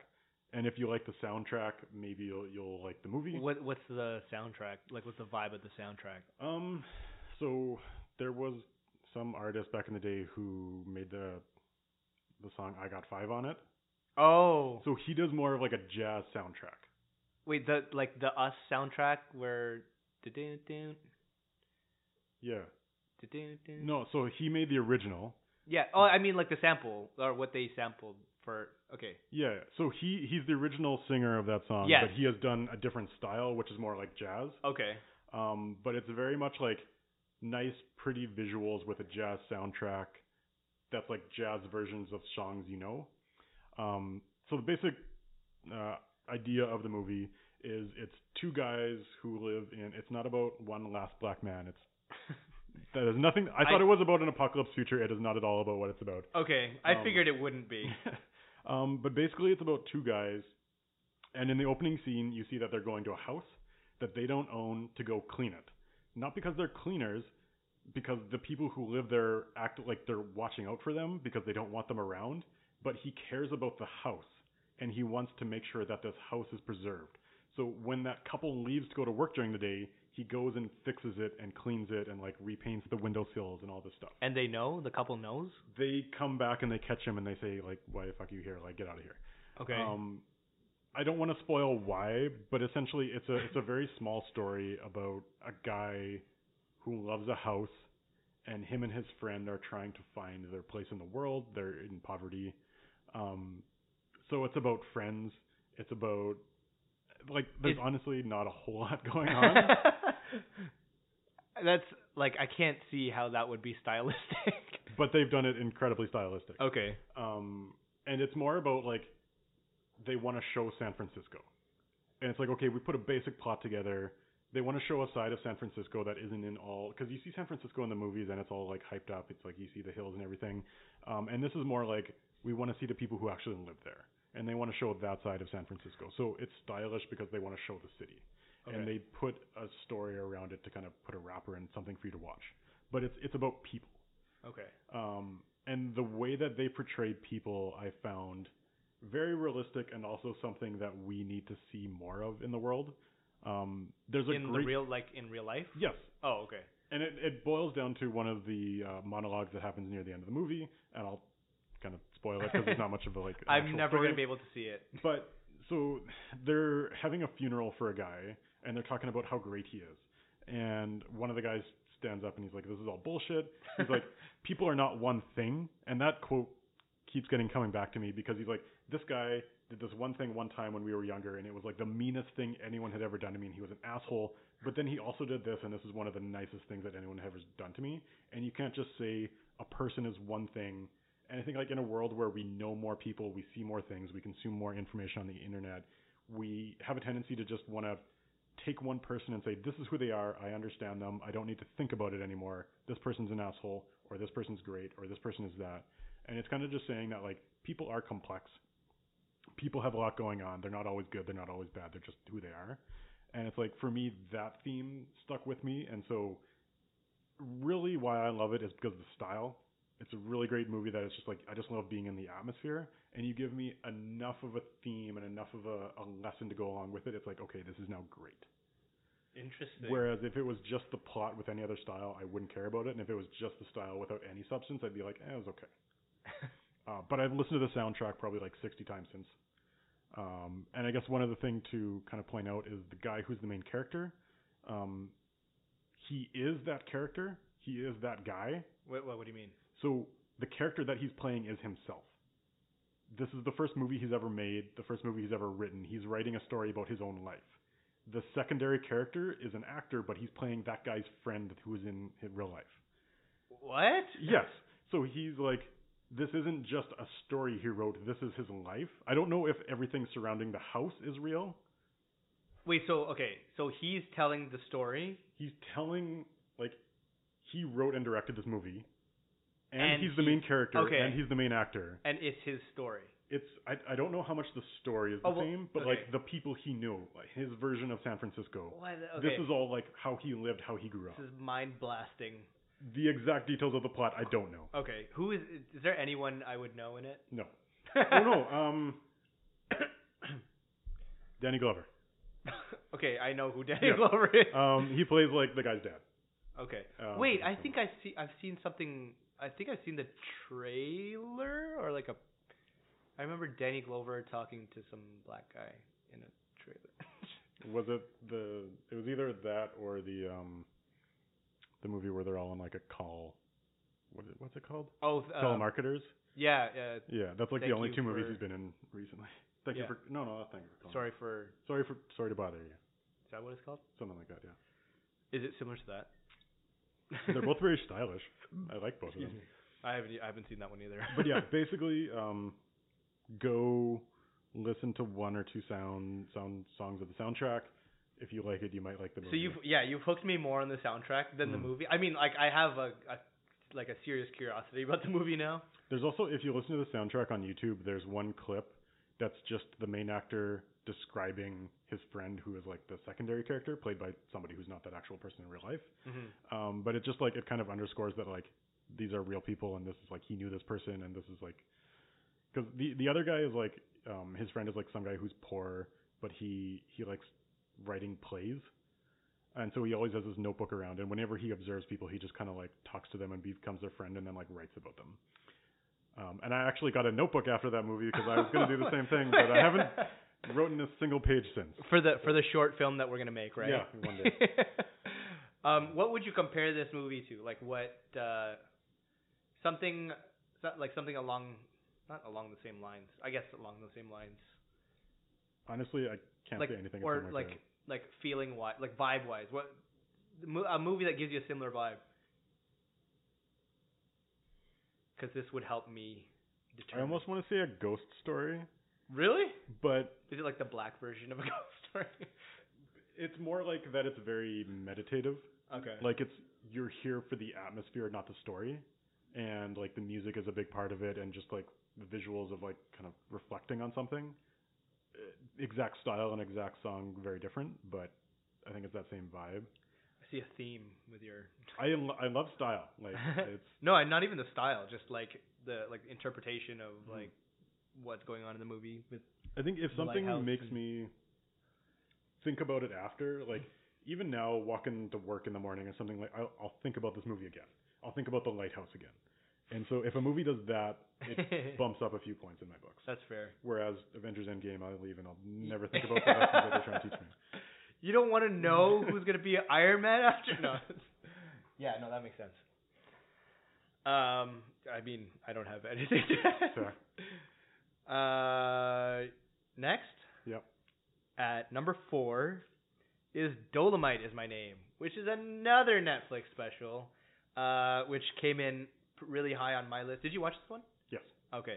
S1: and if you like the soundtrack, maybe you'll you'll like the movie.
S2: what What's the soundtrack like? What's the vibe of the soundtrack?
S1: Um, so there was some artist back in the day who made the the song "I Got Five on it.
S2: Oh,
S1: So he does more of like a jazz soundtrack.
S2: wait. The like the Us soundtrack where Du-du-du,
S1: Yeah.
S2: du-du-du.
S1: No, so he made the original.
S2: Yeah. Oh, I mean like the sample or what they sampled for. Okay.
S1: Yeah, so he he's the original singer of that song,
S2: Yes.
S1: but he has done a different style, which is more like jazz.
S2: Okay. [LAUGHS]
S1: Um, but it's very much like nice, pretty visuals with a jazz soundtrack. That's like jazz versions of songs you know. Um, so the basic uh, idea of the movie is it's two guys who live in. It's not about one last black man. It's that is nothing. I thought
S2: I-
S1: it was about an apocalypse future. It is not at all about what it's about.
S2: Okay. I
S1: Um,
S2: figured it wouldn't be.
S1: um, but basically, it's about two guys, and in the opening scene, you see that they're going to a house that they don't own to go clean it. Not because they're cleaners, because the people who live there act like they're watching out for them because they don't want them around. But he cares about the house, and he wants to make sure that this house is preserved. So when that couple leaves to go to work during the day, he goes and fixes it and cleans it and like repaints the windowsills and all this stuff
S2: And they know the couple knows.
S1: they come back and they catch him and they say like why the fuck are you here like get out of here
S2: Okay. [LAUGHS]
S1: um i don't want to spoil why but essentially it's a it's a very small story about a guy who loves a house and him and his friend are trying to find their place in the world they're in poverty um so it's about friends it's about like there's
S2: It's-
S1: honestly not a whole lot [LAUGHS]
S2: [LAUGHS]
S1: going on
S2: That's like I can't see how that would be stylistic. [LAUGHS]
S1: but they've done it incredibly stylistic
S2: okay.
S1: um, and it's more about like they want to show San Francisco, and it's like okay, we put a basic plot together. They want to show a side of San Francisco that isn't in all because you see San Francisco in the movies and it's all like hyped up. It's like you see the hills and everything, um, and this is more like we want to see the people who actually live there, and they want to show that side of San Francisco. So it's stylish because they want to show the city, and they put a story around it to kind of put a wrapper and something for you to watch. But it's it's about people
S2: Okay.
S1: um, and the way that they portrayed people, I found very realistic and also something that we need to see more of in the world. Um, there's a
S2: in
S1: great
S2: the real like in real life.
S1: yes,
S2: Oh, okay.
S1: and it, it boils down to one of the uh, monologues that happens near the end of the movie, and I'll kind of spoil it because there's not much of a like. an
S2: [LAUGHS] I'm
S1: actual
S2: never
S1: story.
S2: gonna be able to see it.
S1: But so they're having a funeral for a guy, and they're talking about how great he is. And one of the guys stands up and he's like, "This is all bullshit." He's like, "People are not one thing," and that quote keeps getting coming back to me because he's like, "This guy did this one thing one time when we were younger, and it was like the meanest thing anyone had ever done to me, and he was an asshole. But then he also did this, and this is one of the nicest things that anyone had ever done to me. And you can't just say a person is one thing." And I think like in a world where we know more people, we see more things, we consume more information on the internet, we have a tendency to just want to take one person and say, this is who they are. I understand them. I don't need to think about it anymore. This person's an asshole, or this person's great, or this person is that. And it's kind of just saying that like people are complex. People have a lot going on. They're not always good. They're not always bad. They're just who they are. And it's like for me, that theme stuck with me. And so, really, why I love it is because of the style. It's a really great movie that it's just like I just love being in the atmosphere. And you give me enough of a theme and enough of a, a lesson to go along with it. It's like okay, this is now great.
S2: [LAUGHS] Interesting.
S1: Whereas if it was just the plot with any other style, I wouldn't care about it. And if it was just the style without any substance, I'd be like, eh, it was okay. uh, but I've listened to the soundtrack probably like 60 times since. Um, and I guess one other thing to kind of point out is the guy who's the main character. Um, he is that character. He is that guy.
S2: what, what what do you mean?
S1: So the character that he's playing is himself. This is the first movie he's ever made, the first movie he's ever written. He's writing a story about his own life. The secondary character is an actor, but he's playing that guy's friend who is in hi- real life.
S2: What?
S1: Yes. So he's like, this isn't just a story he wrote, this is his life. I don't know if everything surrounding the house is real.
S2: Wait. So okay. So he's telling the story,
S1: He's telling, like, he wrote and directed this movie, and,
S2: And
S1: he's the main character,
S2: okay.
S1: and he's the main actor.
S2: and it's his story.
S1: it's I, I don't know how much the story is the
S2: Oh, well,
S1: same, but
S2: okay.
S1: like the people he knew, like his version of San Francisco.
S2: What? Okay.
S1: This is all like how he lived, how he grew up.
S2: This is mind blasting.
S1: The exact details of the plot, I don't know.
S2: Okay. Who is? Is there anyone I would know in it?
S1: No. oh no. Um. [COUGHS] Danny Glover.
S2: [LAUGHS] okay, I know who Danny
S1: Yeah.
S2: [LAUGHS] Glover is.
S1: Um, he plays like the guy's dad.
S2: okay.
S1: Um,
S2: Wait, I
S1: so-
S2: think I see. I've seen something. I think I've seen the trailer or like a. I remember Danny Glover talking to some black guy in a trailer. [LAUGHS]
S1: Was it the? It was either that or the um, the movie where they're all on like a call. What is it, what's it called?
S2: Oh, th- uh,
S1: Telemarketers.
S2: yeah, uh, yeah.
S1: Yeah, that's like the
S2: thank
S1: only
S2: you
S1: two movies
S2: for-
S1: he's been in recently. Thank
S2: Yeah.
S1: you for no no not thank you for calling.
S2: Sorry for.
S1: sorry for sorry to bother you
S2: Is that what it's called?
S1: something like that yeah.
S2: Is it similar to that?
S1: They're both very stylish. I like both of
S2: Excuse
S1: them.
S2: me. [LAUGHS] I haven't. I haven't seen that one either.
S1: But
S2: [LAUGHS]
S1: yeah, basically, um, go listen to one or two sound sound songs of the soundtrack. If you like it, you might like the movie.
S2: So you've yeah you've hooked me more on the soundtrack than the
S1: Mm.
S2: movie. I mean like I have a, a like a serious curiosity about the movie now.
S1: There's also, if you listen to the soundtrack on YouTube, there's one clip that's just the main actor describing his friend who is like the secondary character played by somebody who's not that actual person in real life. Um, but it just like, it kind of underscores that like these are real people and this is like, he knew this person and this is like, cause the, the other guy is like, um, his friend is like some guy who's poor, but he, he likes writing plays. And so he always has his notebook around and whenever he observes people, he just kind of like talks to them and becomes their friend and then like writes about them. Um, and I actually got a notebook after that movie because I was going to do the same thing, but I haven't written a single page since.
S2: [LAUGHS] for the for the short film that we're gonna make, right?
S1: Yeah, one day.
S2: [LAUGHS] um, what would you compare this movie to? Like what uh, something so- like something along not along the same lines. I guess along the same lines.
S1: Honestly, I can't
S2: like
S1: say anything.
S2: or
S1: about
S2: like like feeling wise, like vibe wise. What the mo- a movie that gives you a similar vibe. Because this would help me
S1: I
S2: determine.
S1: almost want to say a ghost story,
S2: really
S1: but
S2: is it like the black version of a [LAUGHS] ghost story?
S1: it's more like that. It's very meditative.
S2: okay.
S1: Like it's you're here for the atmosphere, not the story, and like the music is a big part of it, and just like the visuals of like kind of reflecting on something. Uh, Exact style and exact song, very different, but I think it's that same vibe.
S2: I see a theme with your
S1: I lo- I love style. Like it's
S2: No, and not even the style, just like the like interpretation of
S1: Mhm.
S2: like what's going on in the movie. With
S1: I think if
S2: The lighthouse
S1: something makes
S2: and-
S1: me think about it after, like even now walking to work in the morning or something like I'll, I'll think about this movie again. I'll think about the lighthouse again. And so if a movie does that,
S2: [LAUGHS]
S1: it bumps up a few points in my books.
S2: That's fair.
S1: Whereas Avengers Endgame, I leave and
S2: [LAUGHS]
S1: I'll never think about the lessons that they're trying to teach me.
S2: You don't want to [LAUGHS] know who's gonna be Iron Man after. No. [LAUGHS] yeah, no, that makes sense. Um, I mean, I don't have anything.
S1: Fair.
S2: [LAUGHS] Uh, next.
S1: Yep.
S2: At number four is Dolomite is my name, which is another Netflix special, uh, which came in p- really high on my list. Did you watch this one?
S1: Yes.
S2: Okay.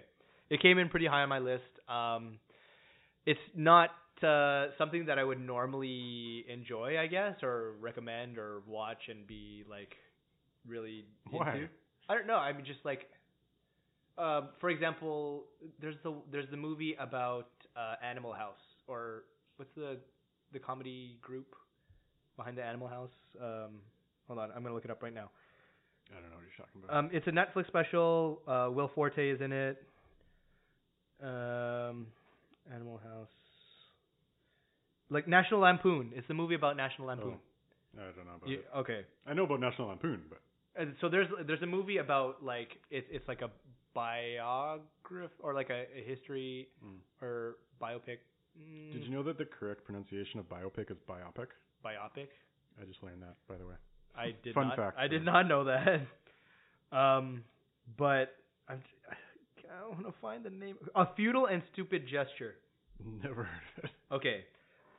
S2: It came in pretty high on my list. Um, it's not uh, something that I would normally enjoy, I guess, or recommend or watch and be like really
S1: Why?
S2: into. I don't know. I mean, just like, uh, for example, there's the there's the movie about uh, Animal House or what's the the comedy group behind the Animal House? Um, hold on, I'm gonna look it up right now.
S1: I don't know what you're talking about.
S2: Um, it's a Netflix special. Uh, Will Forte is in it. Um, Animal House. Like National Lampoon. It's the movie about
S1: Oh,
S2: National Lampoon.
S1: I don't know about
S2: You-
S1: it.
S2: okay.
S1: I know about National Lampoon, but
S2: And so there's there's a movie about like it's it's like a biograph or like a, a history
S1: Mm.
S2: or biopic. Mm,
S1: did you know that the correct pronunciation of biopic is biopic?
S2: biopic?
S1: I just learned that, by the way. [LAUGHS]
S2: I did
S1: Fun
S2: not.
S1: fact
S2: I did
S1: for-
S2: not know that. [LAUGHS] Um, but I'm, I want to find the name. A futile and stupid gesture.
S1: Never heard of it.
S2: Okay,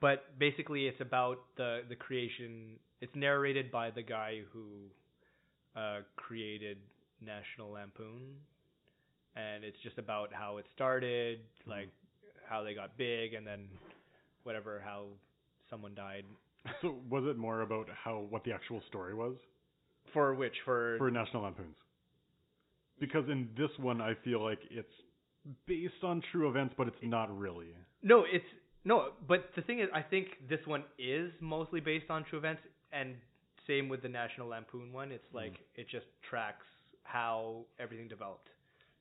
S2: but basically it's about the the creation. It's narrated by the guy who uh, created National Lampoon, and it's just about how it started, like how they got big, and then whatever how someone died.
S1: So was it more about how what the actual story was
S2: For which for,
S1: for National Lampoons? Because in this one, I feel like it's based on true events, but it's not really.
S2: no it's no but the thing is I think this one is mostly based on true events and same with the National Lampoon one it's
S1: Mm-hmm.
S2: like it just tracks how everything developed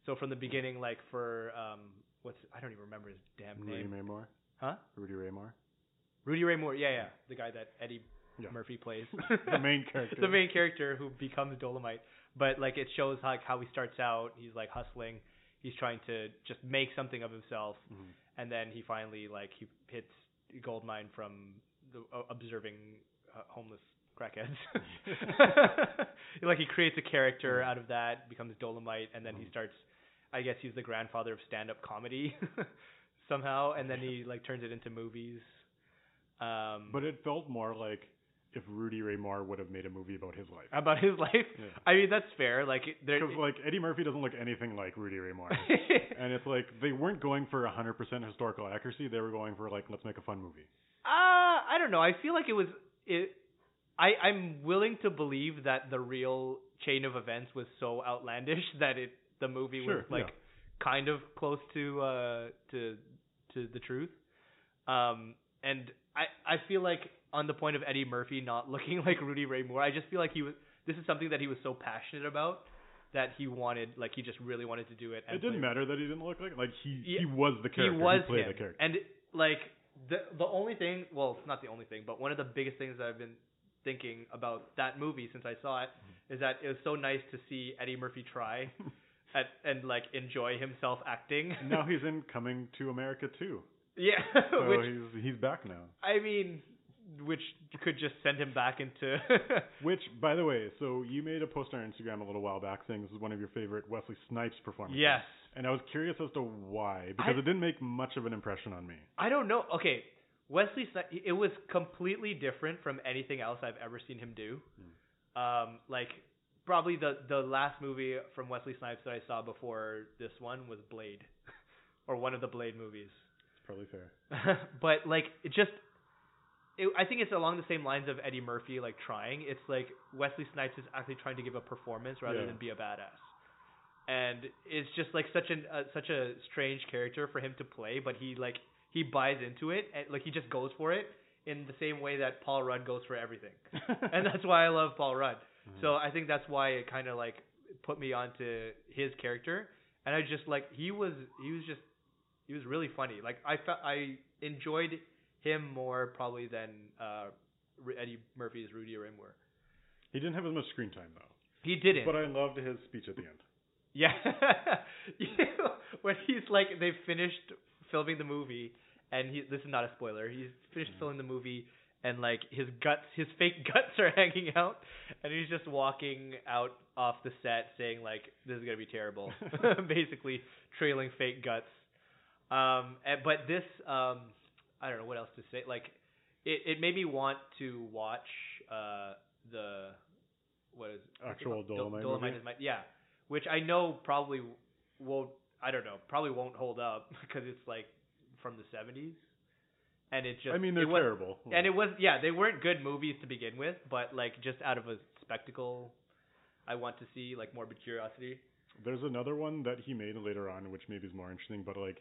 S2: So from the beginning, like for um, what's I don't even remember his damn
S1: Rudy
S2: name,
S1: Ray Moore.
S2: huh?
S1: Rudy Ray Moore.
S2: Rudy Ray Moore. Yeah, yeah, the guy that Eddie
S1: Yeah.
S2: Murphy plays,
S1: [LAUGHS] The
S2: [LAUGHS]
S1: main character.
S2: the main character who becomes Dolomite. But like it shows like how he starts out. He's like hustling. He's trying to just make something of himself,
S1: Mhm.
S2: and then he finally like he hits a gold mine from the uh, observing uh, homeless
S1: [LAUGHS]
S2: crackheads. [LAUGHS] like he creates a character out of that, becomes Dolomite, and
S1: Mm-hmm.
S2: then he starts. I guess he's the grandfather of stand-up comedy [LAUGHS] somehow, and then he like turns it into movies. Um,
S1: But it felt more like if Rudy Ray Moore would have made a movie about his life.
S2: about his life,
S1: Yeah.
S2: I mean that's fair. Like it- there,
S1: Because like Eddie Murphy doesn't look anything like Rudy Ray
S2: [LAUGHS]
S1: Moore. [LAUGHS] and it's like they weren't going for 100% historical accuracy. They were going for like let's make a fun movie.
S2: Uh, I don't know. I feel like it was it. I I'm willing to believe that the real chain of events was so outlandish [LAUGHS] that it the movie was
S1: Sure,
S2: like
S1: yeah.
S2: kind of close to uh to to the truth. Um, and I I feel like on the point of Eddie Murphy not [LAUGHS] looking like Rudy Ray Moore, I just feel like he was. This is something that he was so passionate about that he wanted, like he just really wanted to do it. And
S1: It didn't
S2: play-
S1: matter that he didn't look like like he
S2: Yeah,
S1: he was the character.
S2: he was
S1: played
S2: him.
S1: the character.
S2: And like the the only thing, well, not the only thing, but one of the biggest things that I've been thinking about that movie since I saw it
S1: Mm-hmm.
S2: is that it was so nice to see Eddie Murphy
S1: [LAUGHS]
S2: try at, and like enjoy himself acting. [LAUGHS]
S1: now he's in Coming to America too.
S2: yeah,
S1: So
S2: [LAUGHS] which
S1: he's he's back now.
S2: I mean, which could just send him back into. [LAUGHS]
S1: Which, by the way, so you made a post on Instagram a little while back saying this is one of your favorite Wesley Snipes performances.
S2: yes,
S1: And I was curious as to why, because
S2: I-
S1: it didn't make much of an impression on me.
S2: I don't know. Okay, Wesley Snipes. It was completely different from anything else I've ever seen him do. Um, like probably the the last movie from Wesley Snipes that I saw before this one was Blade, [LAUGHS] or one of the Blade movies.
S1: It's probably fair.
S2: but like it just. It, I think it's along the same lines of Eddie Murphy like trying. It's like Wesley Snipes is actually trying to give a performance rather
S1: Yeah.
S2: than be a badass, and it's just like such an uh, such a strange character for him to play. But he like he buys into it and like he just goes for it in the same way that Paul Rudd goes for everything, [LAUGHS] [LAUGHS]
S1: [LAUGHS]
S2: and that's why I love Paul Rudd. So I think that's why it kind of like put me onto his character, and I just like he was he was just he was really funny. Like I fe- I enjoyed him more probably than uh, Ru- Eddie Murphy's Rudy Ray Moore.
S1: he didn't have as much screen time though.
S2: He didn't.
S1: But I loved his speech at the end.
S2: yeah, [LAUGHS] when he's like they finished filming the movie, and he this is not a spoiler. He's finished filming the movie. And like his guts, his [LAUGHS] fake guts are hanging out, and he's just walking out off the set saying like, "This is gonna be terrible," [LAUGHS] basically trailing fake guts. Um, and, but this, um, I don't know what else to say. Like, it, it made me want to watch uh the what is what's it
S1: Actual
S2: called? Dol-
S1: Dolomite
S2: Dolomite
S1: movie?
S2: is my yeah, which I know probably won't. I don't know. Probably won't hold up [LAUGHS] because it's like from the seventies, and it just
S1: I mean,
S2: it
S1: they're
S2: was,
S1: terrible.
S2: and it was yeah, they weren't good movies to begin with, but like just out of a spectacle, I want to see like morbid curiosity. [LAUGHS]
S1: There's another one that he made later on, which maybe is more interesting, but like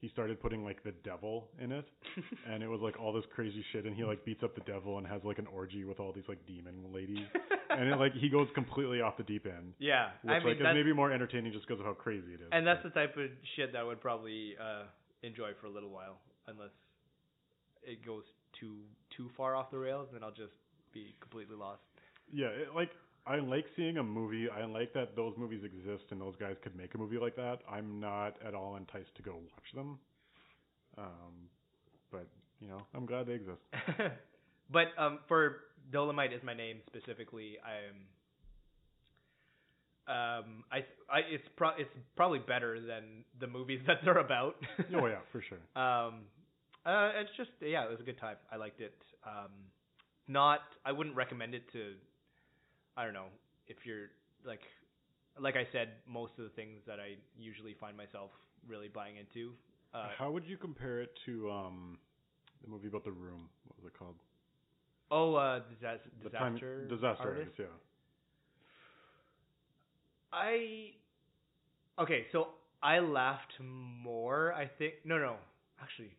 S1: he started putting like the devil in it, and it was like all this crazy shit, and he like beats up the devil and has like an orgy with all these like demon ladies, [LAUGHS] and it like [LAUGHS] he goes completely off the deep end,
S2: yeah,
S1: which
S2: [LAUGHS] I mean
S1: like is
S2: that's,
S1: maybe more entertaining just because of how crazy it is.
S2: and that's
S1: but-
S2: the type of shit that I would probably uh enjoy for a little while, unless it goes too too far off the rails, then I'll just be completely lost. [LAUGHS]
S1: yeah, it, like I like seeing a movie. I like that those movies exist and those guys could make a movie like that. I'm not at all enticed to go watch them, um, but you know I'm glad they exist.
S2: but um, for Dolomite is my name specifically. I'm. Um, I, I, it's pro, it's probably better than the movies [LAUGHS] that they're about.
S1: Oh yeah, for sure.
S2: Um, uh, it's just yeah, it was a good time. I liked it. Um, not I wouldn't recommend it to. I don't know if you're like, like I said, most of the things that I usually find myself really buying into. [LAUGHS] Uh,
S1: How would you compare it to um the movie about the room? What was it called?
S2: oh, uh, disas-
S1: the time-
S2: disaster,
S1: disaster
S2: artist.
S1: yeah.
S2: I okay, so I laughed more. I think no, no, actually,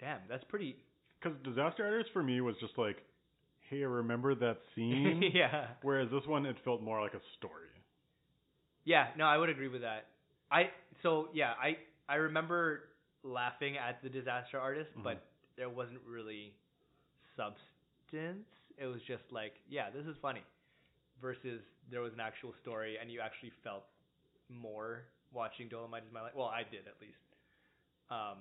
S2: damn, that's pretty. [LAUGHS]
S1: Because disaster artist for me was just like, hey, remember that
S2: [LAUGHS]
S1: scene?
S2: yeah,
S1: Whereas this one, it felt more like a story.
S2: yeah. No, I would agree with that. I so yeah, I I remember laughing at the disaster artist, but there wasn't really substance. It was just like, yeah, this is funny. Versus there was an actual story, and you actually felt more watching Dolomite is my life. Well, I did at least. Um,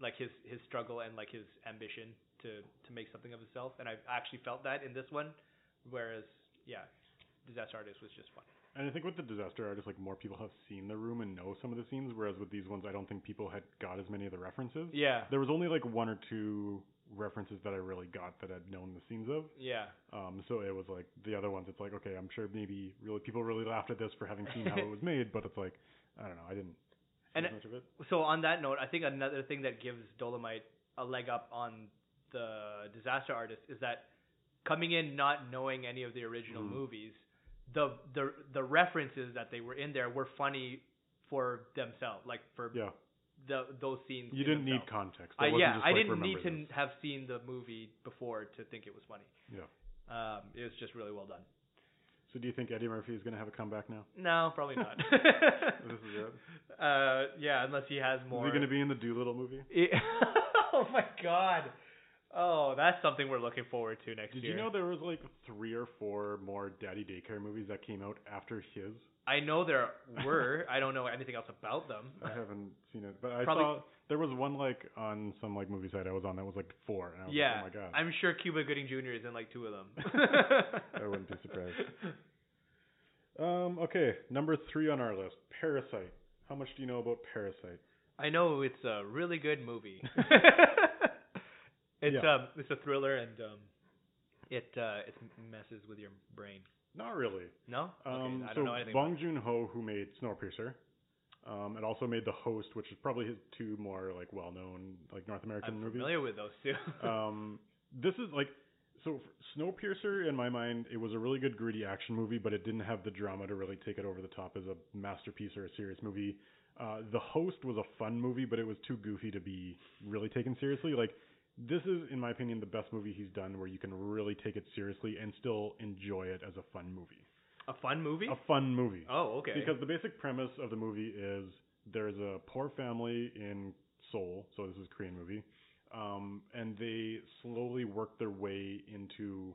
S2: like his his struggle and like his ambition to to make something of himself, and I actually felt that in this one. Whereas, yeah, Disaster Artist was just fun.
S1: And I think with the disaster artist, like more people have seen the room and know some of the scenes, whereas with these ones, I don't think people had got as many of the references.
S2: Yeah,
S1: There was only like one or two references that I really got that I'd known the scenes of.
S2: yeah,
S1: Um, so it was like the other ones. It's like okay, I'm sure maybe really people really laughed at this for having seen how it
S2: [LAUGHS]
S1: was made, but it's like I don't know, I didn't see
S2: And
S1: as
S2: it-
S1: much of it.
S2: so on that note, I think another thing that gives Dolomite a leg up on the disaster artist is that coming in not knowing any of the original
S1: Mm.
S2: movies, the the the references that they were in there were funny for themselves, like for
S1: Yeah,
S2: the those scenes.
S1: you
S2: in
S1: didn't need
S2: themselves.
S1: context.
S2: I,
S1: It wasn't
S2: yeah,
S1: just,
S2: I
S1: like,
S2: didn't need
S1: remember
S2: to
S1: this.
S2: have seen the movie before to think it was funny.
S1: Yeah.
S2: Um, it was just really well done.
S1: So do you think Eddie Murphy is going to have a comeback now?
S2: No, probably not.
S1: [LAUGHS] This [LAUGHS] is it.
S2: [LAUGHS] Uh, yeah, unless he has more.
S1: Is he going to be in the Doolittle movie?
S2: Yeah. [LAUGHS] oh my god. Oh, that's something we're looking forward to next
S1: Did
S2: year.
S1: you know there was like three or four more Daddy Daycare movies that came out after his?
S2: I
S1: [LAUGHS]
S2: know there were. I don't know anything else about them.
S1: I haven't seen it, but I
S2: Probably-
S1: saw there was one like on some like movie site I was on that was like four, and I was
S2: yeah,
S1: like, oh my god.
S2: I'm sure Cuba Gooding Jr. is in like two of them.
S1: [LAUGHS]
S2: [LAUGHS]
S1: I wouldn't be surprised. Um, okay, number three on our list, Parasite. How much do you know about Parasite?
S2: I know it's a really good
S1: [LAUGHS]
S2: movie. it's
S1: Yeah.
S2: um, it's a thriller and um, it uh, it messes with your brain.
S1: Not really.
S2: No,
S1: Um,
S2: okay, I
S1: so
S2: don't know anything. about
S1: Bong Joon Ho, who made Snowpiercer, um, and also made The Host, which is probably his two more like well-known like North
S2: it.
S1: American
S2: I'm
S1: movies.
S2: familiar with those two.
S1: um, this is like so f- Snowpiercer in my mind it was a really good gritty action movie but it didn't have the drama to really take it over the top as a masterpiece or a serious movie. Uh, the Host was a fun movie but it was too goofy to be really taken seriously. Like this is in my opinion the best movie he's done where you can really take it seriously and still enjoy it as a fun movie.
S2: [LAUGHS] a fun movie.
S1: A fun movie.
S2: oh, okay.
S1: Because the basic premise of the movie is there's a poor family in Seoul, so this is a Korean movie, um, and they slowly work their way into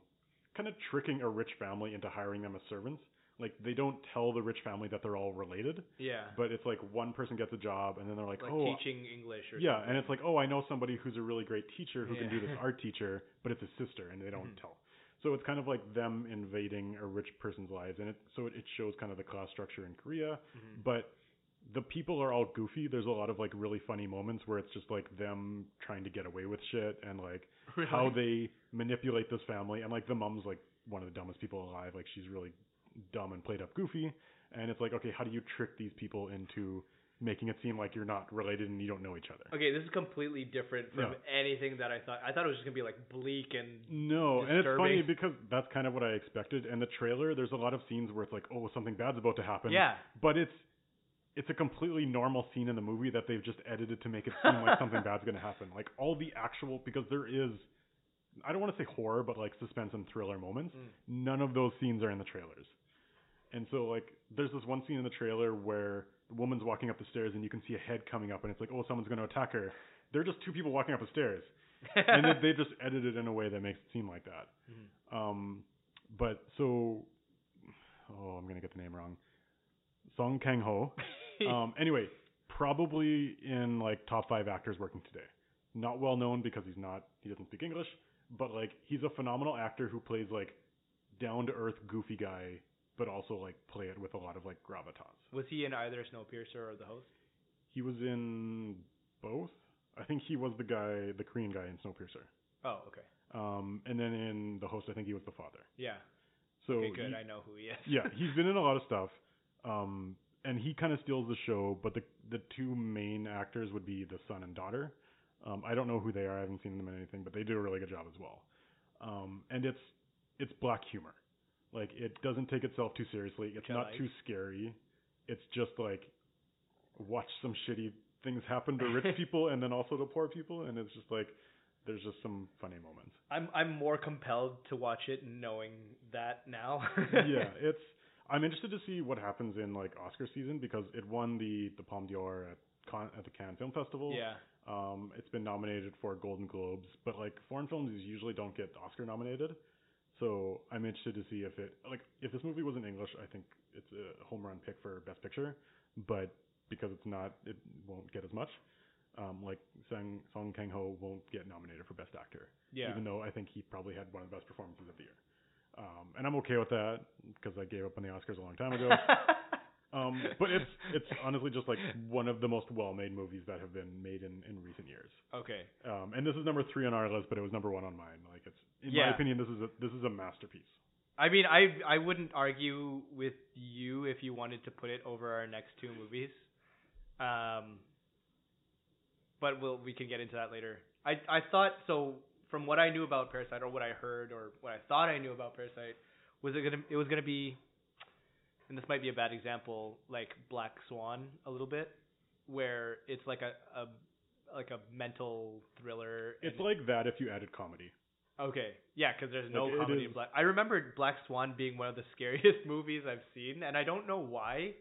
S1: kind of tricking a rich family into hiring them as servants. Like they don't tell the rich family that they're all related,
S2: yeah,
S1: but it's like one person gets a job and then they're like,
S2: like
S1: oh,
S2: teaching English or
S1: yeah, and it's like, oh, I know somebody who's a really great teacher who can do this
S2: Yeah.
S1: art teacher, but it's his sister, and they don't
S2: Mhm.
S1: tell. So it's kind of like them invading a rich person's lives, and it so it, it shows kind of the class structure in Korea.
S2: Mhm.
S1: But the people are all goofy. There's a lot of like really funny moments where it's just like them trying to get away with shit and like
S2: Mm-hmm. [LAUGHS] Really?
S1: how they manipulate this family. And like the mom's like one of the dumbest people alive. Like she's really dumb and played up goofy. And it's like, okay, how do you trick these people into making it seem like you're not related and you don't know each other?
S2: Okay, this is completely different from
S1: Yeah.
S2: anything that I thought. I thought it was just gonna be like bleak and
S1: No, and it's funny
S2: disturbing.
S1: because that's kind of what I expected. And the trailer, there's a lot of scenes where it's like, oh, something bad's about to happen.
S2: yeah.
S1: But it's it's a completely normal scene in the movie that they've just edited to make it seem like something bad's going to happen. Like all the actual because there is I don't want to say horror, but like suspense and thriller moments.
S2: Mm.
S1: None of those scenes are in the trailers. And so like there's this one scene in the trailer where the woman's walking up the stairs and you can see a head coming up and it's like, "Oh, someone's going to attack her." They're just two people walking up the stairs. and
S2: [LAUGHS]
S1: then they just edit it in a way that makes it seem like that.
S2: Mhm.
S1: Um, but so, oh, I'm gonna get the name wrong. Song Kang Ho.
S2: Mm-hmm.
S1: [LAUGHS] Um, anyway, probably in like top five actors working today. Not well known because he's not he doesn't speak English, but like he's a phenomenal actor who plays like down to earth goofy guy, but also like play it with a lot of like gravitas.
S2: [LAUGHS] was he in either Snowpiercer or The Host?
S1: He was in both. I think he was the guy, the Korean guy in Snowpiercer.
S2: Oh, okay.
S1: Um, and then in the host, I think he was the father.
S2: Yeah.
S1: So
S2: okay, good.
S1: he-
S2: I know who he is. [LAUGHS]
S1: yeah, he's been in a lot of stuff. Um, and he kind of steals the show, but the the two main actors would be the son and daughter. Um, I don't know who they are. I haven't seen them in anything, but they do a really good job as well. Um, and it's it's black humor. Like it doesn't take itself too seriously. It's
S2: I
S1: not
S2: like.
S1: too scary. It's just like watch some shitty things happen to rich people and then also to poor people, and it's just like there's just some funny moments.
S2: I'm I'm more compelled to watch it knowing that now.
S1: yeah,
S2: [LAUGHS]
S1: it's. I'm interested to see what happens in like Oscar season because it won the the Palme d'Or at Con, at the Cannes Film Festival.
S2: Yeah.
S1: Um, it's been nominated for Golden Globes, but like foreign films usually don't get Oscar nominated. So I'm interested to see if it like if this movie was in English, I think it's a home run pick for Best Picture, but because it's not, it won't get as much. um, like Sang, Song Kang Ho won't get nominated for Best Actor,
S2: Yeah.
S1: even though I think he probably had one of the best performances of the year. Um, and I'm okay with that because I gave up on the Oscars a long time
S2: [LAUGHS]
S1: ago. um, but it's it's honestly just like one of the most well-made movies that have been made in, in recent years.
S2: okay.
S1: Um, and this is number three on our list, but it was number one on mine. Like it's in
S2: Yeah.
S1: my opinion, this is a this is a masterpiece.
S2: I mean, I I wouldn't argue with you if you wanted to put it over our next two movies. Um, but we'll we can get into that later. I I thought so from what I knew about Parasite or what I heard or what I thought I knew about Parasite was it gonna it was gonna be, and this might be a bad example, like Black Swan a little bit, where it's like a a like a mental thriller.
S1: It's
S2: and-
S1: like that if you added comedy.
S2: Okay. Yeah, because there's no
S1: Like, it
S2: comedy in
S1: is-
S2: Black. I remember Black Swan being one of the [LAUGHS] scariest movies I've seen, and I don't know why,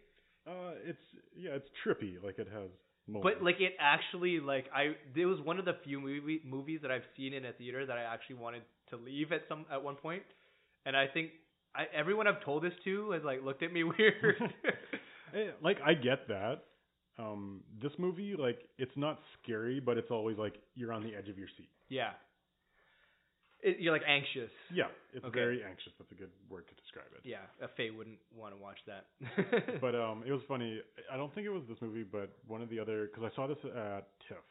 S1: Uh, it's yeah, it's trippy. Like it has. Moments.
S2: but like it actually like I it was one of the few movie movies that I've seen in a theater that I actually wanted to leave at some at one point, and I think I everyone I've told this to has like looked at me [LAUGHS] weird.
S1: [LAUGHS] Eh, like I get that. Um, this movie, like, it's not scary, but it's always like you're on the edge of your seat.
S2: yeah. It, you're like anxious.
S1: Yeah, it's
S2: Okay.
S1: very anxious. That's a good word to describe it.
S2: Yeah, a Faye wouldn't want to watch that. [LAUGHS]
S1: But um, it was funny. I don't think it was this movie, but one of the other because I saw this at TIFF,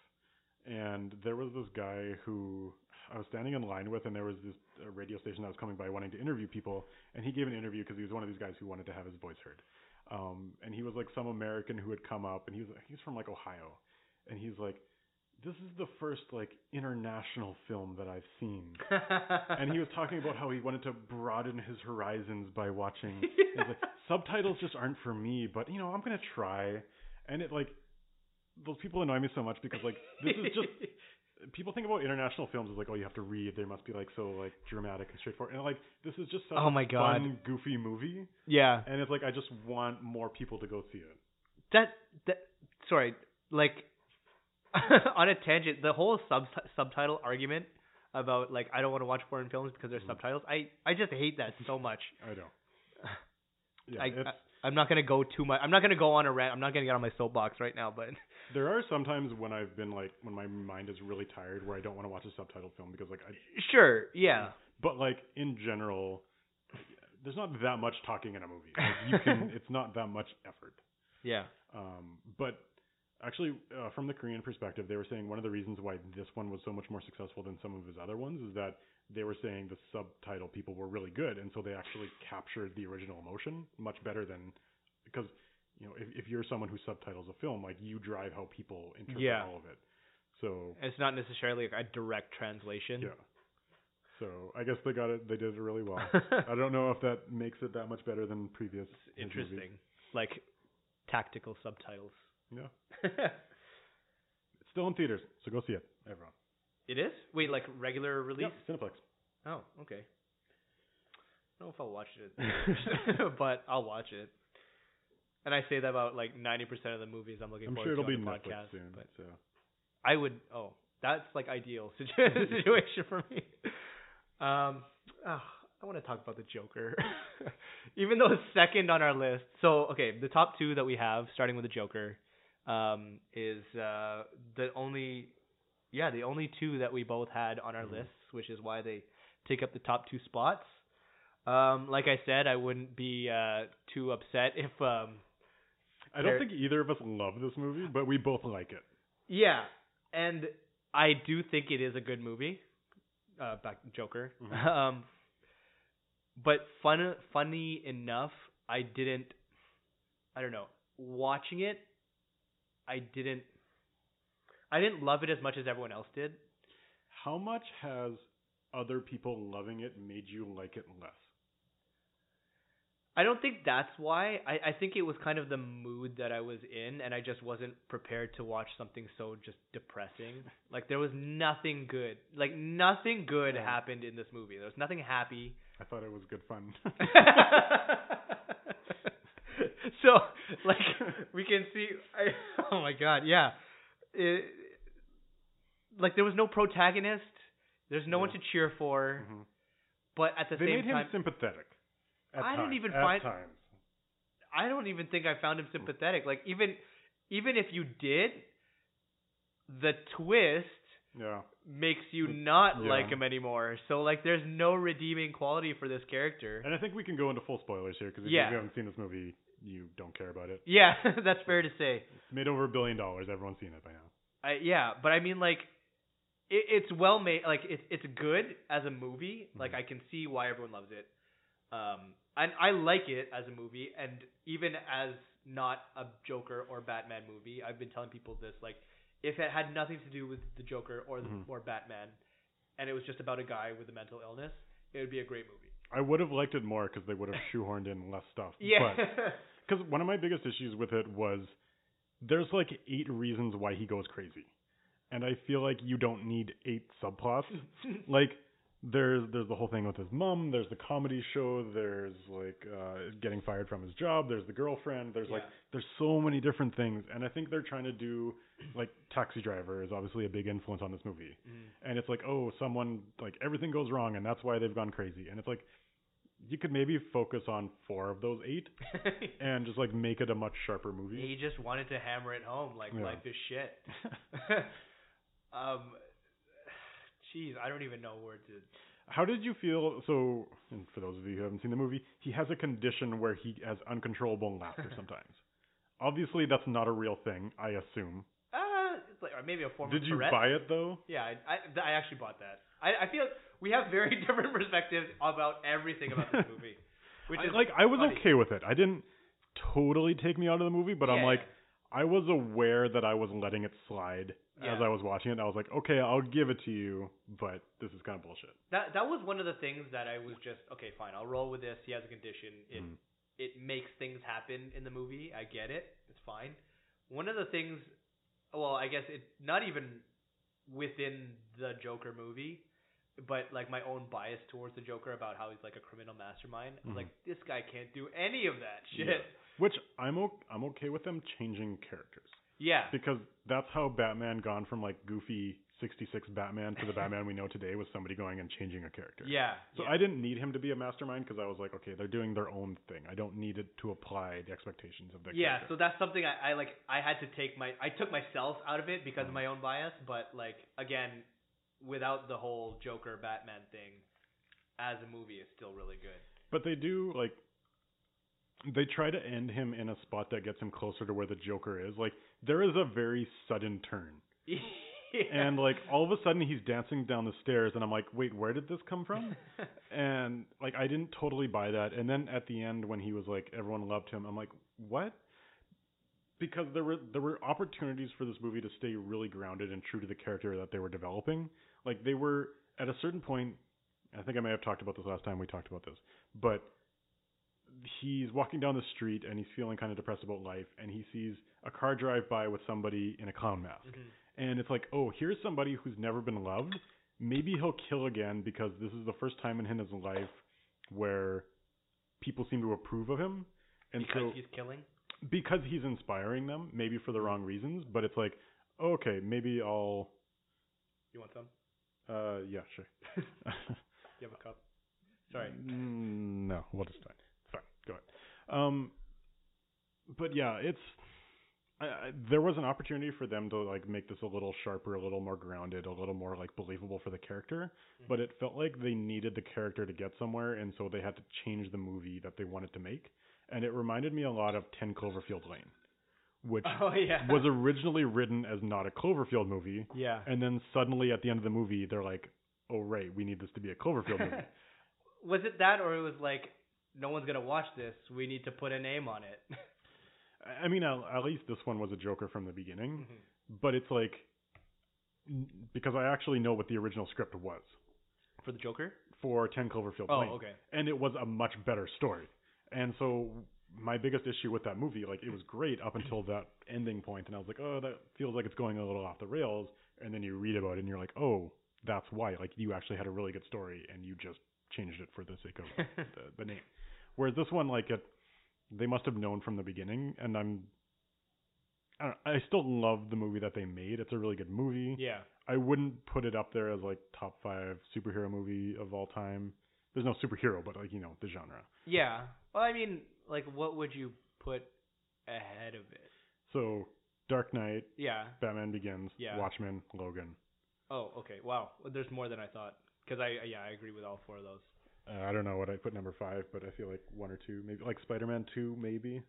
S1: and there was this guy who I was standing in line with, and there was this uh, radio station that was coming by wanting to interview people, and he gave an interview because he was one of these guys who wanted to have his voice heard. Um, and he was like some American who had come up, and he was he's from like Ohio, and he's like, this is the first like international film that I've seen and
S2: [LAUGHS]
S1: he was talking about how he wanted to broaden his horizons by watching. He's
S2: [LAUGHS]
S1: like, subtitles just aren't for me, but you know, I'm gonna try. And it like those people annoy me so much because like this is just
S2: [LAUGHS]
S1: people think about international films as like, oh, you have to read. They must be like so like dramatic and straightforward. And like this is just such
S2: Oh my
S1: a
S2: God.
S1: fun, goofy movie.
S2: yeah.
S1: And it's like I just want more people to go see it.
S2: that that sorry, like [LAUGHS] on a tangent, the whole sub subtitle argument about like I don't want to watch foreign films because there's
S1: Mhm.
S2: subtitles. I I just hate that so much.
S1: I
S2: [SIGHS]
S1: know. Yeah,
S2: I,
S1: it's,
S2: I I'm not gonna go too much. I'm not gonna go on a rant. I'm not gonna get on my soapbox right now. But [LAUGHS]
S1: there are sometimes when I've been like when my mind is really tired where I don't want to watch a subtitled film because like I
S2: sure, yeah,
S1: But like in general, there's not that much talking in a movie. Like you
S2: [LAUGHS]
S1: can, it's not that much effort.
S2: yeah,
S1: Um, but actually, uh, from the Korean perspective, they were saying one of the reasons why this one was so much more successful than some of his other ones is that they were saying the subtitle people were really good, and so they actually captured the original emotion much better than because you know if, if you're someone who subtitles a film, like you drive how people interpret
S2: Yeah.
S1: all of it. So
S2: And it's not necessarily like a direct translation. [LAUGHS]
S1: yeah. So I guess they got it. They did it really well. I don't know if that makes it that much better than previous.
S2: It's
S1: his
S2: interesting, like tactical subtitles. [LAUGHS]
S1: movies. Yeah, it's still in theaters, so go see it, everyone.
S2: it is. Wait, like regular release.
S1: Yeah, Cineplex.
S2: Oh, okay. I don't know if I'll watch
S1: [LAUGHS]
S2: it, [LAUGHS] but I'll watch it. And I say that about like ninety percent of the movies I'm looking
S1: I'm
S2: forward
S1: sure it'll
S2: to
S1: be
S2: on the
S1: Netflix
S2: podcast.
S1: soon.
S2: But
S1: So
S2: I would. Oh, that's like ideal [LAUGHS] situ- situation for me. Um, ah, I want to talk about the Joker, [LAUGHS] even though it's second on our list. So okay, the top two that we have, starting with the Joker, um, is uh the only, yeah, the only two that we both had on our
S1: Mhm.
S2: lists, which is why they take up the top two spots. Um, like I said, I wouldn't be uh too upset if um
S1: I
S2: There-
S1: don't think either of us love this movie, but we both like it.
S2: Yeah, and I do think it is a good movie. Uh, back Joker.
S1: Mhm.
S2: [LAUGHS] Um, but fun, funny enough, I didn't. I don't know. Watching it, I didn't. I didn't love it as much as everyone else did.
S1: How much has other people loving it made you like it less?
S2: I don't think that's why. I, I think it was kind of the mood that I was in, and I just wasn't prepared to watch something so just depressing. Like there was nothing good. Like nothing good
S1: Yeah.
S2: happened in this movie. There was nothing happy.
S1: I thought it was good
S2: [LAUGHS]
S1: fun.
S2: [LAUGHS] so like we can see. I, oh my god, yeah. It, like there was no protagonist. There's no one
S1: Yeah.
S2: to cheer for.
S1: Mhm.
S2: But at the
S1: They
S2: same
S1: made him
S2: time,
S1: sympathetic. At
S2: I didn't
S1: times-
S2: even
S1: at
S2: find-
S1: times.
S2: I don't even think I found him sympathetic. Like even even if you did, the twist
S1: Yeah.
S2: makes you not
S1: Yeah.
S2: like him anymore. So like there's no redeeming quality for this character.
S1: And I think we can go into full spoilers here because if
S2: Yeah.
S1: you haven't seen this movie, you don't care about it.
S2: Yeah, [LAUGHS] that's fair to say.
S1: It's made over a billion dollars. Everyone's seen it by now.
S2: I, yeah, but I mean like it, it's well made. Like it's it's good as a movie. Like
S1: Mhm.
S2: I can see why everyone loves it. Um, and I like it as a movie, and even as not a Joker or Batman movie, I've been telling people this. Like if it had nothing to do with the Joker or the,
S1: Mhm.
S2: or Batman, and it was just about a guy with a mental illness, it would be a great movie.
S1: I would have liked it more because they would have shoehorned in less stuff.
S2: [LAUGHS] Yeah.
S1: Because one of my biggest issues with it was there's like eight reasons why he goes crazy, and I feel like you don't need eight subplots.
S2: Mm-hmm. [LAUGHS]
S1: like there's there's the whole thing with his mom. There's the comedy show. There's like uh, getting fired from his job. There's the girlfriend. [LAUGHS] There's like
S2: Yeah.
S1: there's so many different things, and I think they're trying to do like Taxi Driver is obviously a big influence on this movie
S2: Mm.
S1: and it's like oh someone like everything goes wrong and that's why they've gone crazy and it's like you could maybe focus on four of those eight
S2: Mm-hmm. [LAUGHS]
S1: and just like make it a much sharper movie
S2: he just wanted to hammer it home, like
S1: Yeah.
S2: life is shit.
S1: [LAUGHS]
S2: [LAUGHS] um, jeez, I don't even know where to.
S1: how did you feel so and for those of you who haven't seen the movie he has a condition where he has uncontrollable
S2: [LAUGHS]
S1: laughter sometimes obviously that's not a real thing i assume
S2: Uh, it's like or maybe a form
S1: did
S2: of
S1: you
S2: Tourette's.
S1: buy it though
S2: Yeah, I, I, th- I actually bought that. I, I feel we have very [LAUGHS] different perspectives about everything about this
S1: [LAUGHS]
S2: movie, which
S1: I-
S2: is
S1: like i was
S2: funny.
S1: okay with it i didn't totally take me out of the movie but i'm
S2: Yeah,
S1: like I was aware that I was letting it slide as
S2: Yeah.
S1: I was watching it. I was like, okay, I'll give it to you, but this is kind of bullshit.
S2: that that was one of the things that I was just okay, fine, I'll roll with this. He has a condition. It
S1: Mm.
S2: it makes things happen in the movie. I get it. It's fine. One of the things, well, I guess it's not even within the Joker movie, but like my own bias towards the Joker about how he's like a criminal mastermind. I
S1: Mhm.
S2: was like, this guy can't do any of that shit.
S1: Yeah. Which I'm o- I'm okay with them changing characters
S2: Yeah.
S1: because that's how Batman gone from like goofy 66 Batman to the Batman we know today was somebody going and changing a character.
S2: Yeah.
S1: So
S2: yeah.
S1: I didn't need him to be a mastermind because I was like, okay, they're doing their own thing. I don't need it to apply the expectations of the
S2: yeah
S1: character.
S2: so that's something I, I like i had to take my i took myself out of it because
S1: Mm-hmm.
S2: of my own bias but like again without the whole joker batman thing as a movie it's still really good
S1: But they do like they try to end him in a spot that gets him closer to where the Joker is. Like there is a very sudden turn.
S2: [LAUGHS] yeah.
S1: And like all of a sudden he's dancing down the stairs and I'm like, "Wait, where did this come
S2: [LAUGHS]
S1: from?" and like I didn't totally buy that. And then at the end when he was like everyone loved him, I'm like, "What?" Because there were there were opportunities for this movie to stay really grounded and true to the character that they were developing. Like they were at a certain point, I think I may have talked about this last time we talked about this, but he's walking down the street and he's feeling kind of depressed about life and he sees a car drive by with somebody in a clown mask
S2: Mhm.
S1: and it's like, oh, here's somebody who's never been loved. Maybe he'll kill again because this is the first time in his life where people seem to approve of him. And
S2: because
S1: so
S2: he's Mm-hmm. killing
S1: because he's inspiring them, maybe for the wrong reasons, but it's like, oh, okay, maybe I'll
S2: you want some
S1: uh yeah, sure.
S2: you have a cup [LAUGHS] sorry
S1: Mm, no, well it's fine. It's fine. Go ahead. Um but yeah, it's I, I, there was an opportunity for them to like make this a little sharper, a little more grounded, a little more like believable for the character, Mm-hmm. but it felt like they needed the character to get somewhere, and so they had to change the movie that they wanted to make. And it reminded me a lot of Ten Cloverfield Lane,
S2: [LAUGHS]
S1: which
S2: oh yeah
S1: was originally written as not a Cloverfield movie,
S2: yeah
S1: and then suddenly at the end of the movie they're like, "Oh right, we need this to be a Cloverfield
S2: [LAUGHS]
S1: movie."
S2: was it that or it was like no one's gonna watch this we need to put a name on it
S1: I- I mean, at, at least this one was a Joker from the beginning,
S2: Mhm.
S1: but it's like n- because I actually know what the original script was
S2: [LAUGHS] for the joker
S1: for Ten Cloverfield
S2: oh
S1: Lane,
S2: okay
S1: and it was a much better story. And so my biggest issue with that movie, like it was great up until that ending point, and I was like, oh, that feels like it's going a little off the rails. And then you read about it, and you're like, oh, that's why. Like you actually had a really good story, and you just changed it for the
S2: [LAUGHS]
S1: sake of the, the name. Whereas this one, like it, they must have known from the beginning, and I'm. I, don't, I still love the movie that they made. It's a really good movie.
S2: yeah
S1: I wouldn't put it up there as like top five superhero movie of all time. There's no superhero, but like you know the genre.
S2: Yeah. Well, I mean, like, what would you put ahead of it?
S1: So Dark Knight,
S2: Yeah.
S1: Batman Begins,
S2: Yeah.
S1: Watchmen, Logan.
S2: Oh, okay. Wow. There's more than I thought. Because I yeah I agree with all four of those.
S1: Uh, I don't know what I put number five, but I feel like one or two, maybe like Spider-Man two, maybe.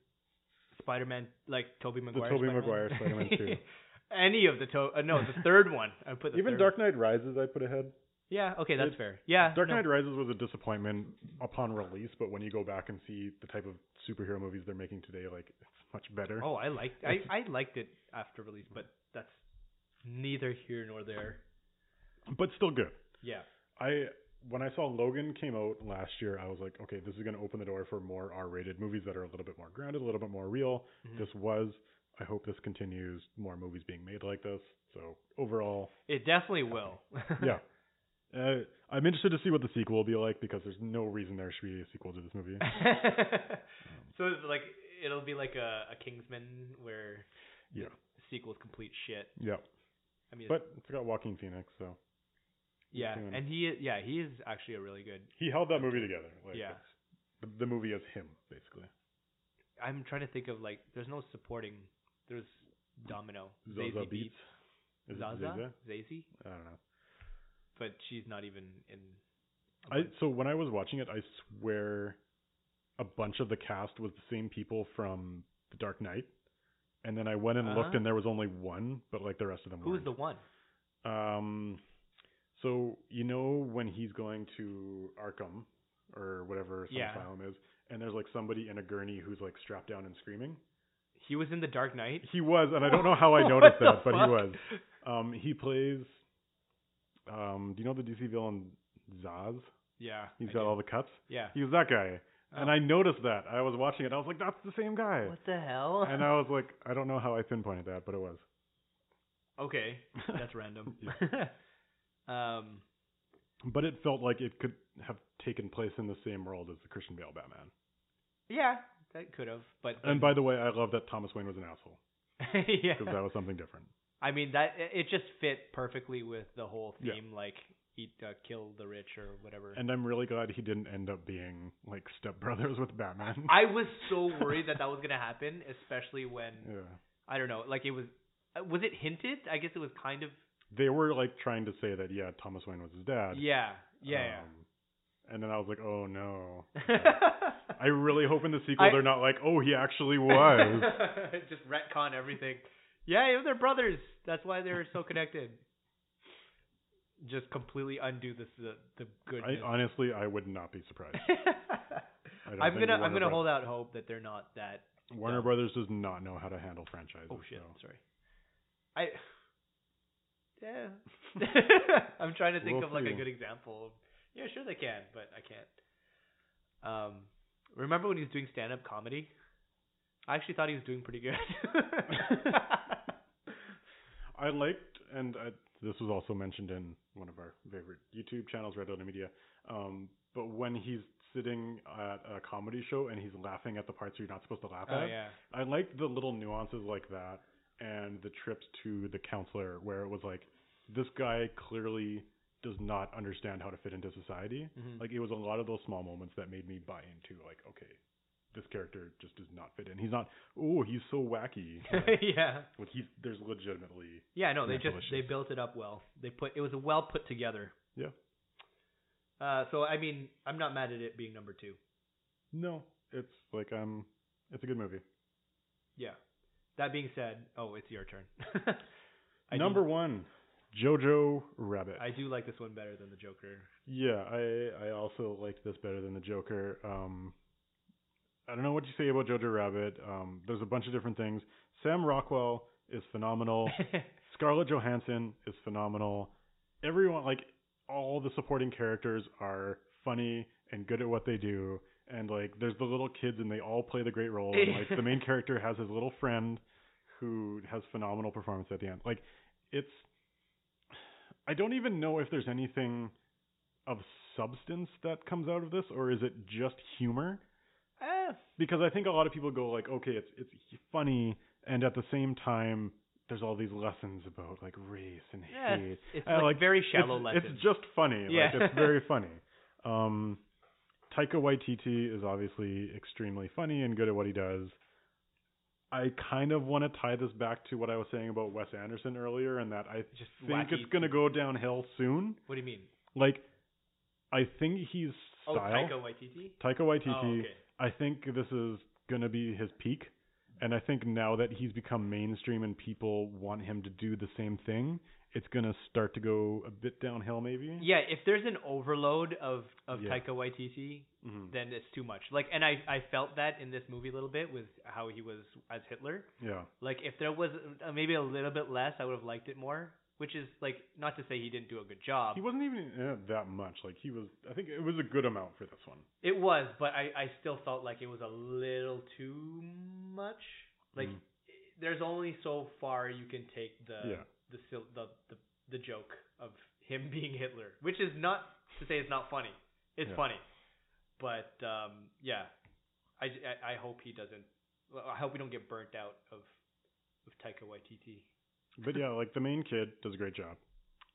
S2: Spider-Man, like Tobey Maguire.
S1: Tobey
S2: Spider-Man?
S1: Maguire Spider-Man 2.
S2: [LAUGHS] Any of the to uh, no, the third one. I put the
S1: Even
S2: third
S1: Dark Knight Rises, I put ahead.
S2: Yeah, okay, that's
S1: It-
S2: fair. Yeah.
S1: Dark
S2: no.
S1: Knight Rises was a disappointment upon release, but when you go back and see the type of superhero movies they're making today, like it's much better.
S2: Oh, I liked I, I liked it after release, but that's neither here nor there.
S1: But still good.
S2: Yeah.
S1: I when I saw Logan came out last year, I was like, okay, this is going to open the door for more R-rated movies that are a little bit more grounded, a little bit more real.
S2: Mhm.
S1: This was. I hope this continues. More movies being made like this. So overall,
S2: It definitely will.
S1: yeah. Uh, I'm interested to see what the sequel will be like because there's no reason there should be a sequel to this
S2: [LAUGHS]
S1: movie.
S2: [LAUGHS] so it's like it'll be like a, a Kingsman where
S1: yeah,
S2: sequel's complete shit.
S1: yeah.
S2: I mean,
S1: But I forgot Joaquin Phoenix, so
S2: yeah,
S1: doing-
S2: and he i- yeah he is actually a really good.
S1: he held that movie together. Like,
S2: Yeah.
S1: it's- The, the movie is him basically.
S2: I'm trying to think of like there's no supporting. There's Domino,
S1: Zaza
S2: Zazie
S1: Beats. Is it
S2: Zaza, Zazie,
S1: I don't know.
S2: but she's not even in. a
S1: I
S2: bunch.
S1: so when I was watching it, I swear a bunch of the cast was the same people from The Dark Knight. And then I went and looked,
S2: Uh-huh.
S1: and there was only one, but like the rest of them.
S2: Who's
S1: weren't.
S2: the one?
S1: Um, so you know when he's going to Arkham or whatever some
S2: Yeah.
S1: asylum is, and there's like somebody in a gurney who's like strapped down and screaming.
S2: [LAUGHS] He was in The Dark Knight.
S1: He was, and I don't know how I
S2: [LAUGHS] What
S1: noticed
S2: the
S1: that, but he
S2: fuck?
S1: was. Um, he plays. Um, do you know the DC villain Zaz?
S2: Yeah.
S1: He's
S2: I
S1: got
S2: do.
S1: all the cuts.
S2: Yeah.
S1: "Oh, He was that guy, and
S2: Oh.
S1: I noticed that. I was watching it. I was like, that's the same guy.
S2: [LAUGHS] What the hell?
S1: And I was like, I don't know how I pinpointed that, but it was.
S2: [LAUGHS] Okay,
S1: [LAUGHS]
S2: that's random. [LAUGHS] um,
S1: But it felt like it could have taken place in the same world as the Christian Bale Batman.
S2: yeah, that could have, but
S1: And by the way, I love that Thomas Wayne was an asshole
S2: [LAUGHS] yeah,
S1: because that was something
S2: [LAUGHS]
S1: different.
S2: I mean that it- it just fit perfectly with the whole
S1: Yeah.
S2: theme, like eat, uh, kill the rich or whatever.
S1: And I'm really glad he didn't end up being like stepbrothers with Batman.
S2: I was so worried that that was gonna happen, especially when
S1: [LAUGHS] yeah.
S2: I don't know, like it was, uh, was it hinted? I guess it was kind of.
S1: They were like trying to say that yeah, Thomas Wayne was his dad.
S2: Yeah, yeah.
S1: Um, and then I was like, oh no.
S2: yeah.
S1: Um,
S2: [LAUGHS]
S1: I really hope in the sequel
S2: I-
S1: they're not like, oh, he actually was.
S2: [LAUGHS] just retcon everything. Yeah, they're brothers. That's why they're so connected. Just completely undo this the, the
S1: I
S2: goodness.
S1: honestly, I would not be surprised.
S2: [LAUGHS]
S1: I don't
S2: I'm
S1: think
S2: gonna
S1: Warner
S2: I'm gonna
S1: Bros-
S2: hold out hope that they're not that.
S1: Warner
S2: down.
S1: Brothers does not know how to handle franchises.
S2: Oh shit,
S1: so
S2: sorry. I. [LAUGHS] Yeah.
S1: [LAUGHS]
S2: I'm trying to think
S1: We'll
S2: of like
S1: see.
S2: a good example. Yeah, sure they can, but I can't. Um, remember when he was doing stand up comedy? I actually thought he was doing
S1: [LAUGHS]
S2: pretty good.
S1: I liked, and I, this was also mentioned in one of our favorite YouTube channels, Red Letter Media. Um, but when he's sitting at a comedy show and he's laughing at the parts you're not supposed to laugh
S2: Oh
S1: at,
S2: yeah.
S1: I liked the little nuances like that, and the trips to the counselor where it was like, this guy clearly does not understand how to fit into society.
S2: Mhm. [LAUGHS]
S1: Like it was a lot of those small moments that made me buy into like, okay, this character just does not fit in. He's not. Oh, he's so
S2: [LAUGHS]
S1: wacky. Like,
S2: yeah.
S1: like he's there's legitimately
S2: Yeah, no, they
S1: Mental
S2: just they
S1: issues.
S2: built it up well. They put it was well put together.
S1: Yeah.
S2: Uh so I mean, I'm not mad at it being number 2.
S1: no. It's like um, it's a good movie.
S2: Yeah. That being said, oh, it's your turn. [LAUGHS] I do-
S1: Number one, Jojo Rabbit.
S2: I do like this one better than the Joker.
S1: yeah, I I also liked this better than the Joker. Um, I don't know what you say about Jojo Rabbit. Um, there's a bunch of different things. Sam Rockwell is phenomenal. Scarlett Johansson is phenomenal. Everyone, like all the supporting characters, are funny and good at what they do. And like, there's the little kids, and they all play the great role. And like, the main character has his little friend, who has phenomenal performance at the end. Like, it's. I don't even know if there's anything of substance that comes out of this, or is it just humor?
S2: [LAUGHS] Eh,
S1: because I think a lot of people go like, okay, it's it's funny, and at the same time, there's all these lessons about like race and
S2: yeah,
S1: hate.
S2: it's, it's
S1: I
S2: like,
S1: like-
S2: very shallow
S1: it's,
S2: lessons.
S1: It's just funny.
S2: Yeah.
S1: Like it's
S2: [LAUGHS]
S1: very funny. Um, Taika Waititi is obviously extremely funny and good at what he does. I kind of want to tie this back to what I was saying about Wes Anderson earlier, and that I
S2: Just
S1: think
S2: wacky.
S1: it's going to go downhill soon.
S2: What do you mean?
S1: Like, I think he's
S2: Oh,
S1: style.
S2: Taika Waititi.
S1: Taika Waititi.
S2: Oh, okay.
S1: I think this is going to be his peak. And I think now that he's become mainstream and people want him to do the same thing, it's going to start to go a bit downhill, maybe.
S2: Yeah, if there's an overload of of
S1: Yeah.
S2: Taika Waititi,
S1: Mhm.
S2: then it's too much. Like, and I I felt that in this movie a little bit with how he was as Hitler.
S1: Yeah.
S2: Like, if there was uh, maybe a little bit less, I would have liked it more. Which is like not to say he didn't do a good job.
S1: He wasn't even in it that much. Like, he was, I think it was a good amount for this one.
S2: It was, but I, I still felt like it was a little too much. Like
S1: Mm.
S2: there's only so far you can take the
S1: Yeah.
S2: the, sil- the the the joke of him [LAUGHS] being Hitler, which is not to say it's not funny. It's
S1: Yeah.
S2: funny, but um, yeah, I, j- I- I hope he doesn't. well, I hope we don't get burnt out of of Taika Waititi.
S1: But yeah, like, the main kid does a great job.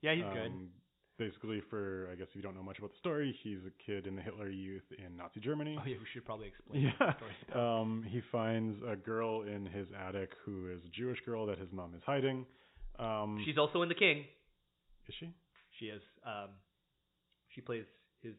S2: Yeah, he's good.
S1: Um, Basically, for, I guess if you don't know much about the story, he's a kid in the Hitler Youth in Nazi Germany.
S2: Oh yeah, we should probably explain.
S1: Yeah.
S2: that story.
S1: [LAUGHS] Um, he finds a girl in his attic who is a Jewish girl that his mom is hiding. Um,
S2: She's also in The King.
S1: is she?
S2: She is. Um, she plays his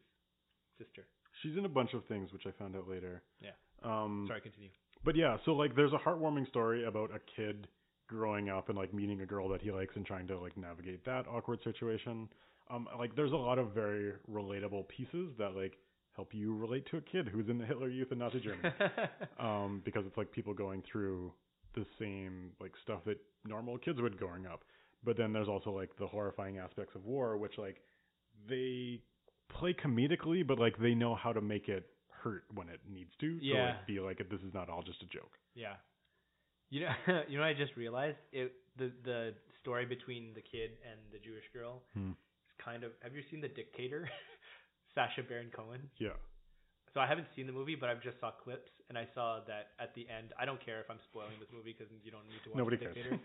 S2: sister.
S1: She's in a bunch of things, which I found out later.
S2: Yeah.
S1: Um,
S2: Sorry, continue.
S1: But yeah, so like, there's a heartwarming story about a kid growing up and like meeting a girl that he likes and trying to like navigate that awkward situation. Um, like, there's a lot of very relatable pieces that like help you relate to a kid who's in the Hitler Youth and Nazi
S2: [LAUGHS]
S1: Germany. um, because it's like people going through the same like stuff that normal kids would growing up. But then there's also like the horrifying aspects of war, which like they play comedically, but like they know how to make it hurt when it needs to. To
S2: Yeah.
S1: like, be like this is not all just a joke.
S2: yeah. You know, [LAUGHS] you know, what I just realized it. The the story between the kid and the Jewish girl is kind of. Have you seen the Dictator? [LAUGHS] Sasha Baron Cohen.
S1: Yeah.
S2: So I haven't seen the movie, but I've just saw clips, and I saw that at the end. I don't care if I'm spoiling this movie because you don't need to watch
S1: Nobody
S2: the
S1: cares.
S2: Dictator.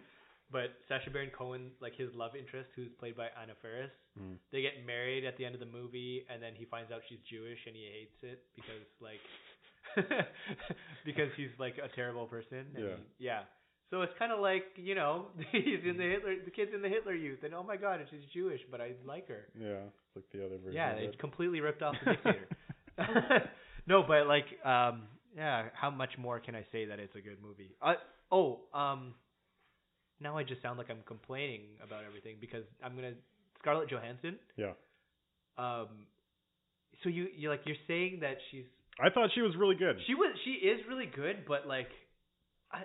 S2: But Sasha Baron Cohen, like his love interest, who's played by Anna Faris,
S1: Mm.
S2: they get married at the end of the movie and then he finds out she's Jewish and he hates it because like [LAUGHS] because he's like a terrible person and
S1: Yeah.
S2: he- yeah so it's kind of like you know [LAUGHS] he's in the Hitler the kid's in the Hitler youth and oh my god and she's Jewish but I like her
S1: Yeah. It's like the other version.
S2: yeah
S1: of
S2: they
S1: it.
S2: completely ripped off the dictator [LAUGHS] no but like um yeah how much more can I say that it's a good movie I, oh um now I just sound like I'm complaining about everything because I'm gonna Scarlett Johansson
S1: [LAUGHS] yeah.
S2: um so you you like you're saying that she's
S1: I thought she was really good.
S2: she was she is really good but like i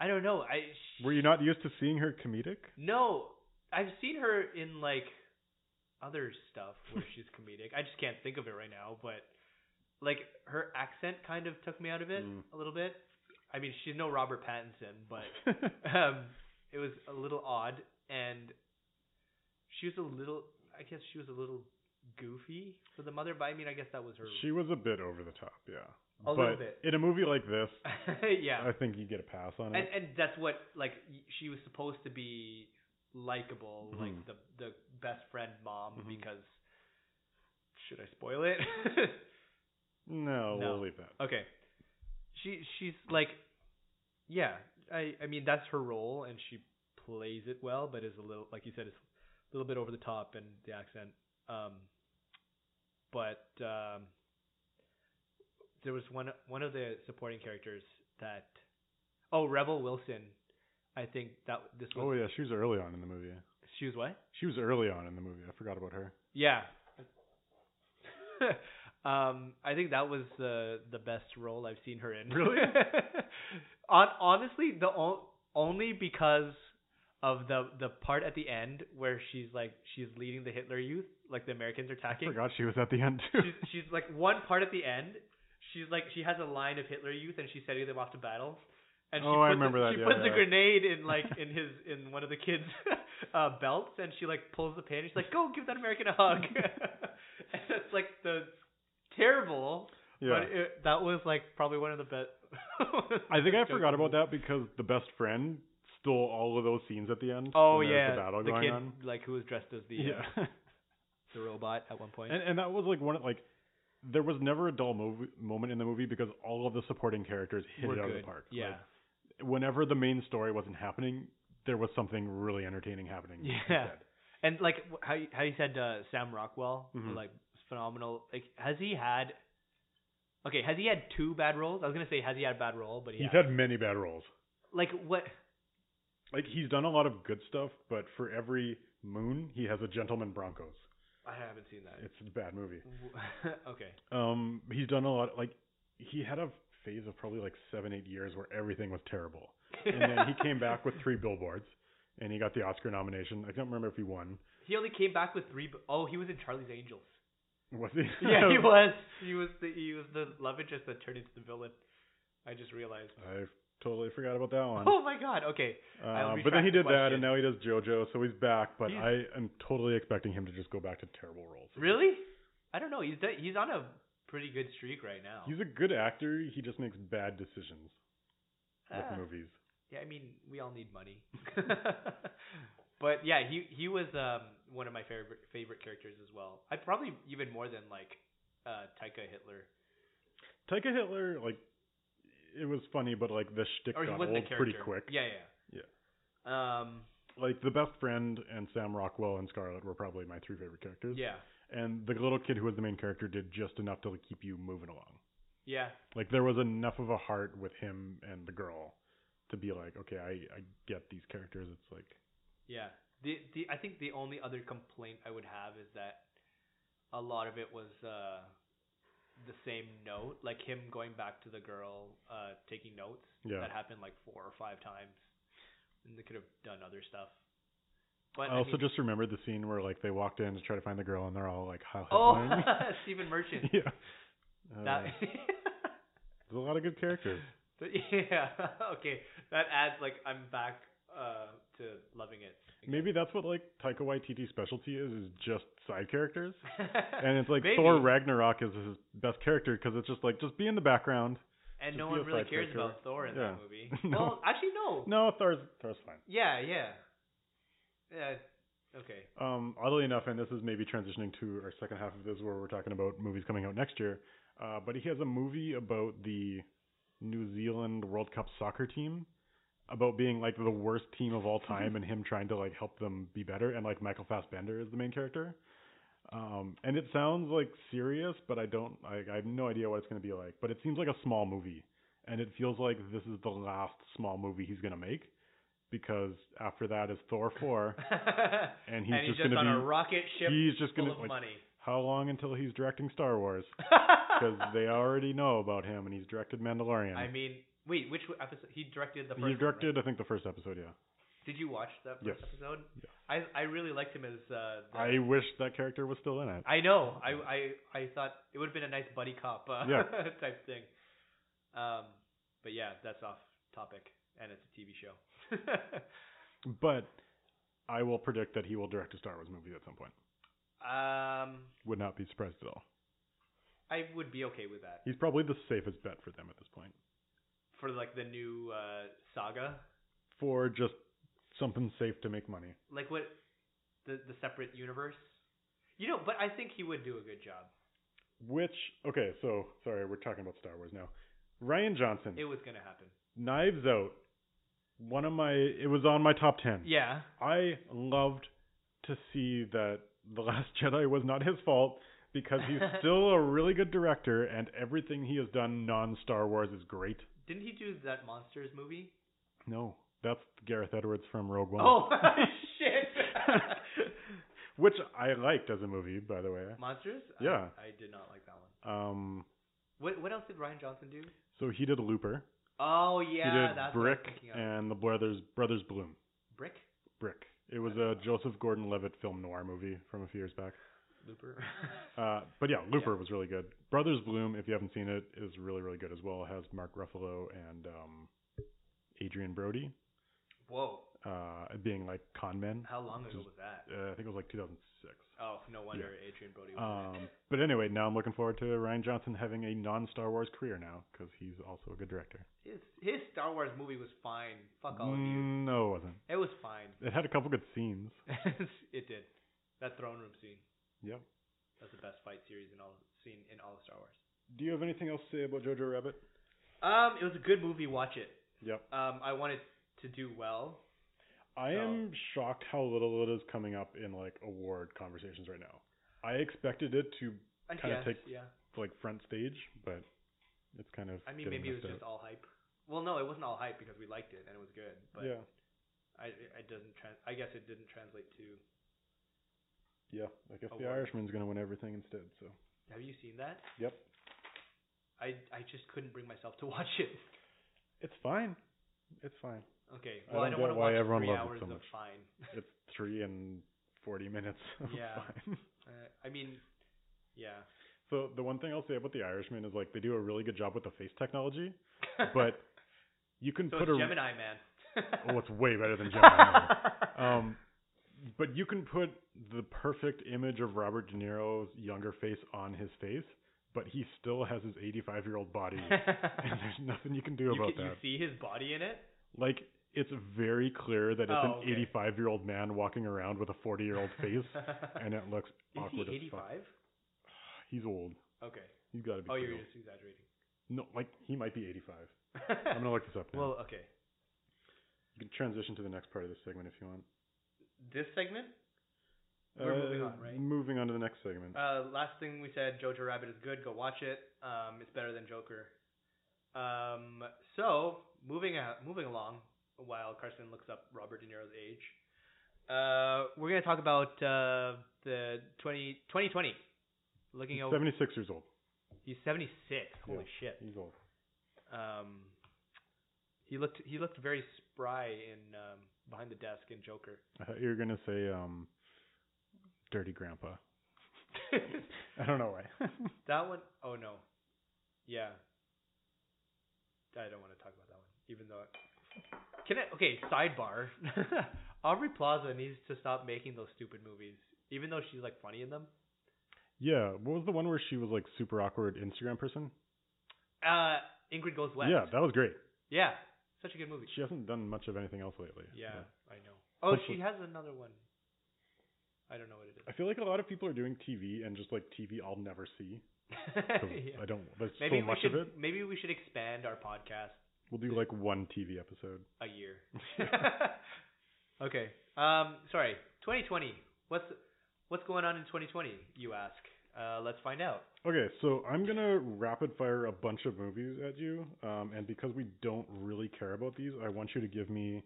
S2: i don't know i
S1: Were you not used to seeing her comedic?
S2: no i've seen her in like other stuff where
S1: [LAUGHS]
S2: she's comedic i just can't think of it right now but like her accent kind of took me out of it
S1: Mm.
S2: a little bit i mean she's no robert pattinson but um, it was a little odd, and she was a little. I guess she was a little goofy for the mother, but I mean, I guess that was her.
S1: [LAUGHS] she was a bit over the top. Yeah.
S2: A
S1: but
S2: little bit.
S1: In a movie like this,
S2: [LAUGHS] yeah,
S1: I think you get a pass on it.
S2: and and that's what like y- she was supposed to be likable,
S1: Mhm.
S2: like the the best friend mom.
S1: Mhm.
S2: Because should I spoil it? [LAUGHS]
S1: No,
S2: No.
S1: we'll leave that.
S2: okay, she she's like, yeah. I I mean that's her role, and she plays it well, but is a little like you said, is a little bit over the top and the accent. Um, but um, there was one one of the supporting characters that oh Rebel Wilson, I think that this was
S1: Oh yeah, she was early on in the movie.
S2: she was what?
S1: She was early on in the movie. I forgot about her.
S2: Yeah. [LAUGHS] um, I think that was the the best role I've seen her in. Really? [LAUGHS] On honestly, the o- only because of the the part at the end where she's like she's leading the Hitler Youth, like the Americans are
S1: I
S2: attacking.
S1: forgot she was at the end too.
S2: She's she's like one part at the end. She's like she has a line of Hitler Youth and she's sending them off to battle. And she
S1: Oh, I
S2: puts a-
S1: remember that,
S2: She
S1: yeah,
S2: puts
S1: yeah.
S2: a grenade
S1: [LAUGHS]
S2: in like in his in one of the kids' [LAUGHS] uh, belts, and she like pulls the pin. And she's like, "Go give that American a hug." [LAUGHS] and that's like the terrible,
S1: [LAUGHS] yeah.
S2: but it, that was like probably one of the [LAUGHS] best.
S1: I think I forgot about that because the best friend stole all of those scenes at the end.
S2: Oh
S1: when there
S2: yeah,
S1: was the battle
S2: the
S1: going
S2: kid
S1: on.
S2: like who was dressed as the uh,
S1: Yeah. [LAUGHS]
S2: the robot at one point.
S1: and and that was like one of like there was never a dull movie moment in the movie because all of the supporting characters hit
S2: Were
S1: it out of
S2: good.
S1: the park.
S2: Yeah,
S1: Like, whenever the main story wasn't happening, there was something really entertaining happening.
S2: Yeah.
S1: instead.
S2: And like wh- how you, how you said uh, Sam Rockwell,
S1: Mhm.
S2: like phenomenal. Like has he had? Okay, has he had two bad roles? I was gonna say has he had a bad role, but he
S1: He's
S2: has.
S1: had many bad roles.
S2: like what?
S1: Like he's done a lot of good stuff, but for every moon, he has a Gentleman Broncos.
S2: I haven't seen that.
S1: It's a bad movie.
S2: W- [LAUGHS] okay.
S1: Um, he's done a lot. Like he had a phase of probably like seven, eight years where everything was
S2: [LAUGHS]
S1: terrible, and then he came back with Three Billboards, and he got the Oscar nomination. I can't remember if he won.
S2: He only came back with three. b- Oh, he was in Charlie's Angels.
S1: Was he?
S2: [LAUGHS] Yeah, he was. He was the he was the love interest that turned into the villain. I just realized.
S1: [LAUGHS] I totally forgot about that one.
S2: Oh my god. Okay. I'll
S1: Uh, but then he
S2: retract
S1: did
S2: the
S1: that,
S2: question.
S1: and now he does JoJo, so he's back. But
S2: He's-
S1: I am totally expecting him to just go back to terrible roles.
S2: Really? I don't know. He's done, he's on a pretty good streak right now.
S1: He's a good actor. He just makes bad decisions
S2: Ah.
S1: with movies.
S2: Yeah, I mean, we all need money. [LAUGHS] but yeah, he he was um one of my favorite favorite characters as well. I probably even more than like uh Taika Hitler.
S1: Taika Hitler, like, it was funny, but like the shtick
S2: Or Oh, he
S1: got
S2: wasn't a
S1: old
S2: character.
S1: pretty quick.
S2: Yeah, yeah. Yeah. Um
S1: Like the best friend and Sam Rockwell and Scarlett were probably my three favorite characters.
S2: yeah.
S1: And the little kid who was the main character did just enough to like, keep you moving along.
S2: Yeah.
S1: Like there was enough of a heart with him and the girl to be like, okay, I I get these characters. It's like
S2: Yeah. The the I think the only other complaint I would have is that a lot of it was uh the same note, like him going back to the girl, uh taking notes.
S1: Yeah.
S2: That happened like four or five times. And they could have done other stuff. But
S1: I also
S2: mean-
S1: Oh, just remembered the scene where like they walked in to try to find the girl and they're all like how
S2: [LAUGHS] Oh, [LAUGHS] Stephen Merchant.
S1: [LAUGHS] yeah. Uh,
S2: That
S1: there's a lot of good characters.
S2: [LAUGHS] But yeah. [LAUGHS] Okay. That adds like I'm back uh to loving it.
S1: Maybe that's what like Taika Waititi's specialty is is just side characters.
S2: and
S1: And it's
S2: [LAUGHS]
S1: like Thor Ragnarok is his best character because it's just like just be in the background.
S2: and
S1: Just
S2: no
S1: be
S2: one
S1: a
S2: really
S1: side
S2: cares
S1: character.
S2: about Thor in
S1: Yeah.
S2: that movie.
S1: [LAUGHS] No.
S2: Well, actually no.
S1: No, Thor's Thor's fine.
S2: Yeah, yeah. Yeah. Okay.
S1: Um, oddly enough, and this is maybe transitioning to our second half of this, where we're talking about movies coming out next year. Uh, but he has a movie about the New Zealand World Cup soccer team, about being like the worst team of
S2: [LAUGHS]
S1: all time, and him trying to like help them be better. And like Michael Fassbender is the main character. Um, and it sounds like serious, but I don't. I, I have no idea what it's going to be like. But it seems like a small movie, and it feels like this is the last small movie he's going to make, because after that is Thor
S2: [LAUGHS]
S1: four and [LAUGHS] he's
S2: and he's
S1: just
S2: just
S1: going
S2: on
S1: to
S2: a
S1: be
S2: rocket ship
S1: he's just
S2: full
S1: going
S2: of
S1: to like [LAUGHS]
S2: money.
S1: how long until he's directing Star Wars because
S2: [LAUGHS]
S1: they already know about him and he's directed Mandalorian.
S2: I mean, wait, which episode? He directed the first.
S1: he
S2: one, right?
S1: directed I think the first episode, yeah.
S2: Did you watch that first
S1: Yes.
S2: episode?
S1: Yeah.
S2: I I really liked him as uh. The,
S1: I wish that character was still in it.
S2: I know. I I I thought it would have been a nice buddy cop uh,
S1: Yeah.
S2: [LAUGHS] type thing. Um, but yeah, that's off topic, and it's a TV show. [LAUGHS]
S1: But I will predict that he will direct a Star Wars movie at some point.
S2: um,
S1: Would not be surprised at all.
S2: I would be okay with that
S1: He's probably the safest bet for them at this point.
S2: for like the new uh saga,
S1: For just something safe to make money.
S2: like what the the separate universe. You know, but I think he would do a good job.
S1: Which okay, so sorry, we're talking about Star Wars now. Ryan Johnson,
S2: It was gonna happen.
S1: Knives Out. One of my it was on my top 10.
S2: Yeah.
S1: I loved to see that The Last [LAUGHS] Jedi was not his fault because
S2: [LAUGHS]
S1: he's still a really good director and everything he has done non Star Wars is great.
S2: Didn't he do that monsters movie?
S1: No, that's Gareth Edwards from Rogue One, [LAUGHS]
S2: Oh [LAUGHS] shit! [LAUGHS]
S1: which I liked as a movie, by the way.
S2: monsters? I-
S1: Yeah.
S2: I, did not like that one.
S1: Um,
S2: What What else did Ryan Johnson do?
S1: so he did Looper,
S2: Oh yeah,
S1: he did
S2: that's
S1: Brick,
S2: what I'm thinking of.
S1: and the Brothers Brothers Bloom.
S2: Brick
S1: Brick. It was a Joseph Gordon-Levitt film noir movie from a few years back.
S2: [LAUGHS] Looper.
S1: Uh, but yeah, Looper was really good. Brothers Bloom, if you haven't seen it, is really really good as well. It has Mark Ruffalo and um, Adrian Brody
S2: Whoa,
S1: uh, being like con men.
S2: how long ago
S1: Just-
S2: was that?
S1: Uh, I think it was like 2006.
S2: Oh, no wonder Adrian Brody. Was in
S1: Um,
S2: it.
S1: but anyway, now I'm looking forward to Ryan Johnson having a non-Star Wars career now because he's also a good director.
S2: His His Star Wars movie was fine. Fuck all of you.
S1: Mm, no, it wasn't.
S2: It was fine.
S1: It had a couple good scenes.
S2: [LAUGHS] it did. That throne room scene.
S1: Yep.
S2: That's the best fight series in all scene in all of Star Wars.
S1: Do you have anything else to say about Jojo Rabbit?
S2: Um, it was a good movie. Watch it.
S1: Yep.
S2: Um, I want it to do well.
S1: I
S2: So-
S1: am shocked how little it is coming up in like award conversations right now. I expected it to
S2: I
S1: Kinda
S2: guess,
S1: take-
S2: yeah.
S1: like front stage, but it's kind of.
S2: I mean,
S1: getting
S2: maybe it was
S1: missed
S2: just
S1: out.
S2: all hype. Well, no, it wasn't all hype because we liked it and it was good, but
S1: yeah,
S2: I it doesn't trans- I guess it didn't translate to.
S1: yeah. I guess the
S2: award.
S1: Irishman's gonna win everything instead. So
S2: Have you seen that?
S1: Yep.
S2: I I just couldn't bring myself to [LAUGHS] watch it.
S1: it's fine. It's fine.
S2: Okay.
S1: I
S2: Well, I
S1: don't
S2: don't,
S1: get
S2: want to
S1: why
S2: watch
S1: everyone
S2: three
S1: loves it
S2: hours
S1: so
S2: of
S1: much.
S2: fine.
S1: It's three and forty minutes. of
S2: Yeah.
S1: fine.
S2: Uh, I mean, [LAUGHS] yeah.
S1: So the one thing I'll say about the Irishman is like they do a really good job with the face technology, but you can
S2: so
S1: put
S2: it's
S1: a
S2: Gemini Man. [LAUGHS]
S1: oh, it's way better than Gemini. um, but you can put the perfect image of Robert De Niro's younger face on his face, but he still has his 85 year old
S2: [LAUGHS]
S1: body, [LAUGHS] and there's nothing you can do
S2: you,
S1: about
S2: ca-
S1: that.
S2: you see his body in it?
S1: Like it's very clear that it's an
S2: Oh, okay.
S1: 85 year old man walking around with a 40 year old
S2: [LAUGHS]
S1: face, and it looks
S2: Is he
S1: awkward as
S2: 85?
S1: fuck. He's old.
S2: Okay.
S1: He's got to be.
S2: Oh,
S1: pretty
S2: you're
S1: old.
S2: just exaggerating.
S1: No, like he might be 85.
S2: [LAUGHS]
S1: I'm gonna look this up. Now.
S2: well, okay.
S1: you can transition to the next part of this segment if you want.
S2: This segment, We're moving on, right?
S1: Uh, Moving on to the next segment.
S2: uh, last thing we said, Jojo Rabbit is good. Go watch it. Um, it's better than Joker. Um, so moving out, moving along, while Carson looks up Robert De Niro's age, uh, we're gonna talk about uh, the 20, 2020. Looking
S1: He's
S2: over,
S1: 76 years old.
S2: he's seventy six. Holy
S1: Yeah.
S2: shit.
S1: He's old.
S2: um, he looked he looked very spry in um, behind the desk in Joker. [LAUGHS]
S1: I thought you were gonna say um, "Dirty Grandpa." I don't know why.
S2: that one oh no, yeah. I don't want to talk about that one, even though. I, can I okay? Sidebar: [LAUGHS] Aubrey Plaza needs to stop making those stupid movies, even though she's like funny in them.
S1: [LAUGHS] yeah, what was the one where she was like super awkward Instagram person?
S2: Uh, Ingrid Goes West.
S1: Yeah, that was great.
S2: yeah, such a good movie.
S1: She hasn't done much of anything else lately.
S2: Yeah, I know. Oh,
S1: Hopefully-
S2: she has another one. I don't know what it
S1: I feel like a lot of people are doing TV and just like TV I'll never
S2: [LAUGHS]
S1: see. 'cause
S2: is. Yeah.
S1: I don't. There's
S2: Maybe
S1: so
S2: we
S1: much
S2: should
S1: of it.
S2: maybe we should expand our podcast
S1: We'll do like one TV episode. [LAUGHS]
S2: a year. [LAUGHS] okay. Um. Sorry. 2020. What's what's going on in 2020? You ask. Uh. Let's find out.
S1: Okay, so I'm gonna rapid fire a bunch of movies at you, um, and because we don't really care about these, I want you to give me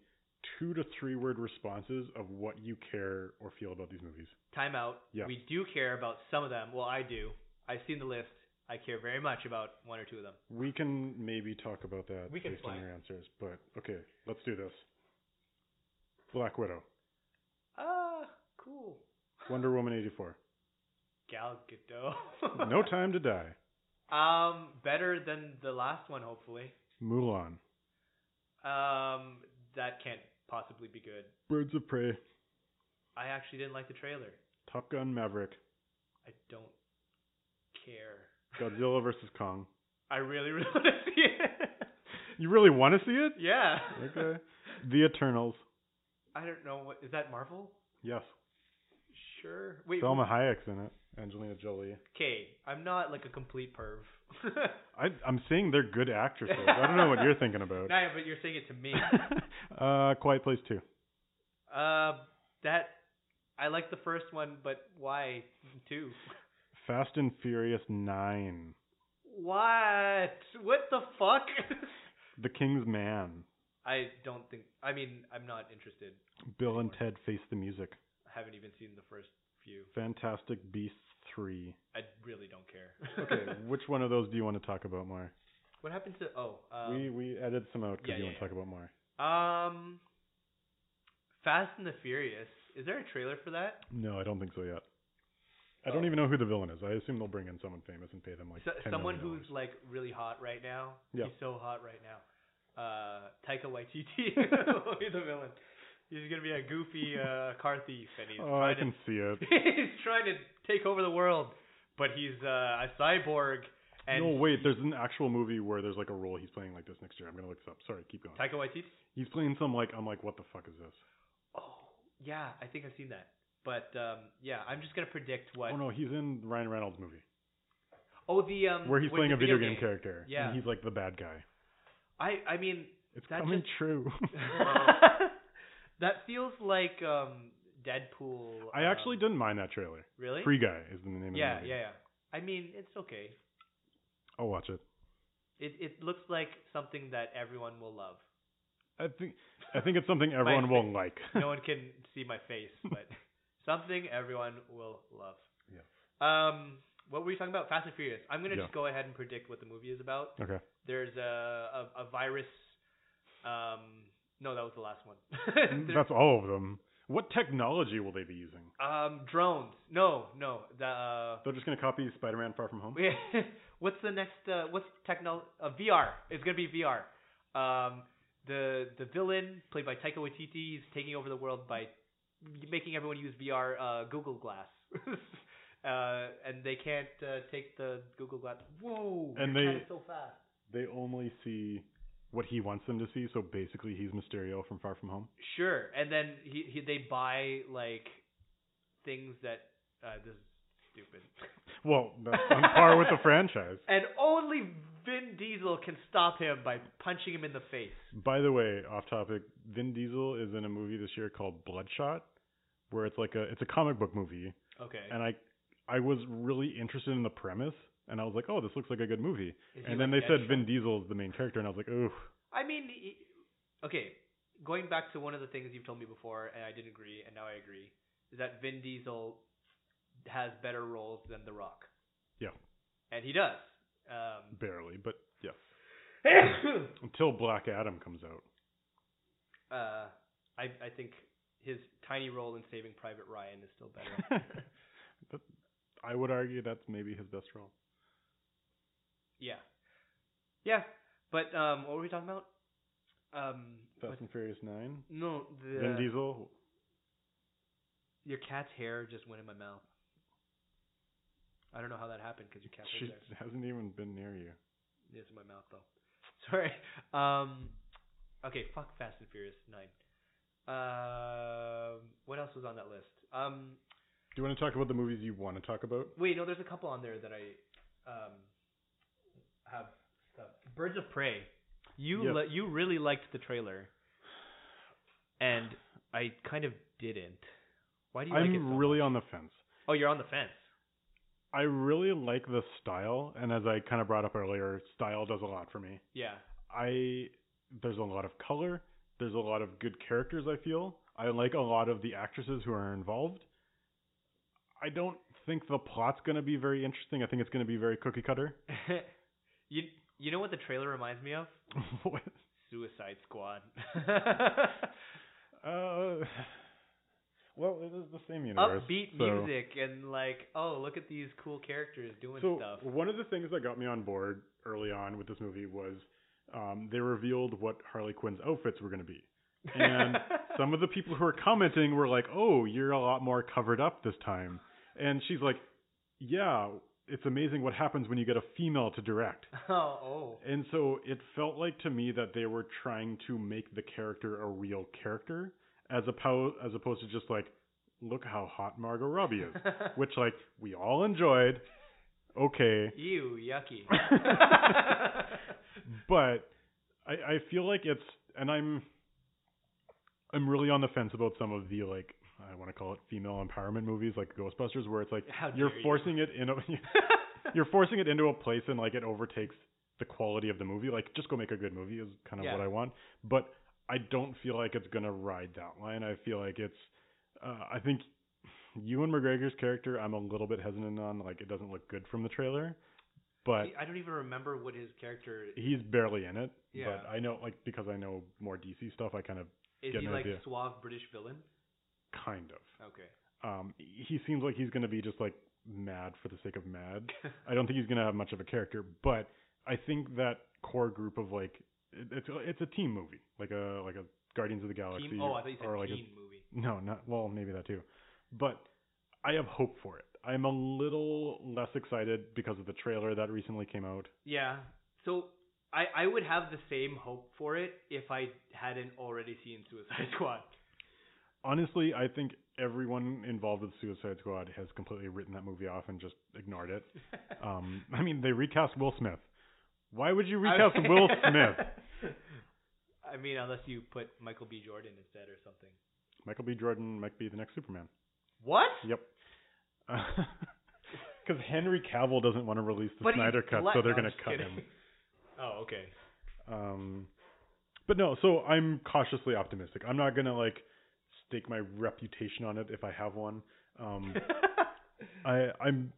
S1: two to three word responses of what you care or feel about these movies.
S2: Time out.
S1: Yeah.
S2: We do care about some of them. Well, I do. I've seen the list. I care very much about one or two of them.
S1: We can maybe talk about that
S2: We can
S1: based on
S2: plan.
S1: your answers, but okay, let's do this. Black Widow,
S2: Ah. cool.
S1: Wonder Woman 84,
S2: Gal
S1: [LAUGHS]
S2: Gadot. [LAUGHS]
S1: No Time to Die,
S2: Um. Better than the last one, hopefully.
S1: Mulan,
S2: Um. That can't possibly be good.
S1: Birds of Prey,
S2: I actually didn't like the trailer.
S1: Top Gun Maverick,
S2: I don't care.
S1: Godzilla vs. Kong.
S2: [LAUGHS] I really, [LAUGHS] really want to see it.
S1: You really want to see it?
S2: yeah.
S1: Okay. The Eternals,
S2: [LAUGHS] I don't know what is that Marvel?
S1: yes.
S2: Sure. Wait.
S1: Selma Hayek's in it, Angelina Jolie.
S2: Okay, I'm not like a
S1: [LAUGHS]
S2: complete perv.
S1: I, I'm saying they're good actresses. I don't know what you're thinking
S2: [LAUGHS]
S1: about.
S2: nah, but you're saying it to me.
S1: [LAUGHS] uh, Quiet Place 2.
S2: uh, that I like the first one, but why two?
S1: Fast and Furious 9.
S2: What? What the fuck? [LAUGHS]
S1: The King's Man.
S2: I don't think. I mean, I'm not interested.
S1: Bill and Ted Face the Music.
S2: I haven't even seen the first few.
S1: Fantastic Beasts
S2: [LAUGHS]
S1: 3.
S2: I really don't care.
S1: Okay, which one of those do you want to talk about more?
S2: [LAUGHS] what happened to? Oh. Um,
S1: we we edited some out because
S2: yeah,
S1: you
S2: yeah,
S1: want to
S2: yeah.
S1: talk about more.
S2: Um, Fast and the Furious. Is there a trailer for that?
S1: No, I don't think so yet. I don't
S2: Oh.
S1: even know who the villain is. I assume they'll bring in someone famous and pay them like
S2: So,
S1: $10
S2: someone
S1: million.
S2: who's like really hot right now.
S1: Yeah.
S2: He's so hot right now. Uh, Taika
S1: [LAUGHS]
S2: Waititi [LAUGHS] will be the villain. He's gonna be a goofy uh, car thief, and he's
S1: Oh, I
S2: trying [LAUGHS]
S1: can see it.
S2: to he's trying to take over the world, but he's uh, a cyborg. And
S1: no, wait. There's an actual movie where there's like a role he's playing like this next year. I'm gonna look this up. Sorry, keep going.
S2: Taika Waititi.
S1: He's playing some like I'm like, what the fuck is this?
S2: Oh, yeah, I think I've seen that. But um, yeah, I'm just gonna predict what.
S1: Oh no, he's in Ryan Reynolds movie
S2: Oh, the um,
S1: where he's
S2: with
S1: playing
S2: the
S1: a video game, character.
S2: character. Yeah.
S1: and he's like the bad guy.
S2: I I mean
S1: It's
S2: That
S1: coming
S2: just- [LAUGHS]
S1: true. [LAUGHS]
S2: that feels like um, Deadpool.
S1: I actually
S2: um,
S1: didn't mind that trailer.
S2: really.
S1: Free Guy is the name
S2: yeah,
S1: of the movie.
S2: yeah, yeah. I mean, it's okay.
S1: I'll watch it.
S2: It it looks like something that everyone will love.
S1: I think I think it's
S2: [LAUGHS]
S1: something everyone will like.
S2: No one can see my
S1: [LAUGHS]
S2: face, but something everyone will love.
S1: Yeah.
S2: Um, what were you talking about? Fast and Furious. I'm gonna
S1: Yeah.
S2: just go ahead and predict what the movie is about.
S1: [LAUGHS] okay.
S2: There's a a, a virus. Um, no, that was the last one. [LAUGHS]
S1: Mm,
S2: There-
S1: That's all of them. What technology will they be using?
S2: um, drones. No, no. The uh,
S1: They're just gonna copy Spider-Man Far From
S2: [LAUGHS]
S1: Home.
S2: what's the next? Uh, what's techno? Uh, VR. It's gonna be VR. Um, the the villain played by Taika Waititi is taking over the world by making everyone use VR. Uh, Google Glass. [LAUGHS] uh, and they can't uh, take the Google Glass. Whoa!
S1: And
S2: you're
S1: they-
S2: kinda so fast.
S1: They only see what he wants them to see. So basically, he's Mysterio from Far From Home.
S2: Sure. And then he, he they buy like things that uh, this is stupid.
S1: Well, that's on par with the franchise.
S2: And only Vin Diesel can stop him by punching him in the face.
S1: By the way, off topic, Vin Diesel is in a movie this year called Bloodshot, where it's like a it's a comic book movie,
S2: Okay.
S1: and I I was really interested in the premise, and I was like, oh, this looks like a good movie.
S2: Is he
S1: And then they
S2: like
S1: said
S2: Deadshot?
S1: Vin Diesel is the main character, and I was like, ooh,
S2: I mean, he- okay. Going back to one of the things you've told me before, and I didn't agree, and now I agree, is that Vin Diesel has better roles than The Rock.
S1: Yeah.
S2: And he does. [COUGHS] Um,
S1: barely, but yeah. Until Black Adam comes out,
S2: uh, I I think his tiny role in Saving Private Ryan is still
S1: [LAUGHS]
S2: [LAUGHS] better.
S1: That- I would argue that's maybe his best role.
S2: yeah. Yeah. But um, what were we talking about? Um,
S1: Fast
S2: what-
S1: and Furious Nine.
S2: no, the
S1: Vin Diesel.
S2: your cat's hair just went in my mouth. I don't know how that happened because your cat
S1: She
S2: lives there.
S1: hasn't even been near you.
S2: It's in my mouth though. [LAUGHS] Sorry. Um. Okay. Fuck Fast and Furious Nine. Um. What else was on that list? Um.
S1: Do you want to talk about the movies you want to talk about?
S2: Wait. No. There's a couple on there that I um have stuff. Birds of Prey. You
S1: Yeah.
S2: li- you really liked the trailer, and I kind of didn't. Why do you like it?
S1: I'm
S2: so much?
S1: really on the fence.
S2: Oh, you're on the fence.
S1: I really like the style, and as I kind of brought up earlier, style does a lot for me.
S2: Yeah. [LAUGHS]
S1: I there's a lot of color, there's a lot of good characters. I feel I like a lot of the actresses who are involved. I don't think the plot's going to be very interesting. I think it's going to be very cookie cutter. [LAUGHS]
S2: you you know what the trailer reminds me of?
S1: What?
S2: Suicide Squad.
S1: uh,
S2: [LAUGHS]
S1: [SIGHS] well, it is the same universe.
S2: Upbeat
S1: so.
S2: music and like, oh, look at these cool characters doing
S1: so
S2: stuff.
S1: one of the things that got me on board early on with this movie was um, they revealed what Harley Quinn's outfits were going to be.
S2: [LAUGHS]
S1: and Some of the people who were commenting were like, "Oh, you're a lot more covered up this time," and she's like, "Yeah, it's amazing what happens when you get a female to direct."
S2: oh, oh.
S1: And so it felt like to me that they were trying to make the character a real character, as opposed as opposed to just like, "Look how hot Margot Robbie
S2: [LAUGHS]
S1: is," which like we all enjoyed. Okay,
S2: Ew, yucky. [LAUGHS]
S1: but I, I feel like it's and I'm I'm really on the fence about some of the like I want to call it female empowerment movies like Ghostbusters where it's like
S2: How
S1: you're
S2: dare you.
S1: forcing it in a [LAUGHS] [LAUGHS] you're forcing it into a place and like it overtakes the quality of the movie like just go make a good movie is kind of
S2: Yeah.
S1: what I want but I don't feel like it's going to ride that line I feel like it's uh, I think Ewan McGregor's character I'm a little bit hesitant on like it doesn't look good from the trailer but
S2: I don't even remember what his character is.
S1: he's barely in it.
S2: Yeah.
S1: But I know, like, because I know more DC stuff, I kind of, get
S2: he
S1: an
S2: like
S1: idea.
S2: suave British villain?
S1: kind of.
S2: Okay.
S1: Um, he seems like he's going to be just like mad for the sake of mad. I don't think he's going to have much of a character, but I think that core group of like, it, it's a, it's a team movie, like a like a Guardians of the [LAUGHS] Galaxy,
S2: Teen- oh, I thought you said
S1: or like a
S2: teen movie.
S1: No, not well, maybe that too. But I have hope for it. I'm a little less excited because of the trailer that recently came out.
S2: Yeah. So I I would have the same hope for it if I hadn't already seen Suicide Squad.
S1: honestly, I think everyone involved with Suicide Squad has completely written that movie off and just ignored it. Um, I
S2: [LAUGHS]
S1: mean, they recast Will Smith. Why would you recast Will Smith?
S2: I I mean, unless you put Michael B. Jordan instead or something.
S1: Michael B. Jordan might be the next Superman.
S2: What?
S1: Yep. [LAUGHS] Because Henry Cavill doesn't want to release the
S2: But he's
S1: Snyder cut,
S2: black-
S1: so they're
S2: No, I'm
S1: going to
S2: just
S1: cut
S2: kidding.
S1: him.
S2: [LAUGHS] Oh, okay.
S1: Um, but no, so I'm cautiously optimistic. I'm not going to like stake my reputation on it if I have one. Um, I I'm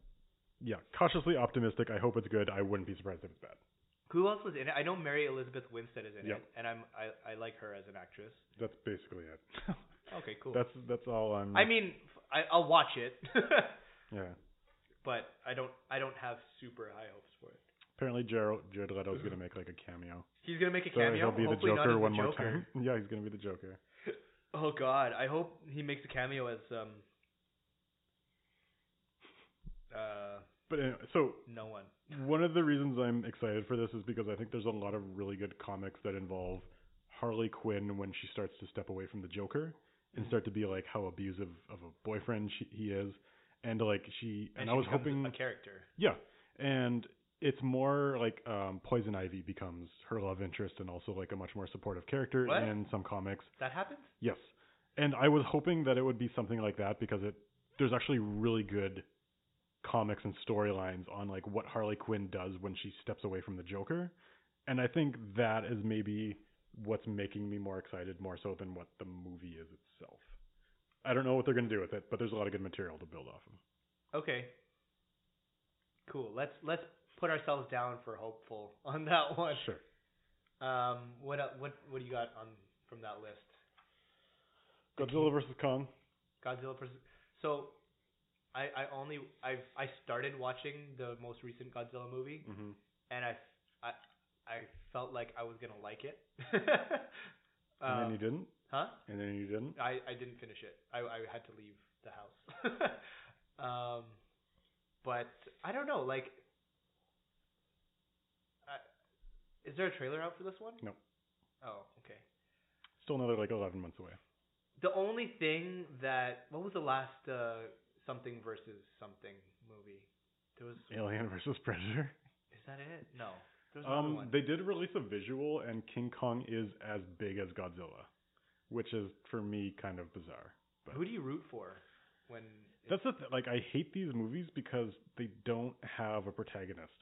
S1: yeah cautiously optimistic. I hope it's good. I wouldn't be surprised if it's bad.
S2: [LAUGHS] Who else was in it? I know Mary Elizabeth Winstead is in
S1: Yep.
S2: it, and I'm I, I like her as an actress.
S1: That's basically it.
S2: Okay, cool.
S1: that's that's all I'm.
S2: I mean, f- I, I'll watch it, [LAUGHS]
S1: yeah.
S2: but I don't I don't have super high hopes for it.
S1: Apparently Jared Jared Leto's gonna make like a cameo.
S2: He's gonna make a
S1: So
S2: cameo.
S1: he'll be the
S2: Hopefully not as
S1: Joker
S2: the
S1: one more
S2: Joker.
S1: time. [LAUGHS] Yeah, he's gonna be the Joker.
S2: Oh God, I hope he makes a cameo as um. Uh,
S1: But anyway, so
S2: no one.
S1: one of the reasons I'm excited for this is because I think there's a lot of really good comics that involve Harley Quinn when she starts to step away from the Joker and
S2: Mhm.
S1: start to be like how abusive of a boyfriend she, he is, and like she and,
S2: And
S1: I
S2: she
S1: was
S2: becomes
S1: hoping
S2: a character.
S1: Yeah, and it's more like um, Poison Ivy becomes her love interest and also like a much more supportive character
S2: What?
S1: in some comics.
S2: That happens.
S1: Yes, and I was hoping that it would be something like that because it there's actually really good comics and storylines on like what Harley Quinn does when she steps away from the Joker, and I think that is maybe what's making me more excited more so than what the movie is itself. I don't know what they're going to do with it, but there's a lot of good material to build off of.
S2: Okay. Cool. Let's let's put ourselves down for hopeful [LAUGHS] on that one.
S1: Sure.
S2: Um, what el- what what do you got on from that list?
S1: Godzilla versus Kong.
S2: Godzilla versus. So, I I only I've I started watching the most recent Godzilla movie,
S1: Mm-hmm.
S2: and I I I felt like I was gonna like it. [LAUGHS]
S1: And then
S2: Um,
S1: you didn't.
S2: huh?
S1: And then you didn't.
S2: I, I didn't finish it. I, I had to leave the house. [LAUGHS] um, but I don't know. Like, I, is there a trailer out for this one?
S1: No.
S2: Oh, okay.
S1: Still another like 11 months away.
S2: The only thing that what was the last uh, something versus something movie? There was
S1: Alien versus Predator.
S2: is that it? No, there was another
S1: Um,
S2: one.
S1: they did release a visual, and King Kong is as big as Godzilla, which is for me kind of bizarre.
S2: Who do you root for when? it's-
S1: That's the th- like I hate these movies because they don't have a protagonist.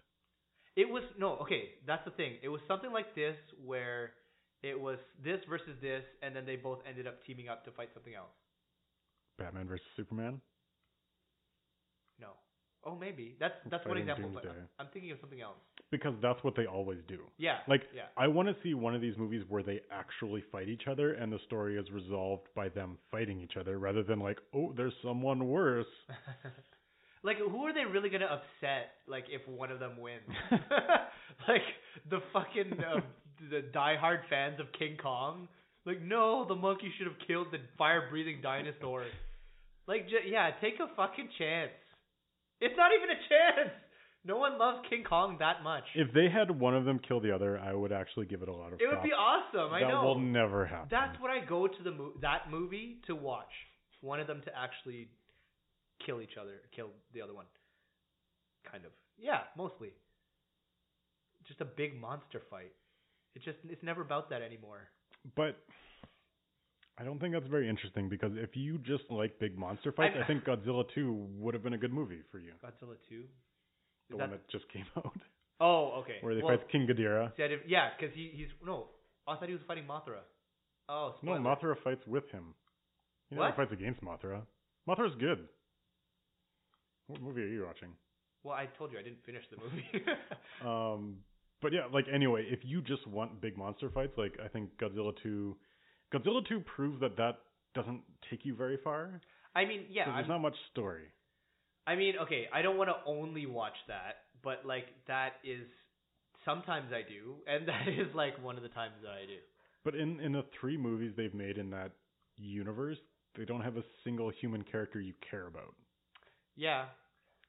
S2: It was no, okay, that's the thing. It was something like this where it was this versus this and then they both ended up teaming up to fight something else.
S1: Batman versus Superman.
S2: No. Oh, maybe. That's that's one
S1: Fighting
S2: example, but I'm,
S1: Doomsday.
S2: I'm thinking of something else.
S1: Because that's what they always do.
S2: Yeah.
S1: Like,
S2: yeah.
S1: I want to see one of these movies where they actually fight each other and the story is resolved by them fighting each other rather than like, oh, there's someone worse.
S2: [LAUGHS] like who are they really going to upset like if one of them
S1: [LAUGHS]
S2: wins? [LAUGHS] like the fucking uh, the diehard fans of King Kong? Like no, the monkey should have killed the fire-breathing dinosaur. Like, j- yeah, take a fucking chance. It's not even a chance. No one loves King Kong that much.
S1: If they had one of them kill the other, I would actually give it a lot of
S2: it would
S1: thought.
S2: be awesome. I
S1: that
S2: know.
S1: will never happen.
S2: That's what I go to the mo- that movie to watch. One of them to actually kill each other, kill the other one. Kind of. Yeah, mostly. Just a big monster fight. It just it's never about that anymore.
S1: but I don't think that's very interesting because if you just like big monster fights, I,
S2: I-
S1: think Godzilla 2 would have been a good movie for you.
S2: Godzilla 2.
S1: The
S2: Is
S1: one
S2: that-
S1: that just came [LAUGHS] out
S2: Oh, okay.
S1: where they
S2: well,
S1: fight King Ghidorah.
S2: see, I didn't- yeah, cuz he he's no, I thought he was fighting Mothra. Oh,
S1: No,
S2: spoiler.
S1: Mothra fights with him. He never
S2: What?
S1: fights against Mothra. Mothra's good. What movie are you watching?
S2: Well, I told you I didn't finish the movie. [LAUGHS]
S1: Um, but yeah, like anyway, if you just want big monster fights, like I think Godzilla 2, Godzilla 2 proves that that doesn't take you very far.
S2: I mean, yeah,
S1: 'cause
S2: I'm
S1: there's not much story.
S2: I mean, okay, I don't want to only watch that, but like that is sometimes I do, and [LAUGHS] that is like one of the times that I do.
S1: But in in the three movies they've made in that universe, they don't have a single human character you care about.
S2: Yeah.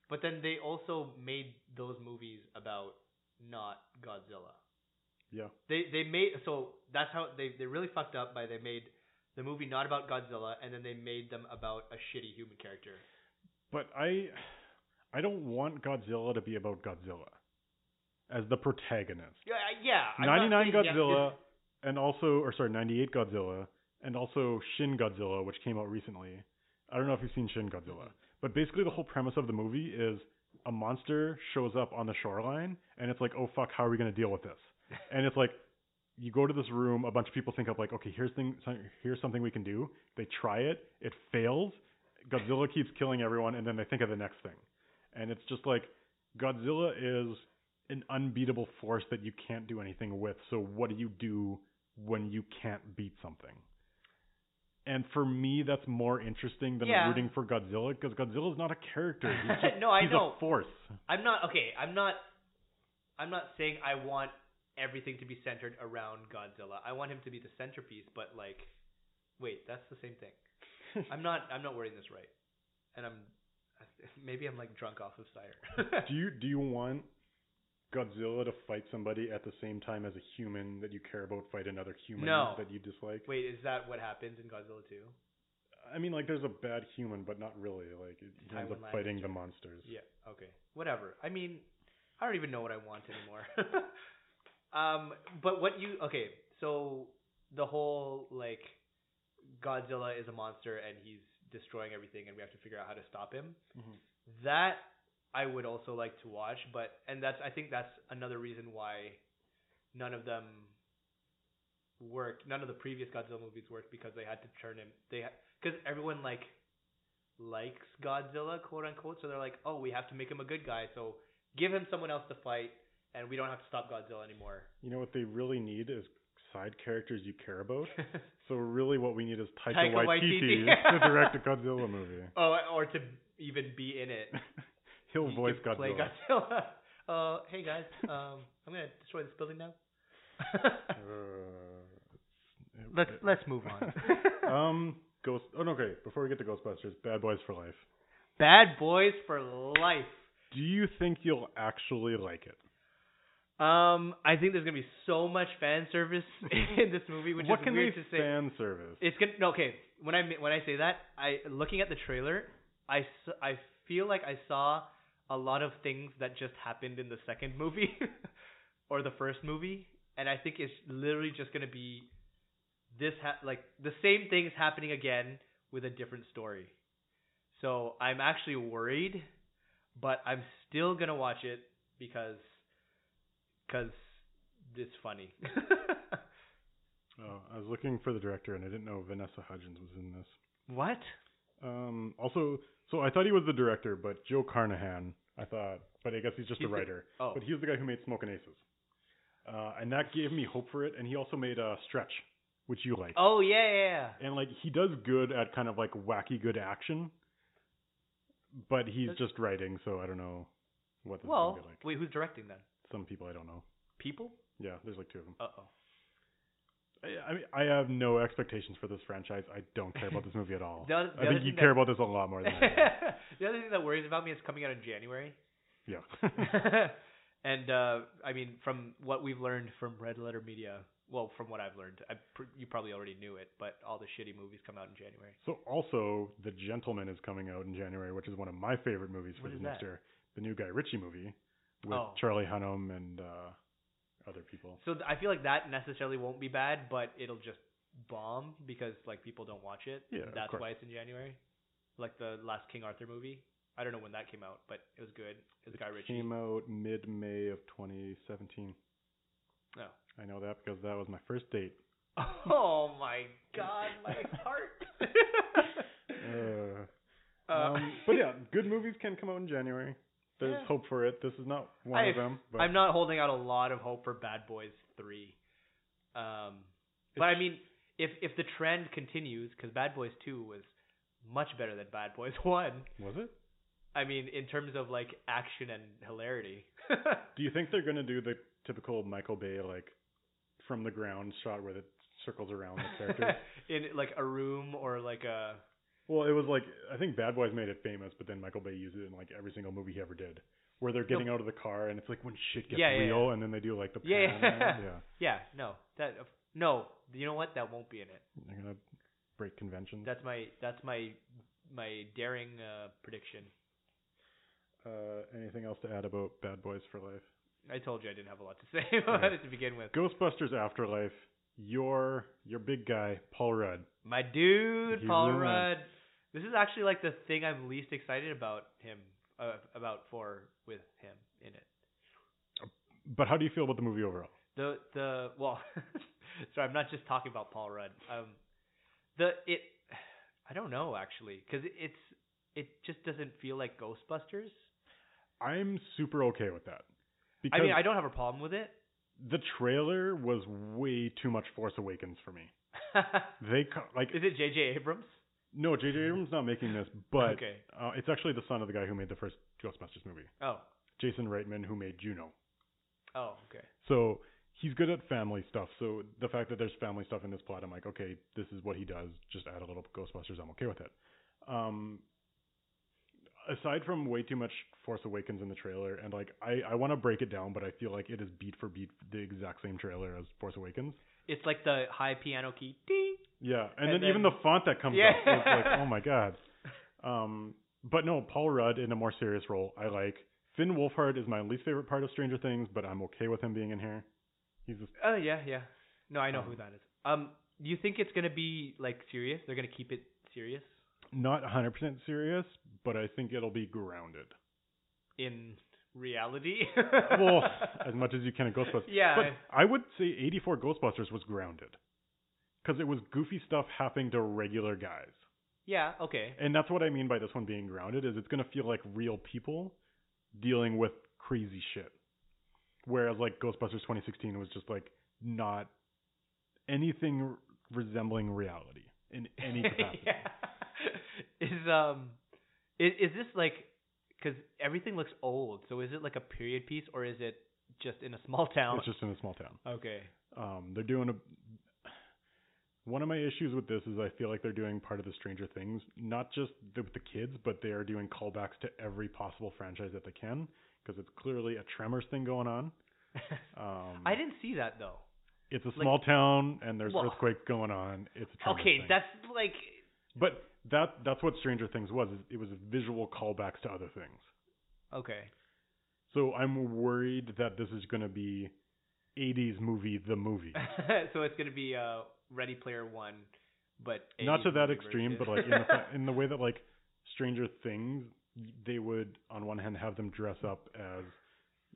S2: But then they also made those movies about not Godzilla.
S1: Yeah.
S2: They they made so that's how they they really fucked up by they made the movie not about Godzilla and then they made them about a shitty human character.
S1: But I I don't want Godzilla to be about Godzilla as the protagonist.
S2: Yeah, I- yeah. I'm not
S1: 99
S2: saying yes, [LAUGHS]
S1: Godzilla, and also, or sorry, 98 Godzilla, and also Shin Godzilla, which came out recently. I don't know if you've seen Shin Godzilla, but basically the whole premise of the movie is a monster shows up on the shoreline, and it's like, oh fuck, how are we gonna deal with
S2: [LAUGHS]
S1: this? And it's like, you go to this room, a bunch of people think of like, okay, here's thing, so- here's something we can do. They try it, it fails. Godzilla keeps killing everyone, and then they think of the next thing, and it's just like, Godzilla is an unbeatable force that you can't do anything with. So what do you do when you can't beat something? And for me, that's more interesting than
S2: Yeah.
S1: rooting for Godzilla because Godzilla's not a character. He's [LAUGHS] just
S2: no, I
S1: he's
S2: know.
S1: a force.
S2: I'm not okay. I'm not. I'm not saying I want everything to be centered around Godzilla. I want him to be the centerpiece, but like, wait, that's the same thing. I'm not. I'm not wording this right, and I'm. [LAUGHS] Maybe I'm like drunk off of cider.
S1: do you do you want Godzilla to fight somebody at the same time as a human that you care about fight another human
S2: No.
S1: that you dislike?
S2: [LAUGHS] wait, is that what happens in Godzilla 2?
S1: I mean, like there's a bad human, but not really. Like it he ends
S2: Tywin
S1: up
S2: Lannister.
S1: fighting the monsters.
S2: Yeah. Okay. Whatever. I mean, I don't even know what I want anymore. [LAUGHS] um, but what you okay? So the whole like Godzilla is a monster and he's destroying everything, and we have to figure out how to stop him.
S1: Mhm.
S2: That I would also like to watch, but and that's I think that's another reason why none of them worked. None of the previous Godzilla movies worked because they had to turn him. They because everyone like likes Godzilla, quote unquote. So they're like, oh, we have to make him a good guy. So give him someone else to fight, and we don't have to stop Godzilla
S1: [LAUGHS]
S2: anymore.
S1: You know what they really need is side characters you care about. So really, what we need is Taika,
S2: Taika
S1: Waititi,
S2: Waititi. [LAUGHS]
S1: to direct a Godzilla movie. [LAUGHS]
S2: oh, or to even be in it.
S1: He'll
S2: He
S1: voice
S2: can Play
S1: Godzilla.
S2: Godzilla. [LAUGHS] Uh, hey guys, um, I'm gonna destroy this building now.
S1: [LAUGHS] Uh, it-
S2: let's
S1: it-
S2: let's move on. [LAUGHS]
S1: um, Ghost. Oh, no, okay. Before we get to Ghostbusters, Bad Boys for Life.
S2: Bad Boys for Life.
S1: Do you think you'll actually like it?
S2: Um, I think there's gonna be so much fan service [LAUGHS] in this movie, which
S1: what
S2: is
S1: can
S2: weird
S1: they
S2: to say.
S1: fan service?
S2: It's gonna no, okay. When I when I say that, I looking at the trailer, I, s- I feel like I saw a lot of things that just happened in the second movie [LAUGHS] or the first movie, and I think it's literally just gonna be this ha- like the same things happening again with a different story. So I'm actually worried, but I'm still gonna watch it because because it's funny. [LAUGHS]
S1: oh, I was looking for the director, and I didn't know Vanessa Hudgens was in this.
S2: what?
S1: Um, also, so I thought he was the director, but Joe Carnahan, I thought, but I guess he's just
S2: He's
S1: a
S2: the-
S1: writer.
S2: Oh.
S1: But he was the guy who made Smoke and Aces. Uh, and that gave me hope for it. And he also made uh, Stretch, which you like.
S2: Oh yeah, yeah. yeah.
S1: And like he does good at kind of like wacky good action, but he's
S2: That's-
S1: just writing, so I don't know what this is
S2: Well,
S1: gonna be like.
S2: wait, who's directing then?
S1: Some people I don't know.
S2: People?
S1: Yeah, there's like two of them.
S2: Uh oh.
S1: I, I mean, I have no expectations for this franchise. I don't care about this movie at
S2: [LAUGHS]
S1: all.
S2: The other- the
S1: Oh, I
S2: other
S1: think you
S2: thing that-
S1: care about this a lot more than
S2: [LAUGHS]
S1: I do.
S2: the other thing that worries about me is coming out in January. [LAUGHS]
S1: Yeah. [LAUGHS]
S2: and uh, I mean, from what we've learned from Red Letter Media, well, from what I've learned, I pr- you probably already knew it, but all the shitty movies come out in January.
S1: So also, The Gentleman is coming out in January, which is one of my favorite movies for
S2: What
S1: this
S2: is
S1: next
S2: that?
S1: year. The new Guy Ritchie movie with
S2: Oh.
S1: Charlie Hunnam and uh, other people.
S2: So th- I feel like that necessarily won't be bad, but it'll just bomb because like people don't watch it.
S1: Yeah, of
S2: That's
S1: course.
S2: why it's in January. Like the last King Arthur movie. I don't know when that came out, but it was good. It was Guy Ritchie.
S1: Came out mid May of 2017.
S2: Oh.
S1: I know that because that was my first date.
S2: Oh my god, my heart.
S1: [LAUGHS] Uh,
S2: Uh,
S1: um, but yeah, good movies can come out in January. There's
S2: Yeah.
S1: hope for it. This is not one of
S2: I've-
S1: them, but
S2: I'm not holding out a lot of hope for Bad Boys 3. Um, but I mean, if if the trend continues, because Bad Boys 2 was much better than Bad Boys [LAUGHS] 1.
S1: was it?
S2: I mean, in terms of like action and hilarity.
S1: [LAUGHS] Do you think they're gonna do the typical Michael Bay like from the ground shot where it circles around the
S2: [LAUGHS]
S1: characters?
S2: in like a room or like a
S1: Well, it was like I think Bad Boys made it famous, but then Michael Bay used it in like every single movie he ever did, where they're getting out of the car and it's like when shit gets
S2: Yeah, yeah,
S1: real,
S2: yeah.
S1: and then they do like the
S2: Yeah,
S1: pan
S2: yeah. [LAUGHS]
S1: around. yeah.
S2: yeah, no. That no, you know what? That won't be in it.
S1: They're gonna break conventions.
S2: That's my that's my my daring uh, prediction.
S1: Uh, anything else to add about Bad Boys for Life?
S2: I told you I didn't have a lot to say [LAUGHS] about
S1: Okay.
S2: it to begin with.
S1: Ghostbusters Afterlife your your big guy, Paul Rudd.
S2: My dude,
S1: He's
S2: Paul
S1: the man.
S2: Rudd. This is actually like the thing I'm least excited about him uh, about for with him in it.
S1: But how do you feel about the movie overall?
S2: The the well, [LAUGHS] sorry, I'm not just talking about Paul Rudd. Um, the it, I don't know actually, because it's it just doesn't feel like Ghostbusters.
S1: I'm super okay with that. Because
S2: I mean, I don't have a problem with it. [LAUGHS]
S1: the trailer was way too much Force Awakens for me. They co- like
S2: is it J.J. Abrams?
S1: no, J.J. Abrams not making this, but
S2: [LAUGHS] okay.
S1: uh, it's actually the son of the guy who made the first Ghostbusters movie,
S2: Oh,
S1: Jason Reitman, who made Juno.
S2: oh, okay.
S1: So he's good at family stuff. So the fact that there's family stuff in this plot, I'm like, okay, this is what he does. Just add a little Ghostbusters. I'm okay with it. Um, aside from way too much Force Awakens in the trailer, and like I, I want to break it down, but I feel like it is beat for beat the exact same trailer as Force Awakens.
S2: It's like the high piano key. Ding.
S1: Yeah, and,
S2: And
S1: then, even
S2: then-
S1: the font that comes
S2: Yeah.
S1: up is like, oh my god. Um, but no, Paul Rudd in a more serious role, I like. Finn Wolfhard is my least favorite part of Stranger Things, but I'm okay with him being in here. He's just
S2: Oh yeah, yeah. No, I know who
S1: Um,
S2: that is. Um, do you think it's gonna be like serious? They're gonna keep it serious
S1: not 100% serious, but I think it'll be grounded.
S2: in reality.
S1: [LAUGHS]
S2: [LAUGHS]
S1: Well, as much as you can in Ghostbusters.
S2: yeah,
S1: But I would say 84 Ghostbusters was grounded because it was goofy stuff happening to regular guys.
S2: yeah. Okay.
S1: And that's what I mean by this one being grounded is it's going to feel like real people dealing with crazy shit. Whereas like Ghostbusters 2016 was just like not anything r- resembling reality in
S2: [LAUGHS]
S1: any capacity.
S2: yeah. Is um, is, is this like, because everything looks old. So is it like a period piece or is it just in a small town?
S1: It's just in a small town.
S2: okay.
S1: [LAUGHS] Um, they're doing a. One of my issues with this is I feel like they're doing part of the Stranger Things, not just the, with the kids, but they are doing callbacks to every possible franchise that they can because it's clearly a Tremors thing going on. Um,
S2: I didn't see that though.
S1: it's a small town and there's
S2: Well-
S1: earthquakes going on. It's a Tremors
S2: Okay,
S1: thing.
S2: that's like,
S1: but that that's what Stranger Things was. Is it was visual callbacks to other things.
S2: okay.
S1: So I'm worried that this is going to be 80s movie, the
S2: [LAUGHS]
S1: movie.
S2: so it's gonna be uh Ready Player One, but
S1: not to
S2: 80s
S1: that
S2: movie
S1: extreme, but like in
S2: version.
S1: the, fa- in the way that like Stranger Things, they would on one hand have them dress up as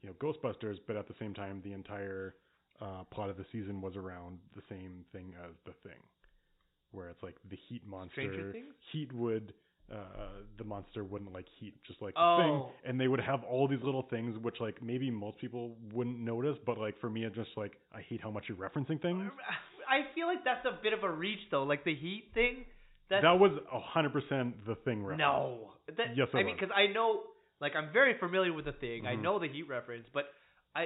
S1: you know Ghostbusters, but at the same time, the entire uh, plot of the season was around the same thing as the thing, where it's like the heat
S2: [LAUGHS] Stranger
S1: monster,
S2: Things.
S1: heat would. Uh, the monster wouldn't like heat, just like the
S2: Oh.
S1: thing, and they would have all these little things, which like maybe most people wouldn't notice, but like for me, it's just like I hate how much you're referencing things.
S2: I feel like that's a bit of a reach though, like the heat thing. That's
S1: that was hundred percent the thing reference.
S2: no. That,
S1: Yes, it
S2: I mean,
S1: was.
S2: because I know, like, I'm very familiar with the thing. I
S1: Mhm.
S2: know the heat reference, but I,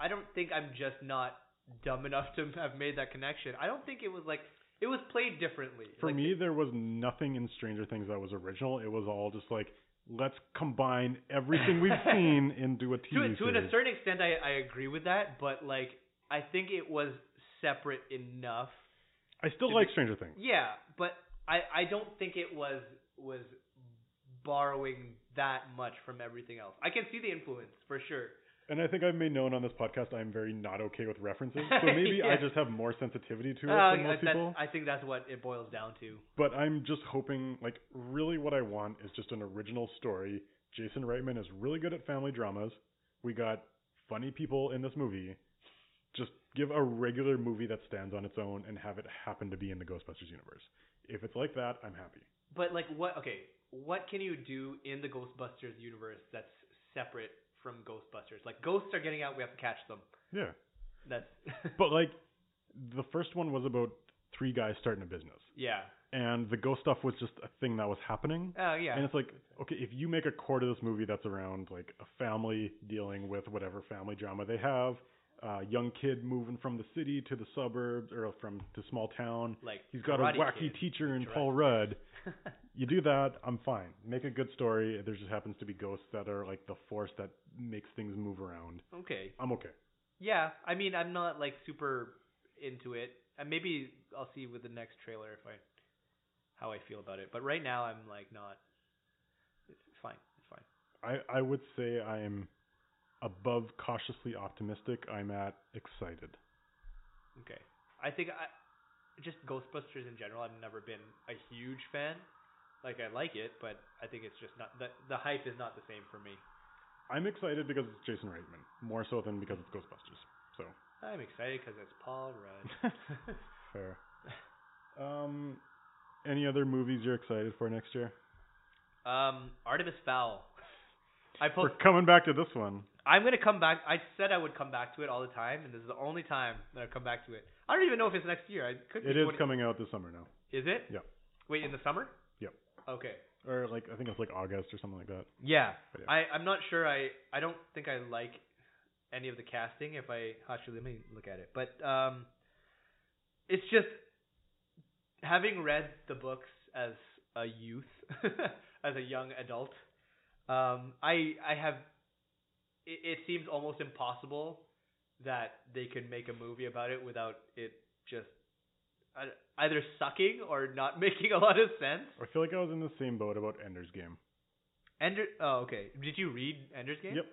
S2: I don't think I'm just not dumb enough to have made that connection. I don't think it was like it was played differently.
S1: For
S2: Like,
S1: me, there was nothing in Stranger Things that was original. It was all just like, let's combine
S2: [LAUGHS]
S1: everything we've seen into a TV
S2: to to
S1: series.
S2: a certain extent, I I agree with that, but like I think it was separate enough
S1: I still like Stranger Things.
S2: Yeah, but I I don't think it was was borrowing that much from everything else. I can see the influence for sure.
S1: And I think I've made known on this podcast I'm very not okay with references.
S2: [LAUGHS]
S1: So maybe I
S2: Yeah.
S1: just have more sensitivity to it
S2: Uh,
S1: than most
S2: that-
S1: people.
S2: I think that's what it boils down to.
S1: But I'm just hoping, like, really what I want is just an original story. Jason Reitman is really good at family dramas. We got funny people in this movie. Just give a regular movie that stands on its own and have it happen to be in the Ghostbusters universe. If it's like that, I'm happy.
S2: But like what okay, what can you do in the Ghostbusters universe that's separate from Ghostbusters? Like ghosts are getting out, we have to catch them.
S1: Yeah.
S2: That's
S1: [LAUGHS] But, like, the first one was about three guys starting a business.
S2: [LAUGHS] Yeah.
S1: And the ghost stuff was just a thing that was happening.
S2: Oh yeah.
S1: And it's like, okay, if you make a core to this movie that's around like a family dealing with whatever family drama they have, uh, young kid moving from the city to the suburbs or from to small town,
S2: like
S1: he's got
S2: Karate
S1: a wacky
S2: Kid.
S1: teacher in
S2: Karate
S1: Paul Rudd.
S2: [LAUGHS] Kid.
S1: You do that, I'm fine. Make a good story. There just happens to be ghosts that are like the force that makes things move around.
S2: okay.
S1: I'm okay.
S2: Yeah, I mean, I'm not like super into it. And maybe I'll see with the next trailer if I how I feel about it. But right now, I'm like not. It's fine. It's fine.
S1: I I would say I'm above cautiously optimistic. I'm at excited.
S2: Okay. I think I just Ghostbusters in general. I've never been a huge fan. Like I like it, but I think it's just not the the hype is not the same for me.
S1: I'm excited because it's Jason Reitman, more so than because it's Ghostbusters. So
S2: I'm excited because it's Paul Rudd.
S1: fair. Um, any other movies you're excited for next year?
S2: um, Artemis Fowl. I
S1: We're
S2: post.
S1: coming back to this one.
S2: I'm gonna come back. I said I would come back to it all the time, and this is the only time that I come back to it. I don't even know if it's next year. I could.
S1: It
S2: be
S1: is
S2: 20
S1: coming out this summer now,
S2: Is it?
S1: Yeah.
S2: Wait, in the summer?
S1: Yep.
S2: Okay.
S1: or like I think it's like August or something like that.
S2: Yeah.
S1: But yeah.
S2: I, I'm not sure I I don't think I like any of the casting if I actually let me look at it. But um it's just having read the books as a youth, [LAUGHS] as a young adult, um I I have it, it seems almost impossible that they could make a movie about it without it just uh, either sucking or not [LAUGHS] making a lot of sense.
S1: I feel like I was in the same boat about Ender's Game.
S2: Ender Oh, okay. Did you read Ender's Game?
S1: Yep,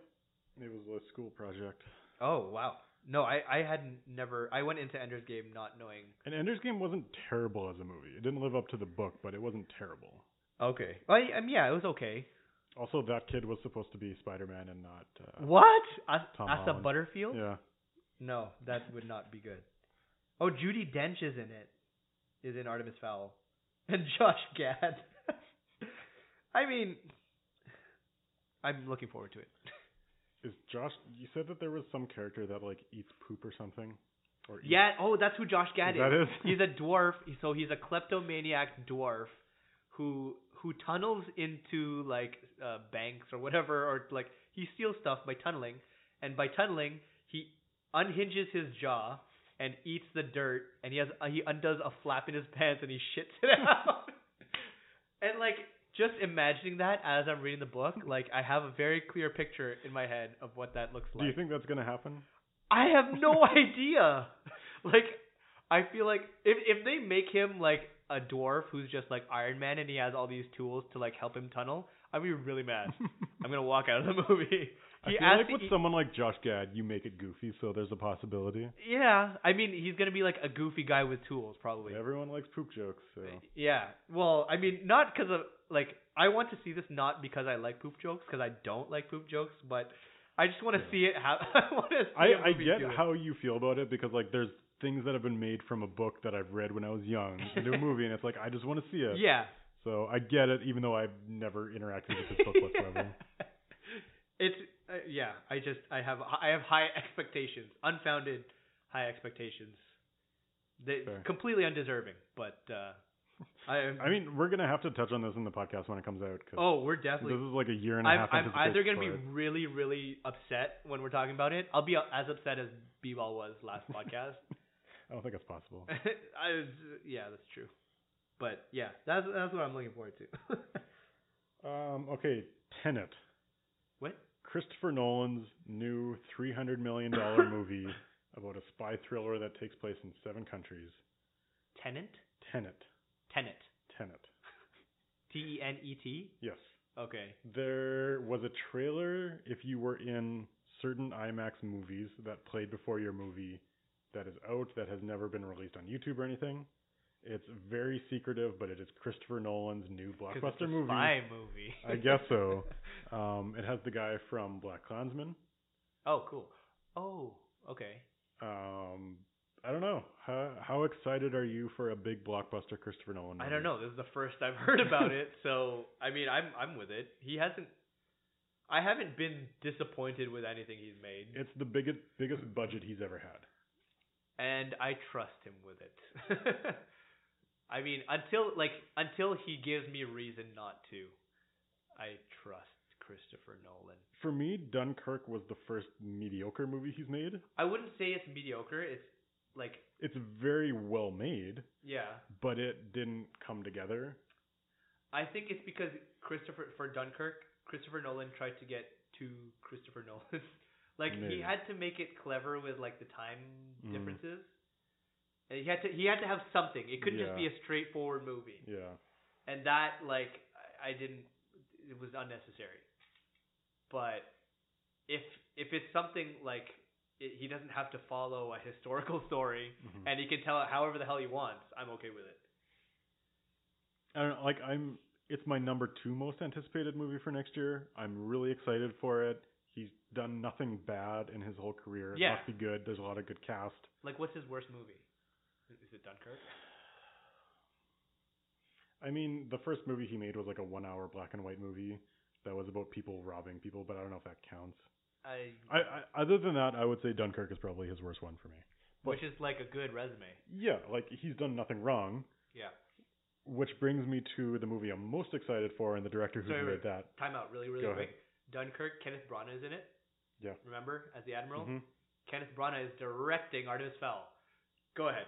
S1: it was a school project,
S2: Oh wow. No, I I had never. I went into Ender's Game not knowing.
S1: and Ender's Game wasn't terrible as a movie. It didn't live up to the book, but it wasn't terrible.
S2: Okay. Well, I, I mean, yeah, it was okay.
S1: Also, that kid was supposed to be Spider-Man and not. Uh,
S2: what? As,
S1: Tom
S2: Asa
S1: Holland.
S2: Butterfield?
S1: Yeah,
S2: No, that would not be good. Oh, Judy Dench is in it. Is in Artemis Fowl, [LAUGHS] and Josh Gad. [LAUGHS] I mean, I'm looking forward to it.
S1: is Josh? You said that there was some character that like eats poop or something, or eats
S2: Yeah. Oh, that's who Josh Gad
S1: Is that it?
S2: He's a dwarf. So he's a kleptomaniac dwarf who who tunnels into like uh, banks or whatever, or like he steals stuff by tunneling. And by tunneling, he unhinges his jaw and eats the dirt, and he has uh, he undoes a flap in his pants and he shits it out. and like just imagining that as I'm reading the book, like I have a very clear picture in my head of what that looks
S1: [LAUGHS]
S2: like.
S1: Do you think that's gonna happen?
S2: I have no [LAUGHS] idea. Like, I feel like if if they make him like a dwarf who's just like Iron Man and he has all these tools to like help him tunnel, I'd be really mad. I'm gonna walk out of the [LAUGHS] movie.
S1: I
S2: [LAUGHS] He
S1: feel
S2: asked e-
S1: like
S2: to
S1: with
S2: eat-
S1: someone like Josh Gad, you make it goofy, so there's a possibility.
S2: yeah, I mean he's gonna be like a goofy guy with tools probably.
S1: Everyone likes poop jokes, so
S2: Yeah. Well, I mean, not because of like I want to see this not because I like poop jokes because I don't like poop jokes, but I just want to
S1: Yeah.
S2: see it. Ha- [LAUGHS] I want to.
S1: I, I get how you feel about it because like there's things that have been made from a book that I've read when I was
S2: [LAUGHS]
S1: young into a movie, and it's like I just want to see it.
S2: Yeah.
S1: So I get it, even though I've never interacted with this book
S2: [LAUGHS]
S1: whatsoever.
S2: It's uh, yeah. I just I have I have high expectations, unfounded high expectations. They
S1: Fair.
S2: completely undeserving, but uh, I am.
S1: [LAUGHS] I mean, we're gonna have to touch on this in the podcast when it comes out because
S2: [LAUGHS] oh, we're
S1: this
S2: definitely.
S1: is like a year and a
S2: I'm
S1: half.
S2: I'm either
S1: anticipation
S2: gonna be
S1: for it.
S2: really really upset when we're talking about it. I'll be as upset as B-Ball was last
S1: [LAUGHS]
S2: podcast. [LAUGHS]
S1: I don't think it's possible.
S2: I was, yeah, that's true. But yeah, that's that's what I'm looking forward to. [LAUGHS]
S1: Um, okay, Tenet.
S2: What?
S1: Christopher Nolan's new three hundred million
S2: [COUGHS]
S1: dollar movie about a spy thriller that takes place in seven countries.
S2: Tenant,
S1: Tenet.
S2: tenant,
S1: Tenet.
S2: T E N E T.
S1: Yes.
S2: Okay.
S1: There was a trailer if you were in certain IMAX movies that played before your movie that is out that has never been released on YouTube or anything. It's very secretive, but it is Christopher Nolan's new
S2: 'Cause
S1: blockbuster
S2: it's a
S1: movie.
S2: Spy movie.
S1: [LAUGHS] I guess so. Um, it has the guy from Black Klansman.
S2: [LAUGHS] oh, cool. Oh, okay.
S1: Um, I don't know. How, how excited are you for a big blockbuster Christopher Nolan movie?
S2: I don't know. This is the first I've [LAUGHS] heard about it, so I mean, I'm I'm with it. He hasn't. I haven't been disappointed with anything he's made,
S1: It's the biggest biggest budget he's ever had.
S2: and I trust him with it. [LAUGHS] I mean, until like until he gives me reason not to, I trust Christopher Nolan.
S1: For me, Dunkirk was the first mediocre movie he's made.
S2: I wouldn't say it's mediocre. It's like
S1: It's very well made,
S2: yeah.
S1: but it didn't come together.
S2: I think it's because Christopher for Dunkirk, Christopher Nolan tried to get two Christopher [LAUGHS] Nolans. like
S1: Maybe.
S2: he had to make it clever with like the time
S1: Mm.
S2: differences. And he had to he had to have something. It couldn't just be
S1: Yeah.
S2: a straightforward movie.
S1: Yeah.
S2: And that like I, I didn't it was unnecessary. But if if it's something like it, he doesn't have to follow a historical [LAUGHS] story,
S1: Mhm.
S2: and he can tell it however the hell he wants. I'm okay with it.
S1: I don't know, like I'm it's my number two most anticipated movie for next year. I'm really excited for it. He's done nothing bad in his whole career. It
S2: Yeah.
S1: must be good. There's a lot of good cast.
S2: Like, what's his worst movie? Is is it Dunkirk?
S1: I mean, the first movie he made was like a one hour black and white movie that was about people robbing people, but I don't know if that counts.
S2: I,
S1: I, I other than that, I would say Dunkirk is probably his worst one for me.
S2: which is like a good resume.
S1: Yeah, like he's done nothing wrong.
S2: Yeah.
S1: Which brings me to the movie I'm most excited for and the director who
S2: Sorry,
S1: made
S2: wait.
S1: that.
S2: Timeout, really, really
S1: Go
S2: quick. Dunkirk, Kenneth Branagh is in it.
S1: Yeah.
S2: Remember, as the admiral,
S1: Mhm.
S2: Kenneth Branagh is directing Artemis Fowl. Go ahead.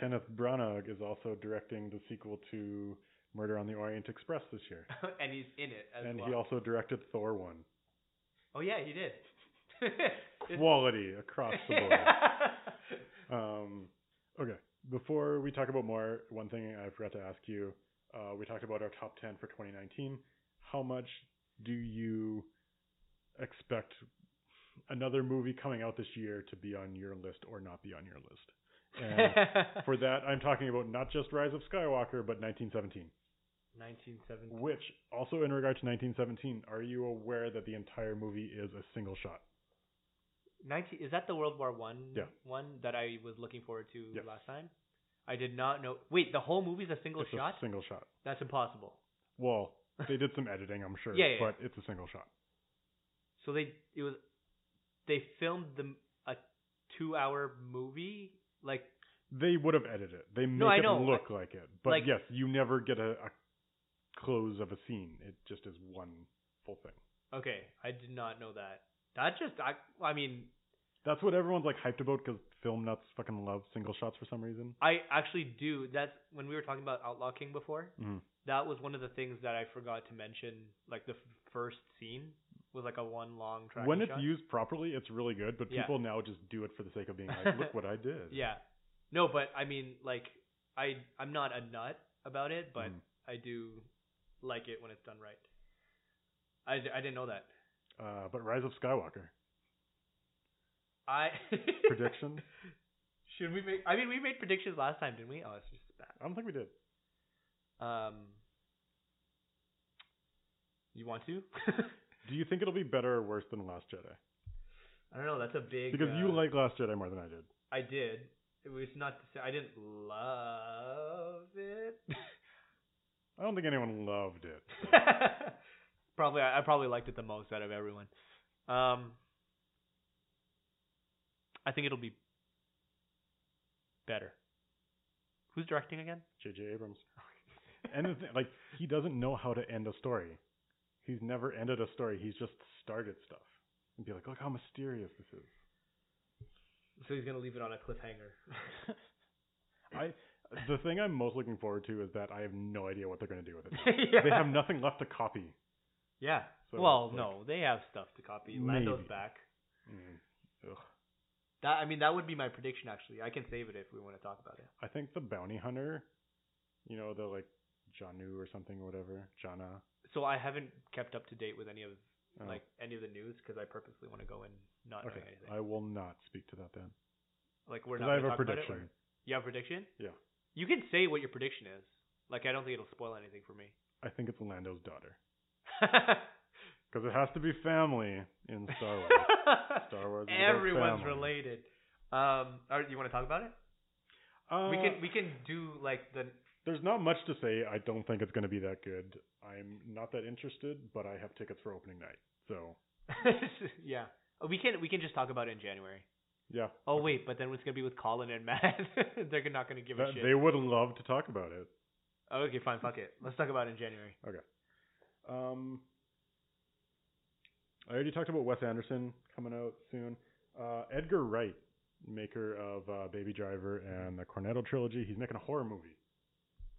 S1: Kenneth Branagh is also directing the sequel to Murder on the Orient Express this year.
S2: [LAUGHS] and he's in it as
S1: and
S2: well.
S1: he also directed Thor 1.
S2: oh yeah, he
S1: [LAUGHS]
S2: did. It's-
S1: Quality across the
S2: [LAUGHS]
S1: board. um, okay. Before we talk about more, one thing I forgot to ask you. Uh, we talked about our top 10 for 2019. How much do you expect another movie coming out this year to be on your list or not be on your
S2: [LAUGHS]
S1: list? And for that, I'm talking about not just Rise of Skywalker, but 1917.
S2: 1970.
S1: Which, also in regard to 1917, are you aware that the entire movie is a single shot?
S2: 19 is that the World War One
S1: Yeah.
S2: one that I was looking forward to
S1: Yes.
S2: last time? I did not know. Wait, the whole movie's a single
S1: it's
S2: shot?
S1: a single shot.
S2: That's impossible.
S1: Well, they did some [LAUGHS] editing, I'm sure,
S2: Yeah, yeah,
S1: but it's a single shot.
S2: So they it was they filmed the m- a two hour movie like
S1: They would have edited it. They make
S2: I
S1: it
S2: know,
S1: look like it. But
S2: like-
S1: yes, you never get a, a close of a scene. It just is one full thing.
S2: okay I did not know that that just I I mean
S1: That's what everyone's like hyped about because film nuts fucking love single shots for some reason.
S2: I actually do that's when we were talking about Outlaw King before
S1: Mm.
S2: that was one of the things that I forgot to mention like the f- first scene was like a one long tracking
S1: When it's
S2: shot.
S1: used properly, it's really good, but
S2: Yeah.
S1: people now just do it for the sake of being
S2: [LAUGHS]
S1: like, look what I did.
S2: yeah no but I mean like I I'm not a nut about it but
S1: Mm.
S2: I do like it when it's done right I, d- I didn't know that
S1: Uh, but Rise of
S2: [LAUGHS]
S1: Skywalker.
S2: I [LAUGHS]
S1: Prediction?
S2: Should we make? I mean, we made predictions last time, didn't we? Oh, it's just bad.
S1: I don't think we did.
S2: Um, you want to? [LAUGHS]
S1: Do you think it'll be better or worse than Last Jedi?
S2: I don't know. That's a big.
S1: Because you
S2: uh,
S1: like Last Jedi more than I did.
S2: I did. It was not. To say, I didn't love it. [LAUGHS]
S1: I don't think anyone loved it.
S2: probably, I, I probably liked it the most out of everyone. Um, I think it'll be better. Who's directing again?
S1: J.J. Abrams. And the thing, like he doesn't know how to end a story. He's never ended a story. He's just started stuff and be like, look how mysterious this is.
S2: So he's gonna leave it on a [LAUGHS] cliffhanger.
S1: I the thing I'm most looking forward to is that I have no idea what they're going to do with it.
S2: yeah.
S1: They have nothing left to copy.
S2: Yeah.
S1: So
S2: well,
S1: it's like-
S2: no, they have stuff to copy. Lando's
S1: Maybe.
S2: back.
S1: Mm. Ugh.
S2: That I mean, that would be my prediction. Actually, I can save it if we want to talk about it.
S1: I think the bounty hunter, you know, the like Janu or something or whatever, Jana.
S2: So I haven't kept up to date with any of
S1: Oh,
S2: like any of the news because I purposely want to go in not
S1: okay.
S2: knowing anything.
S1: I will not speak to that then.
S2: like we're
S1: 'Cause
S2: not.
S1: I have
S2: gonna
S1: a
S2: talk about it,
S1: prediction.
S2: or- you have a prediction?
S1: Yeah.
S2: You can say what your prediction is. Like I don't think it'll spoil anything for me.
S1: I think it's Lando's daughter. Because it has to be family in Star Wars. Star Wars. is about
S2: Everyone's
S1: family.
S2: related. Um, all right, you want to talk about it?
S1: Uh,
S2: we can we can do like the [LAUGHS]
S1: There's not much to say. I don't think it's going to be that good. I'm not that interested, but I have tickets for opening night. So
S2: yeah. We can we can just talk about it in January.
S1: yeah,
S2: Oh wait, but then it's gonna be with Colin and Matt. [LAUGHS] They're not gonna give a
S1: That-
S2: shit.
S1: they would love to talk about it.
S2: Okay, fine, fuck it. Let's talk about it in January.
S1: Um, I already talked about Wes Anderson coming out soon. Uh, Edgar Wright, maker of uh, Baby Driver and the Cornetto trilogy, he's making a horror movie.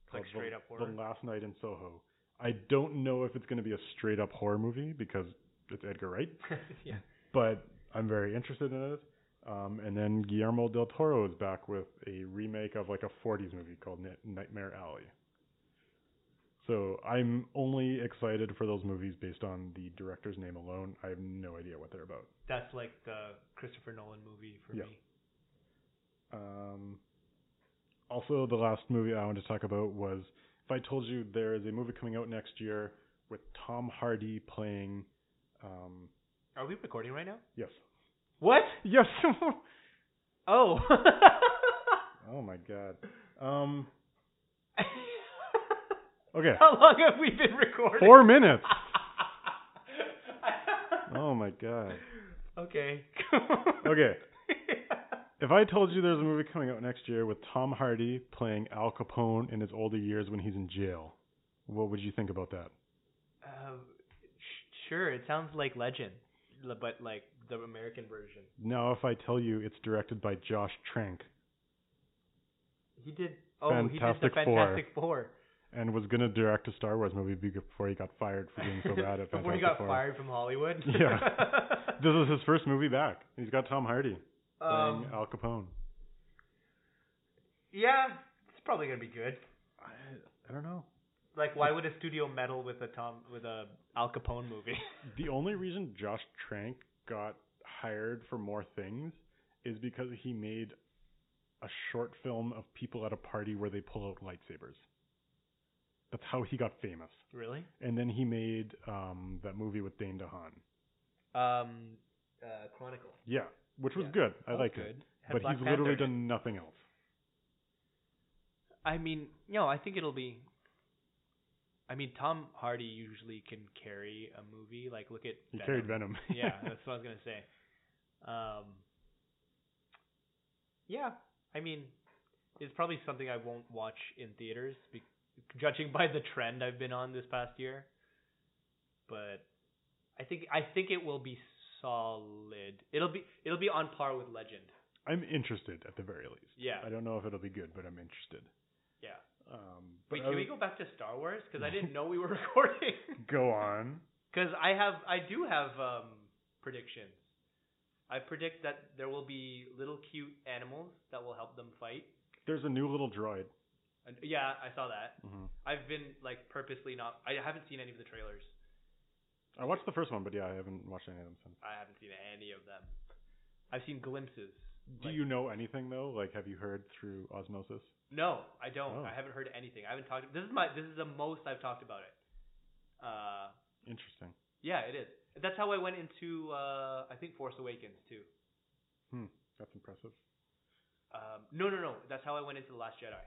S2: It's like
S1: called
S2: straight
S1: Oh, the,
S2: up horror.
S1: The Last Night in Soho. I don't know if it's going to be a straight up horror movie because it's Edgar Wright,
S2: [LAUGHS] yeah.
S1: but I'm very interested in it. Um, and then Guillermo del Toro is back with a remake of like a 40s movie called Ni- Nightmare Alley. So I'm only excited for those movies based on the director's name alone. I have no idea what they're about.
S2: That's like the Christopher Nolan movie for
S1: Yeah.
S2: me.
S1: Um, also, the last movie I wanted to talk about was if I told you there is a movie coming out next year with Tom Hardy playing. Um,
S2: Are we recording right now?
S1: yes.
S2: What?
S1: Yes.
S2: Oh. [LAUGHS]
S1: oh my god. Um, okay.
S2: How long have we been recording? [LAUGHS]
S1: Four minutes. Oh my god.
S2: Okay.
S1: Okay. If I told you there's a movie coming out next year with Tom Hardy playing Al Capone in his older years when he's in jail, what would you think about that?
S2: [LAUGHS] Um, sh- sure, it sounds like Legend, l- but like the American version.
S1: Now, if I tell you it's directed by Josh Trank
S2: He did. Oh, he did
S1: Fantastic
S2: the
S1: Four.
S2: Fantastic Four.
S1: and was gonna direct a Star Wars movie be- before he got fired for being
S2: [LAUGHS]
S1: so bad at
S2: Before
S1: Fantastic
S2: he got
S1: Four,
S2: fired from Hollywood.
S1: [LAUGHS] Yeah.
S2: [LAUGHS]
S1: this is his first movie back. He's got Tom Hardy playing
S2: um,
S1: Al Capone.
S2: yeah, it's probably gonna be good.
S1: I, I don't know.
S2: Like, why would a studio meddle with a Tom with a Al Capone movie? [LAUGHS]
S1: The only reason Josh Trank got hired for more things is because he made a short film of people at a party where they pull out lightsabers. That's how he got famous.
S2: really?
S1: And then he made um, that movie with Dane DeHaan.
S2: Um, uh, Chronicle.
S1: Yeah, which was
S2: Yeah,
S1: good. I
S2: That was
S1: like it.
S2: good. Had
S1: But
S2: Black
S1: he's literally
S2: Panther in it.
S1: done nothing else.
S2: I mean, no, I think it'll be. I mean, Tom Hardy usually can carry a movie. Like, look at
S1: He
S2: Venom.
S1: carried Venom.
S2: [LAUGHS] yeah,
S1: [LAUGHS]
S2: that's what I was gonna say. Um, yeah, I mean, it's probably something I won't watch in theaters, be- judging by the trend I've been on this past year. But I think I think it will be solid. It'll be it'll be on par with Legend.
S1: I'm interested at the very least.
S2: Yeah,
S1: I don't know if it'll be good, but I'm interested.
S2: yeah.
S1: Um, but
S2: Wait,
S1: I
S2: can we
S1: would-
S2: go back to Star Wars? Because I
S1: [LAUGHS]
S2: didn't know we were [LAUGHS] recording.
S1: go on?
S2: Because I have, I do have um, predictions. I predict that there will be little cute animals that will help them fight.
S1: There's a new little droid.
S2: And, yeah, I saw that.
S1: hmm
S2: I've been like purposely not. I haven't seen any of the trailers.
S1: I watched the first one, but yeah, I haven't watched any of them since.
S2: I haven't seen any of them. I've seen glimpses.
S1: Do
S2: Like-
S1: you know anything though? Like, have you heard through osmosis?
S2: No, I don't.
S1: Oh.
S2: I haven't heard anything. I haven't talked. This is my. This is the most I've talked about it. Uh,
S1: Interesting.
S2: yeah, it is. That's how I went into. Uh, I think Force Awakens too.
S1: Hmm, that's impressive.
S2: Um, no, no, no. That's how I went into the Last Jedi.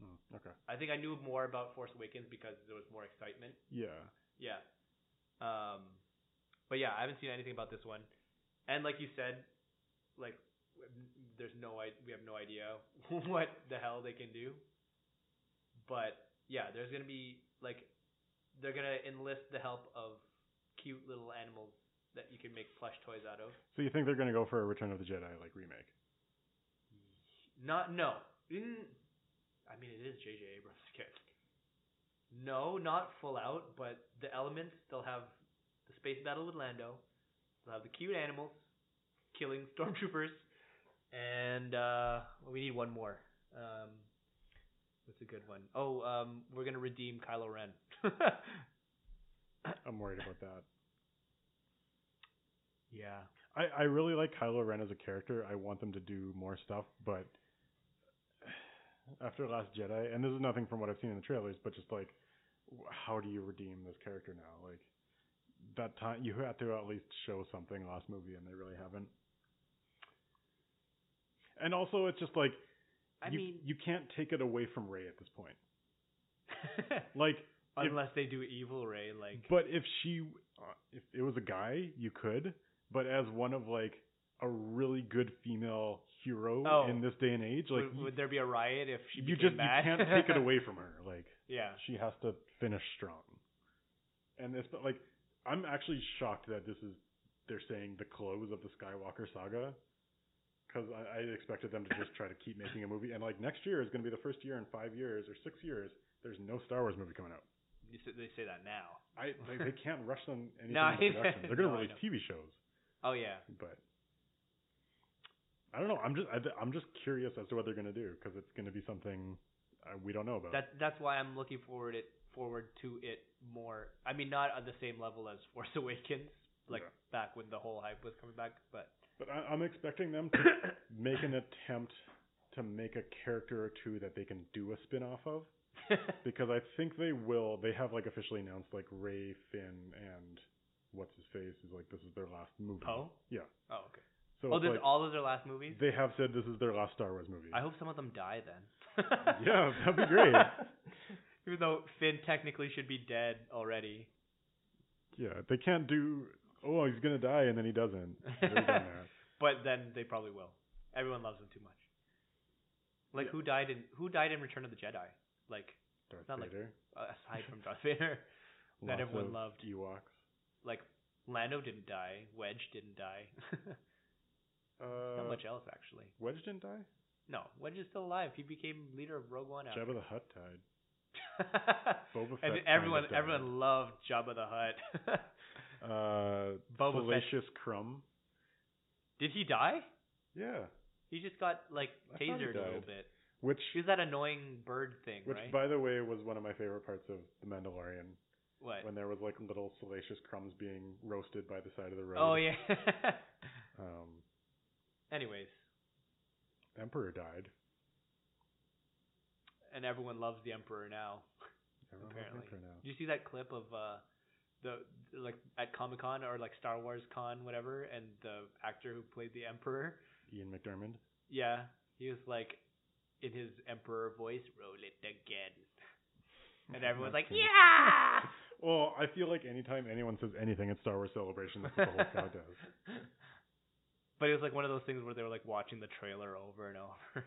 S1: Mm, okay.
S2: I think I knew more about Force Awakens because there was more excitement.
S1: Yeah.
S2: Yeah. Um, but yeah, I haven't seen anything about this one, and like you said, like w- there's no I we have no idea [LAUGHS] what the hell they can do. But yeah, there's gonna be like they're gonna enlist the help of cute little animals that you can make plush toys out of.
S1: So you think they're gonna go for a Return of the Jedi like remake?
S2: Not no. Mm, I mean, it is J.J. Abrams. [LAUGHS] Okay. No, not full out, but the elements. They'll have the space battle with Lando. They'll have the cute animals killing stormtroopers, and uh, well, we need one more. Um, what's a good one? Oh, um, we're gonna redeem Kylo Ren. [LAUGHS]
S1: I'm worried about that.
S2: yeah.
S1: I I really like Kylo Ren as a character. I want them to do more stuff, but [SIGHS] after Last Jedi, and this is nothing from what I've seen in the trailers, but just like, w- how do you redeem this character now? Like that time, you had to at least show something last movie, and they really haven't. And also, it's just like
S2: I
S1: you,
S2: mean,
S1: [LAUGHS]
S2: [LAUGHS]
S1: you can't take it away from Ray at this point. Like,
S2: unless they do evil Ray, like
S1: but if she, uh, if it was a guy, you could. But as one of like a really good female hero
S2: Oh.
S1: in this day and age, like
S2: would,
S1: you-
S2: would there be a riot if she
S1: you
S2: became
S1: just you
S2: mad?
S1: can't take it
S2: [LAUGHS]
S1: away from her. Like
S2: yeah.
S1: she has to finish strong. And this, but like, I'm actually shocked that this is they're saying the close of the Skywalker saga. Because I, I expected them to just try to keep making a movie, and like next year is going to be the first year in five years or six years. There's no Star Wars movie coming out.
S2: You s- They say that now.
S1: I they, they can't rush
S2: [LAUGHS]
S1: them anything
S2: No,
S1: into
S2: I-
S1: production. They're going to
S2: no, I
S1: release
S2: know.
S1: TV shows,
S2: Oh yeah.
S1: but I don't know. I'm just I, I'm just curious as to what they're going to do because it's going to be something uh, we don't know about.
S2: That that's why I'm looking forward it forward to it more. I mean, not on the same level as Force [LAUGHS] Awakens, like
S1: Yeah.
S2: back when the whole hype was coming back,
S1: [COUGHS]
S2: but [LAUGHS]
S1: But I, I'm expecting them to make an attempt to make a character or two that they can do a spin off of because I think they will. They have like officially announced like Ray, Finn, and what's his face is like this is their last movie.
S2: Poe.
S1: Yeah.
S2: Oh, okay.
S1: So
S2: oh,
S1: it's
S2: this
S1: like,
S2: all of their last movies.
S1: they have said this is their last Star Wars movie.
S2: I hope some of them die then.
S1: [LAUGHS] Yeah, that'd
S2: [LAUGHS]
S1: be great.
S2: Even though Finn technically should be dead already.
S1: yeah, they can't do. Oh, he's gonna die, and then he
S2: [LAUGHS]
S1: doesn't. They've done that.
S2: But then they probably will. Everyone loves him too much. Like
S1: Yeah.
S2: who died in who died in Return of the Jedi? Like
S1: Darth
S2: Not like
S1: Vader.
S2: aside from Darth Vader, [LAUGHS] that
S1: lots
S2: everyone
S1: of
S2: loved.
S1: Ewoks.
S2: like Lando didn't die, Wedge didn't die. [LAUGHS]
S1: Uh,
S2: Not much else actually.
S1: Wedge didn't die.
S2: No, Wedge is still alive. He became leader of Rogue One. After.
S1: Jabba the Hutt died. Boba Fett.
S2: [LAUGHS] and
S1: kind of
S2: everyone
S1: died.
S2: everyone loved Jabba the Hutt. [LAUGHS]
S1: Uh,
S2: Boba Fett.
S1: Salacious Crumb.
S2: Did he die?
S1: Yeah,
S2: He just got like
S1: I thought he
S2: tasered a little
S1: died.
S2: bit.
S1: which
S2: She was that annoying bird thing,
S1: which
S2: right?
S1: by the way was one of my favorite parts of The Mandalorian
S2: what?
S1: when there was like little salacious crumbs being roasted by the side of the road.
S2: Oh yeah. [LAUGHS]
S1: Um,
S2: Anyways,
S1: Emperor died.
S2: and everyone loves the Emperor now.
S1: Everyone loves
S2: Apparently.
S1: Emperor now.
S2: Did you see that clip of uh the like at Comic Con or like Star Wars Con, whatever, and the actor who played the Emperor?
S1: Ian McDermott.
S2: Yeah. He was like in his Emperor voice, roll it again. And everyone's like,
S1: That's-
S2: Yeah [LAUGHS]
S1: Well, I feel like anytime anyone says anything at Star Wars Celebration, that's what the whole crowd does.
S2: But it was like one of those things where they were like watching the trailer over and over. [LAUGHS]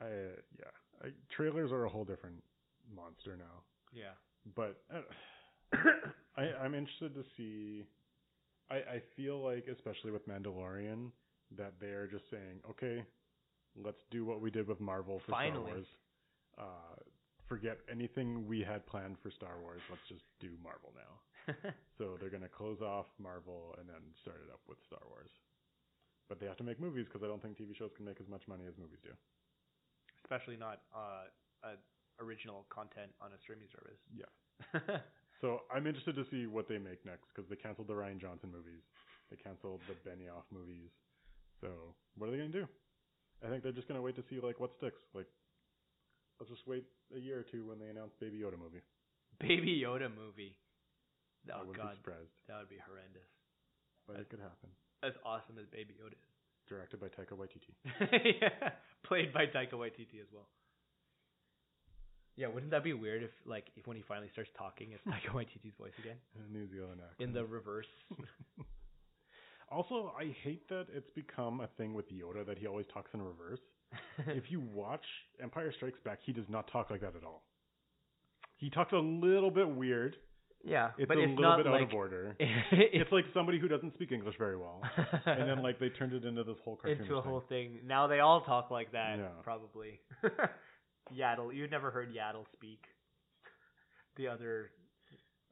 S1: I uh, yeah, I, trailers are a whole different monster now.
S2: yeah.
S1: But uh, [COUGHS] I, I'm interested to see. I, I feel like, especially with Mandalorian, that they're just saying, okay, let's do what we did with Marvel for Star
S2: Finally.
S1: Wars. Uh, forget anything we had planned for Star Wars. Let's just do Marvel now. So they're going to close off Marvel and then start it up with Star Wars. But they have to make movies because I don't think TV shows can make as much money as movies do.
S2: [LAUGHS] Especially not uh, uh original content on a streaming service. [LAUGHS]
S1: Yeah. So I'm interested to see what they make next because they canceled the Ryan Johnson movies, they canceled the Benioff movies. So what are they gonna do? I think they're just gonna wait to see like what sticks. Like, let's just wait a year or two when they announce Baby Yoda movie.
S2: Baby Yoda movie.
S1: I
S2: Oh
S1: wouldn't
S2: god,
S1: be surprised,
S2: that would be horrendous.
S1: but it
S2: I-
S1: could happen.
S2: As awesome as Baby Yoda
S1: Directed by Taika Waititi.
S2: is. yeah. Played by Taika Waititi as well. Yeah, wouldn't that be weird if like if when he finally starts talking it's Taika Waititi's voice again?
S1: A New Zealand actor.
S2: In the reverse.
S1: also, I hate that it's become a thing with Yoda that he always talks in
S2: [LAUGHS]
S1: reverse. if you watch Empire Strikes Back, he does not talk like that at all. He talks a little bit weird.
S2: yeah.
S1: It's
S2: but
S1: a
S2: it's
S1: little
S2: not
S1: bit
S2: like
S1: out of order.
S2: [LAUGHS] it's [LAUGHS]
S1: it's like somebody who doesn't speak English very well, and then like they turned it into this whole cartoon.
S2: into a whole thing. Now they all talk like that,
S1: Yeah.
S2: probably. [LAUGHS] Yaddle, you've never heard Yaddle speak. The other.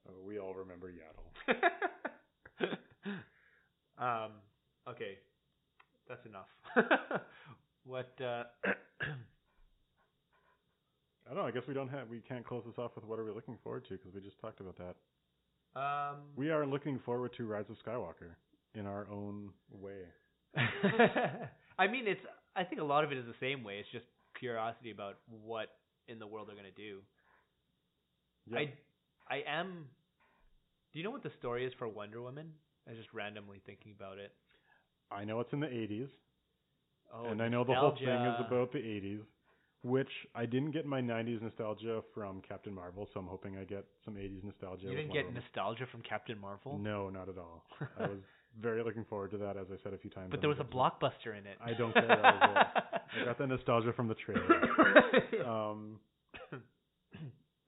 S1: Oh, we all remember Yaddle.
S2: [LAUGHS] um. Okay, that's enough. [LAUGHS] what? Uh, [CLEARS THROAT]
S1: I don't know. I guess we don't have. We can't close this off with what are we looking forward to because we just talked about that.
S2: um.
S1: We are looking forward to Rise of Skywalker in our own way.
S2: [LAUGHS] I mean, it's. I think a lot of it is the same way. It's just curiosity about what in the world they're gonna do.
S1: Yeah.
S2: I I am. Do you know what the story is for Wonder Woman? I was just randomly thinking about it.
S1: I know it's in the 80s,
S2: Oh,
S1: and I know the whole thing is
S2: nostalgia.
S1: about the 80s, which I didn't get my 90s nostalgia from Captain Marvel, so I'm hoping I get some 80s nostalgia.
S2: You
S1: with
S2: didn't
S1: Wonder
S2: get
S1: Woman.
S2: nostalgia from Captain Marvel,
S1: No, not at all. I
S2: [LAUGHS]
S1: was very looking forward to that, as I said a few times.
S2: but
S1: on
S2: there was
S1: this
S2: a
S1: episode.
S2: blockbuster in it.
S1: I don't care, that I got the nostalgia from the trailer.
S2: [COUGHS] [LAUGHS]
S1: Um,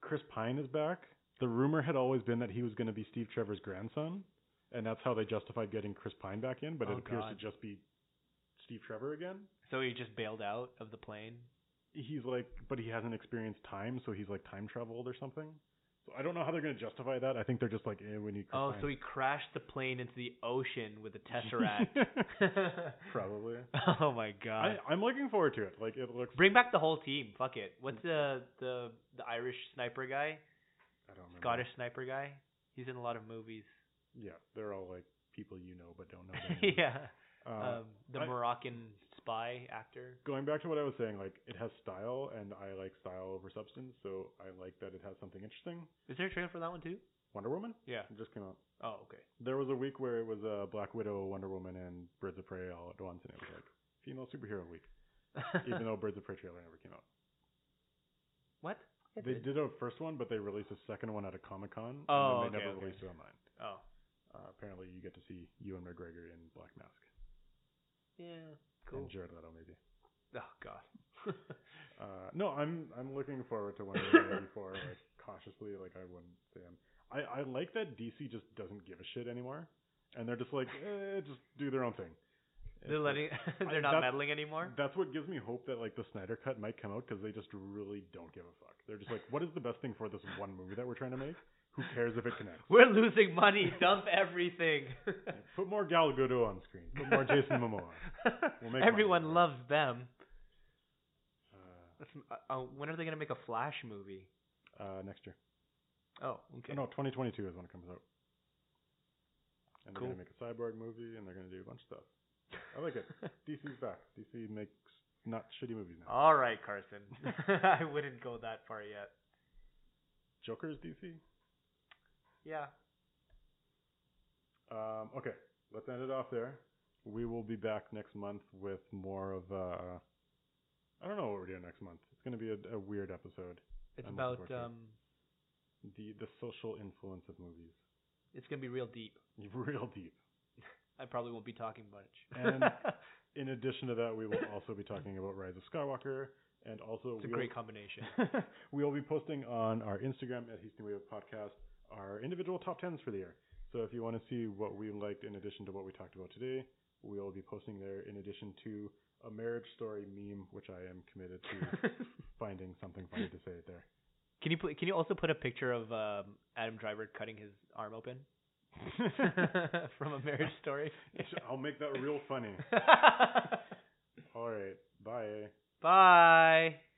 S1: Chris Pine is back. The rumor had always been that he was going to be Steve Trevor's grandson, and that's how they justified getting Chris Pine back in. But
S2: Oh,
S1: it appears
S2: God.
S1: to just be Steve Trevor again.
S2: so he just bailed out of the plane.
S1: He's like, but he hasn't experienced time, so he's like time traveled or something. So I don't know how they're going to justify that. I think they're just like, eh, we need.
S2: Oh, so
S1: Chris
S2: he crashed the plane into the ocean with a
S1: Pine.
S2: [LAUGHS] tesseract.
S1: [LAUGHS] Probably.
S2: oh my god.
S1: I, I'm looking forward to it. Like it looks.
S2: Bring back the whole team. Fuck it. What's the the the Irish sniper guy?
S1: I don't remember.
S2: Scottish sniper guy? He's in a lot of movies.
S1: Yeah, they're all like people you know but don't know.
S2: [LAUGHS]
S1: their names.
S2: yeah.
S1: Um,
S2: Um, the
S1: I-
S2: Moroccan spy actor.
S1: going back to what I was saying, like it has style, and I like style over substance, so I like that it has something interesting.
S2: Is there a trailer for that one too?
S1: Wonder Woman
S2: Yeah.
S1: it just came out.
S2: Oh, okay.
S1: There was a week where it was uh, Black Widow, Wonder Woman, and Birds of Prey all at once, and it was like female superhero week, even though Birds of Prey trailer never came out.
S2: [LAUGHS] what? It
S1: They
S2: did.
S1: did a first one, but they released a second one at a Comic Con,
S2: Oh,
S1: and then they
S2: okay,
S1: never
S2: okay.
S1: released it online.
S2: Oh.
S1: Uh, apparently, you get to see Ewan McGregor in Black Mask
S2: Yeah. Cool.
S1: and Jared Leto maybe.
S2: Oh
S1: [LAUGHS]
S2: god.
S1: Uh, no, I'm I'm looking forward to Wonder
S2: [LAUGHS]
S1: Woman 84 like cautiously. Like I wouldn't say I'm. I I like that DC just doesn't give a shit anymore, and they're just like eh, just do their own thing. It's
S2: they're
S1: like-
S2: letting [LAUGHS] they're
S1: that-
S2: not meddling anymore.
S1: That's what gives me hope that like the Snyder cut might come out because they just really don't give a fuck. They're just like, what is the best thing for this one movie that we're trying to make? Who cares if it connects?
S2: We're losing money. Dump everything.
S1: Put more Gal Gadot on screen. Put more
S2: [LAUGHS]
S1: Jason Momoa. We'll make money.
S2: Everyone loves them.
S1: Uh,
S2: That's, uh, uh, when are they gonna make a Flash movie?
S1: uh, next year.
S2: Oh, okay.
S1: No, 2022 is when it comes out. And
S2: Cool.
S1: they're gonna make a cyborg movie, and they're gonna do a bunch of stuff. I
S2: [LAUGHS]
S1: like it. DC's back. DC makes not shitty movies now.
S2: All right, Carson. [LAUGHS] I wouldn't go that far yet.
S1: Joker's DC.
S2: Yeah.
S1: Um, okay, let's end it off there. We will be back next month with more of. Uh, I don't know what we're doing next month. It's gonna be a, a weird episode.
S2: It's
S1: I'm looking
S2: about
S1: forward to it.
S2: um
S1: The the social influence of movies, [LAUGHS]
S2: it's gonna be real deep.
S1: real deep.
S2: I probably won't be talking much.
S1: And In addition to that, we will also be talking about Rise of Skywalker, and also
S2: [LAUGHS] it's a
S1: we'll- [LAUGHS]
S2: great combination.
S1: we will be posting on our Instagram at Houston Wave Podcast our individual top tens for the year. So if you want to see what we liked in addition to what we talked about today, we'll be posting there in addition to a marriage story meme, which I am committed
S2: [LAUGHS]
S1: to finding something funny to say there. [LAUGHS]
S2: Can you pl- can you also put a picture of um, Adam Driver cutting his arm open [LAUGHS] from a marriage story? [LAUGHS]
S1: I'll make that real funny. All right. Bye.
S2: Bye.